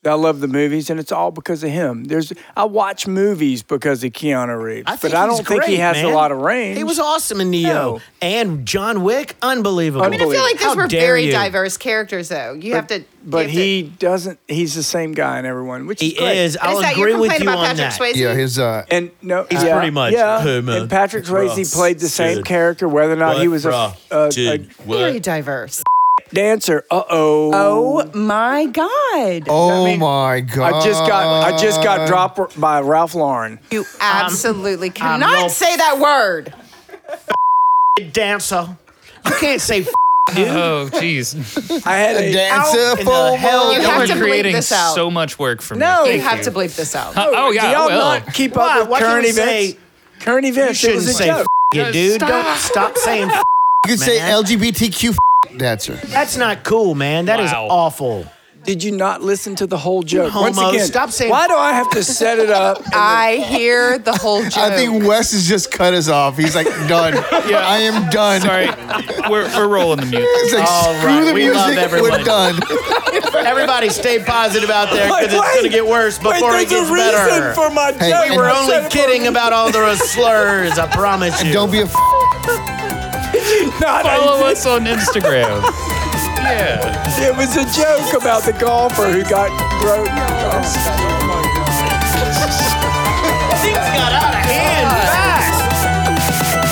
Speaker 2: I love the movies, and it's all because of him. There's I watch movies because of Keanu Reeves, but I
Speaker 1: he's
Speaker 2: don't think he
Speaker 1: great,
Speaker 2: has a
Speaker 1: man.
Speaker 2: lot of range.
Speaker 1: He was awesome in Neo
Speaker 2: No.
Speaker 1: and John Wick. Unbelievable.
Speaker 2: I mean, I
Speaker 8: I feel like
Speaker 1: How
Speaker 8: those were
Speaker 1: dare
Speaker 8: very
Speaker 1: you.
Speaker 8: diverse characters, though. You have to. you
Speaker 2: but
Speaker 8: have to-
Speaker 2: he doesn't. He's the same guy in everyone, which
Speaker 1: He
Speaker 2: is great.
Speaker 1: is. I'll
Speaker 8: is that
Speaker 1: agree
Speaker 8: your
Speaker 1: with
Speaker 8: complaint
Speaker 1: you
Speaker 8: about
Speaker 1: on
Speaker 8: Patrick
Speaker 1: that.
Speaker 8: Swayze?
Speaker 5: Yeah, his uh,
Speaker 2: And no,
Speaker 1: He's
Speaker 2: yeah,
Speaker 1: pretty much
Speaker 2: yeah.
Speaker 1: Homer.
Speaker 2: And Patrick
Speaker 3: Bruh.
Speaker 2: Swayze played the same
Speaker 3: Dude.
Speaker 2: character, whether or not
Speaker 1: Uh,
Speaker 2: he was a,
Speaker 3: Bruh.
Speaker 2: a, a
Speaker 3: Dude,
Speaker 8: very
Speaker 3: what?
Speaker 8: diverse.
Speaker 2: dancer. Uh oh.
Speaker 4: Oh my God.
Speaker 5: Oh
Speaker 2: mean,
Speaker 5: my god!
Speaker 2: I just got I just
Speaker 5: Uh.
Speaker 2: got dropped by Ralph Lauren.
Speaker 8: You absolutely cannot
Speaker 1: real-
Speaker 8: say that word.
Speaker 1: dancer. You can't say f-
Speaker 9: Oh, jeez.
Speaker 2: I had a,
Speaker 5: dancer
Speaker 1: in the
Speaker 5: for
Speaker 1: hell
Speaker 8: You
Speaker 9: You
Speaker 8: have
Speaker 9: are
Speaker 8: to bleep
Speaker 9: creating
Speaker 8: this out.
Speaker 9: so much work for me.
Speaker 2: No.
Speaker 8: you
Speaker 9: Thank
Speaker 8: have
Speaker 9: you.
Speaker 8: to bleep this out.
Speaker 9: Uh, oh,
Speaker 2: Do
Speaker 9: yeah, I
Speaker 2: y'all
Speaker 9: will.
Speaker 2: not keep
Speaker 1: Why?
Speaker 2: up
Speaker 1: Why
Speaker 2: with current
Speaker 1: can't we
Speaker 2: events?
Speaker 1: say-
Speaker 2: current
Speaker 1: You
Speaker 2: events. it
Speaker 1: shouldn't
Speaker 2: was a
Speaker 1: say
Speaker 2: joke.
Speaker 1: f- you, dude. Don't stop saying f-
Speaker 5: You could say
Speaker 1: Man.
Speaker 5: LGBTQ dancer.
Speaker 1: That's not cool, man. That is
Speaker 9: Wow.
Speaker 1: awful.
Speaker 2: Did you not listen to the whole joke?
Speaker 1: homo.
Speaker 2: Once again,
Speaker 1: Stop saying-
Speaker 2: Why do I have to set it up?
Speaker 4: I hear the whole joke.
Speaker 5: I think Wes has just cut us off. He's like done. I am done.
Speaker 9: Sorry. We're, we're rolling the mute.
Speaker 5: He's like,
Speaker 1: All
Speaker 5: screw
Speaker 1: right,
Speaker 5: the
Speaker 1: we love
Speaker 5: music.
Speaker 1: everyone."
Speaker 5: We're done.
Speaker 1: Everybody stay positive out there because it's
Speaker 2: Wait,
Speaker 1: going to get worse
Speaker 2: Wait,
Speaker 1: before it
Speaker 2: there's
Speaker 1: gets
Speaker 2: a reason
Speaker 1: better.
Speaker 2: for my
Speaker 5: Hey,
Speaker 2: joke.
Speaker 5: and-
Speaker 1: We're
Speaker 5: I
Speaker 1: only kidding about all the slurs. I promise you.
Speaker 5: Don't be a. F-
Speaker 2: Not
Speaker 9: Follow us on Instagram. Yeah.
Speaker 2: It was a joke about the golfer who got broke.
Speaker 1: Things got out of hand. fast.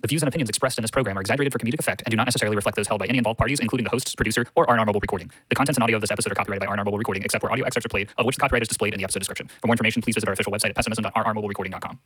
Speaker 11: The views and opinions expressed in this program are exaggerated for comedic effect and do not necessarily reflect those held by any involved parties, including the hosts, producer, or R&R Mobile Recording. The contents and audio of this episode are copyrighted by R&R Mobile Recording, except where audio excerpts are played, of which the copyright is displayed in the episode description. For more information, please visit our official website at pessimism.rrmobilerecording.com.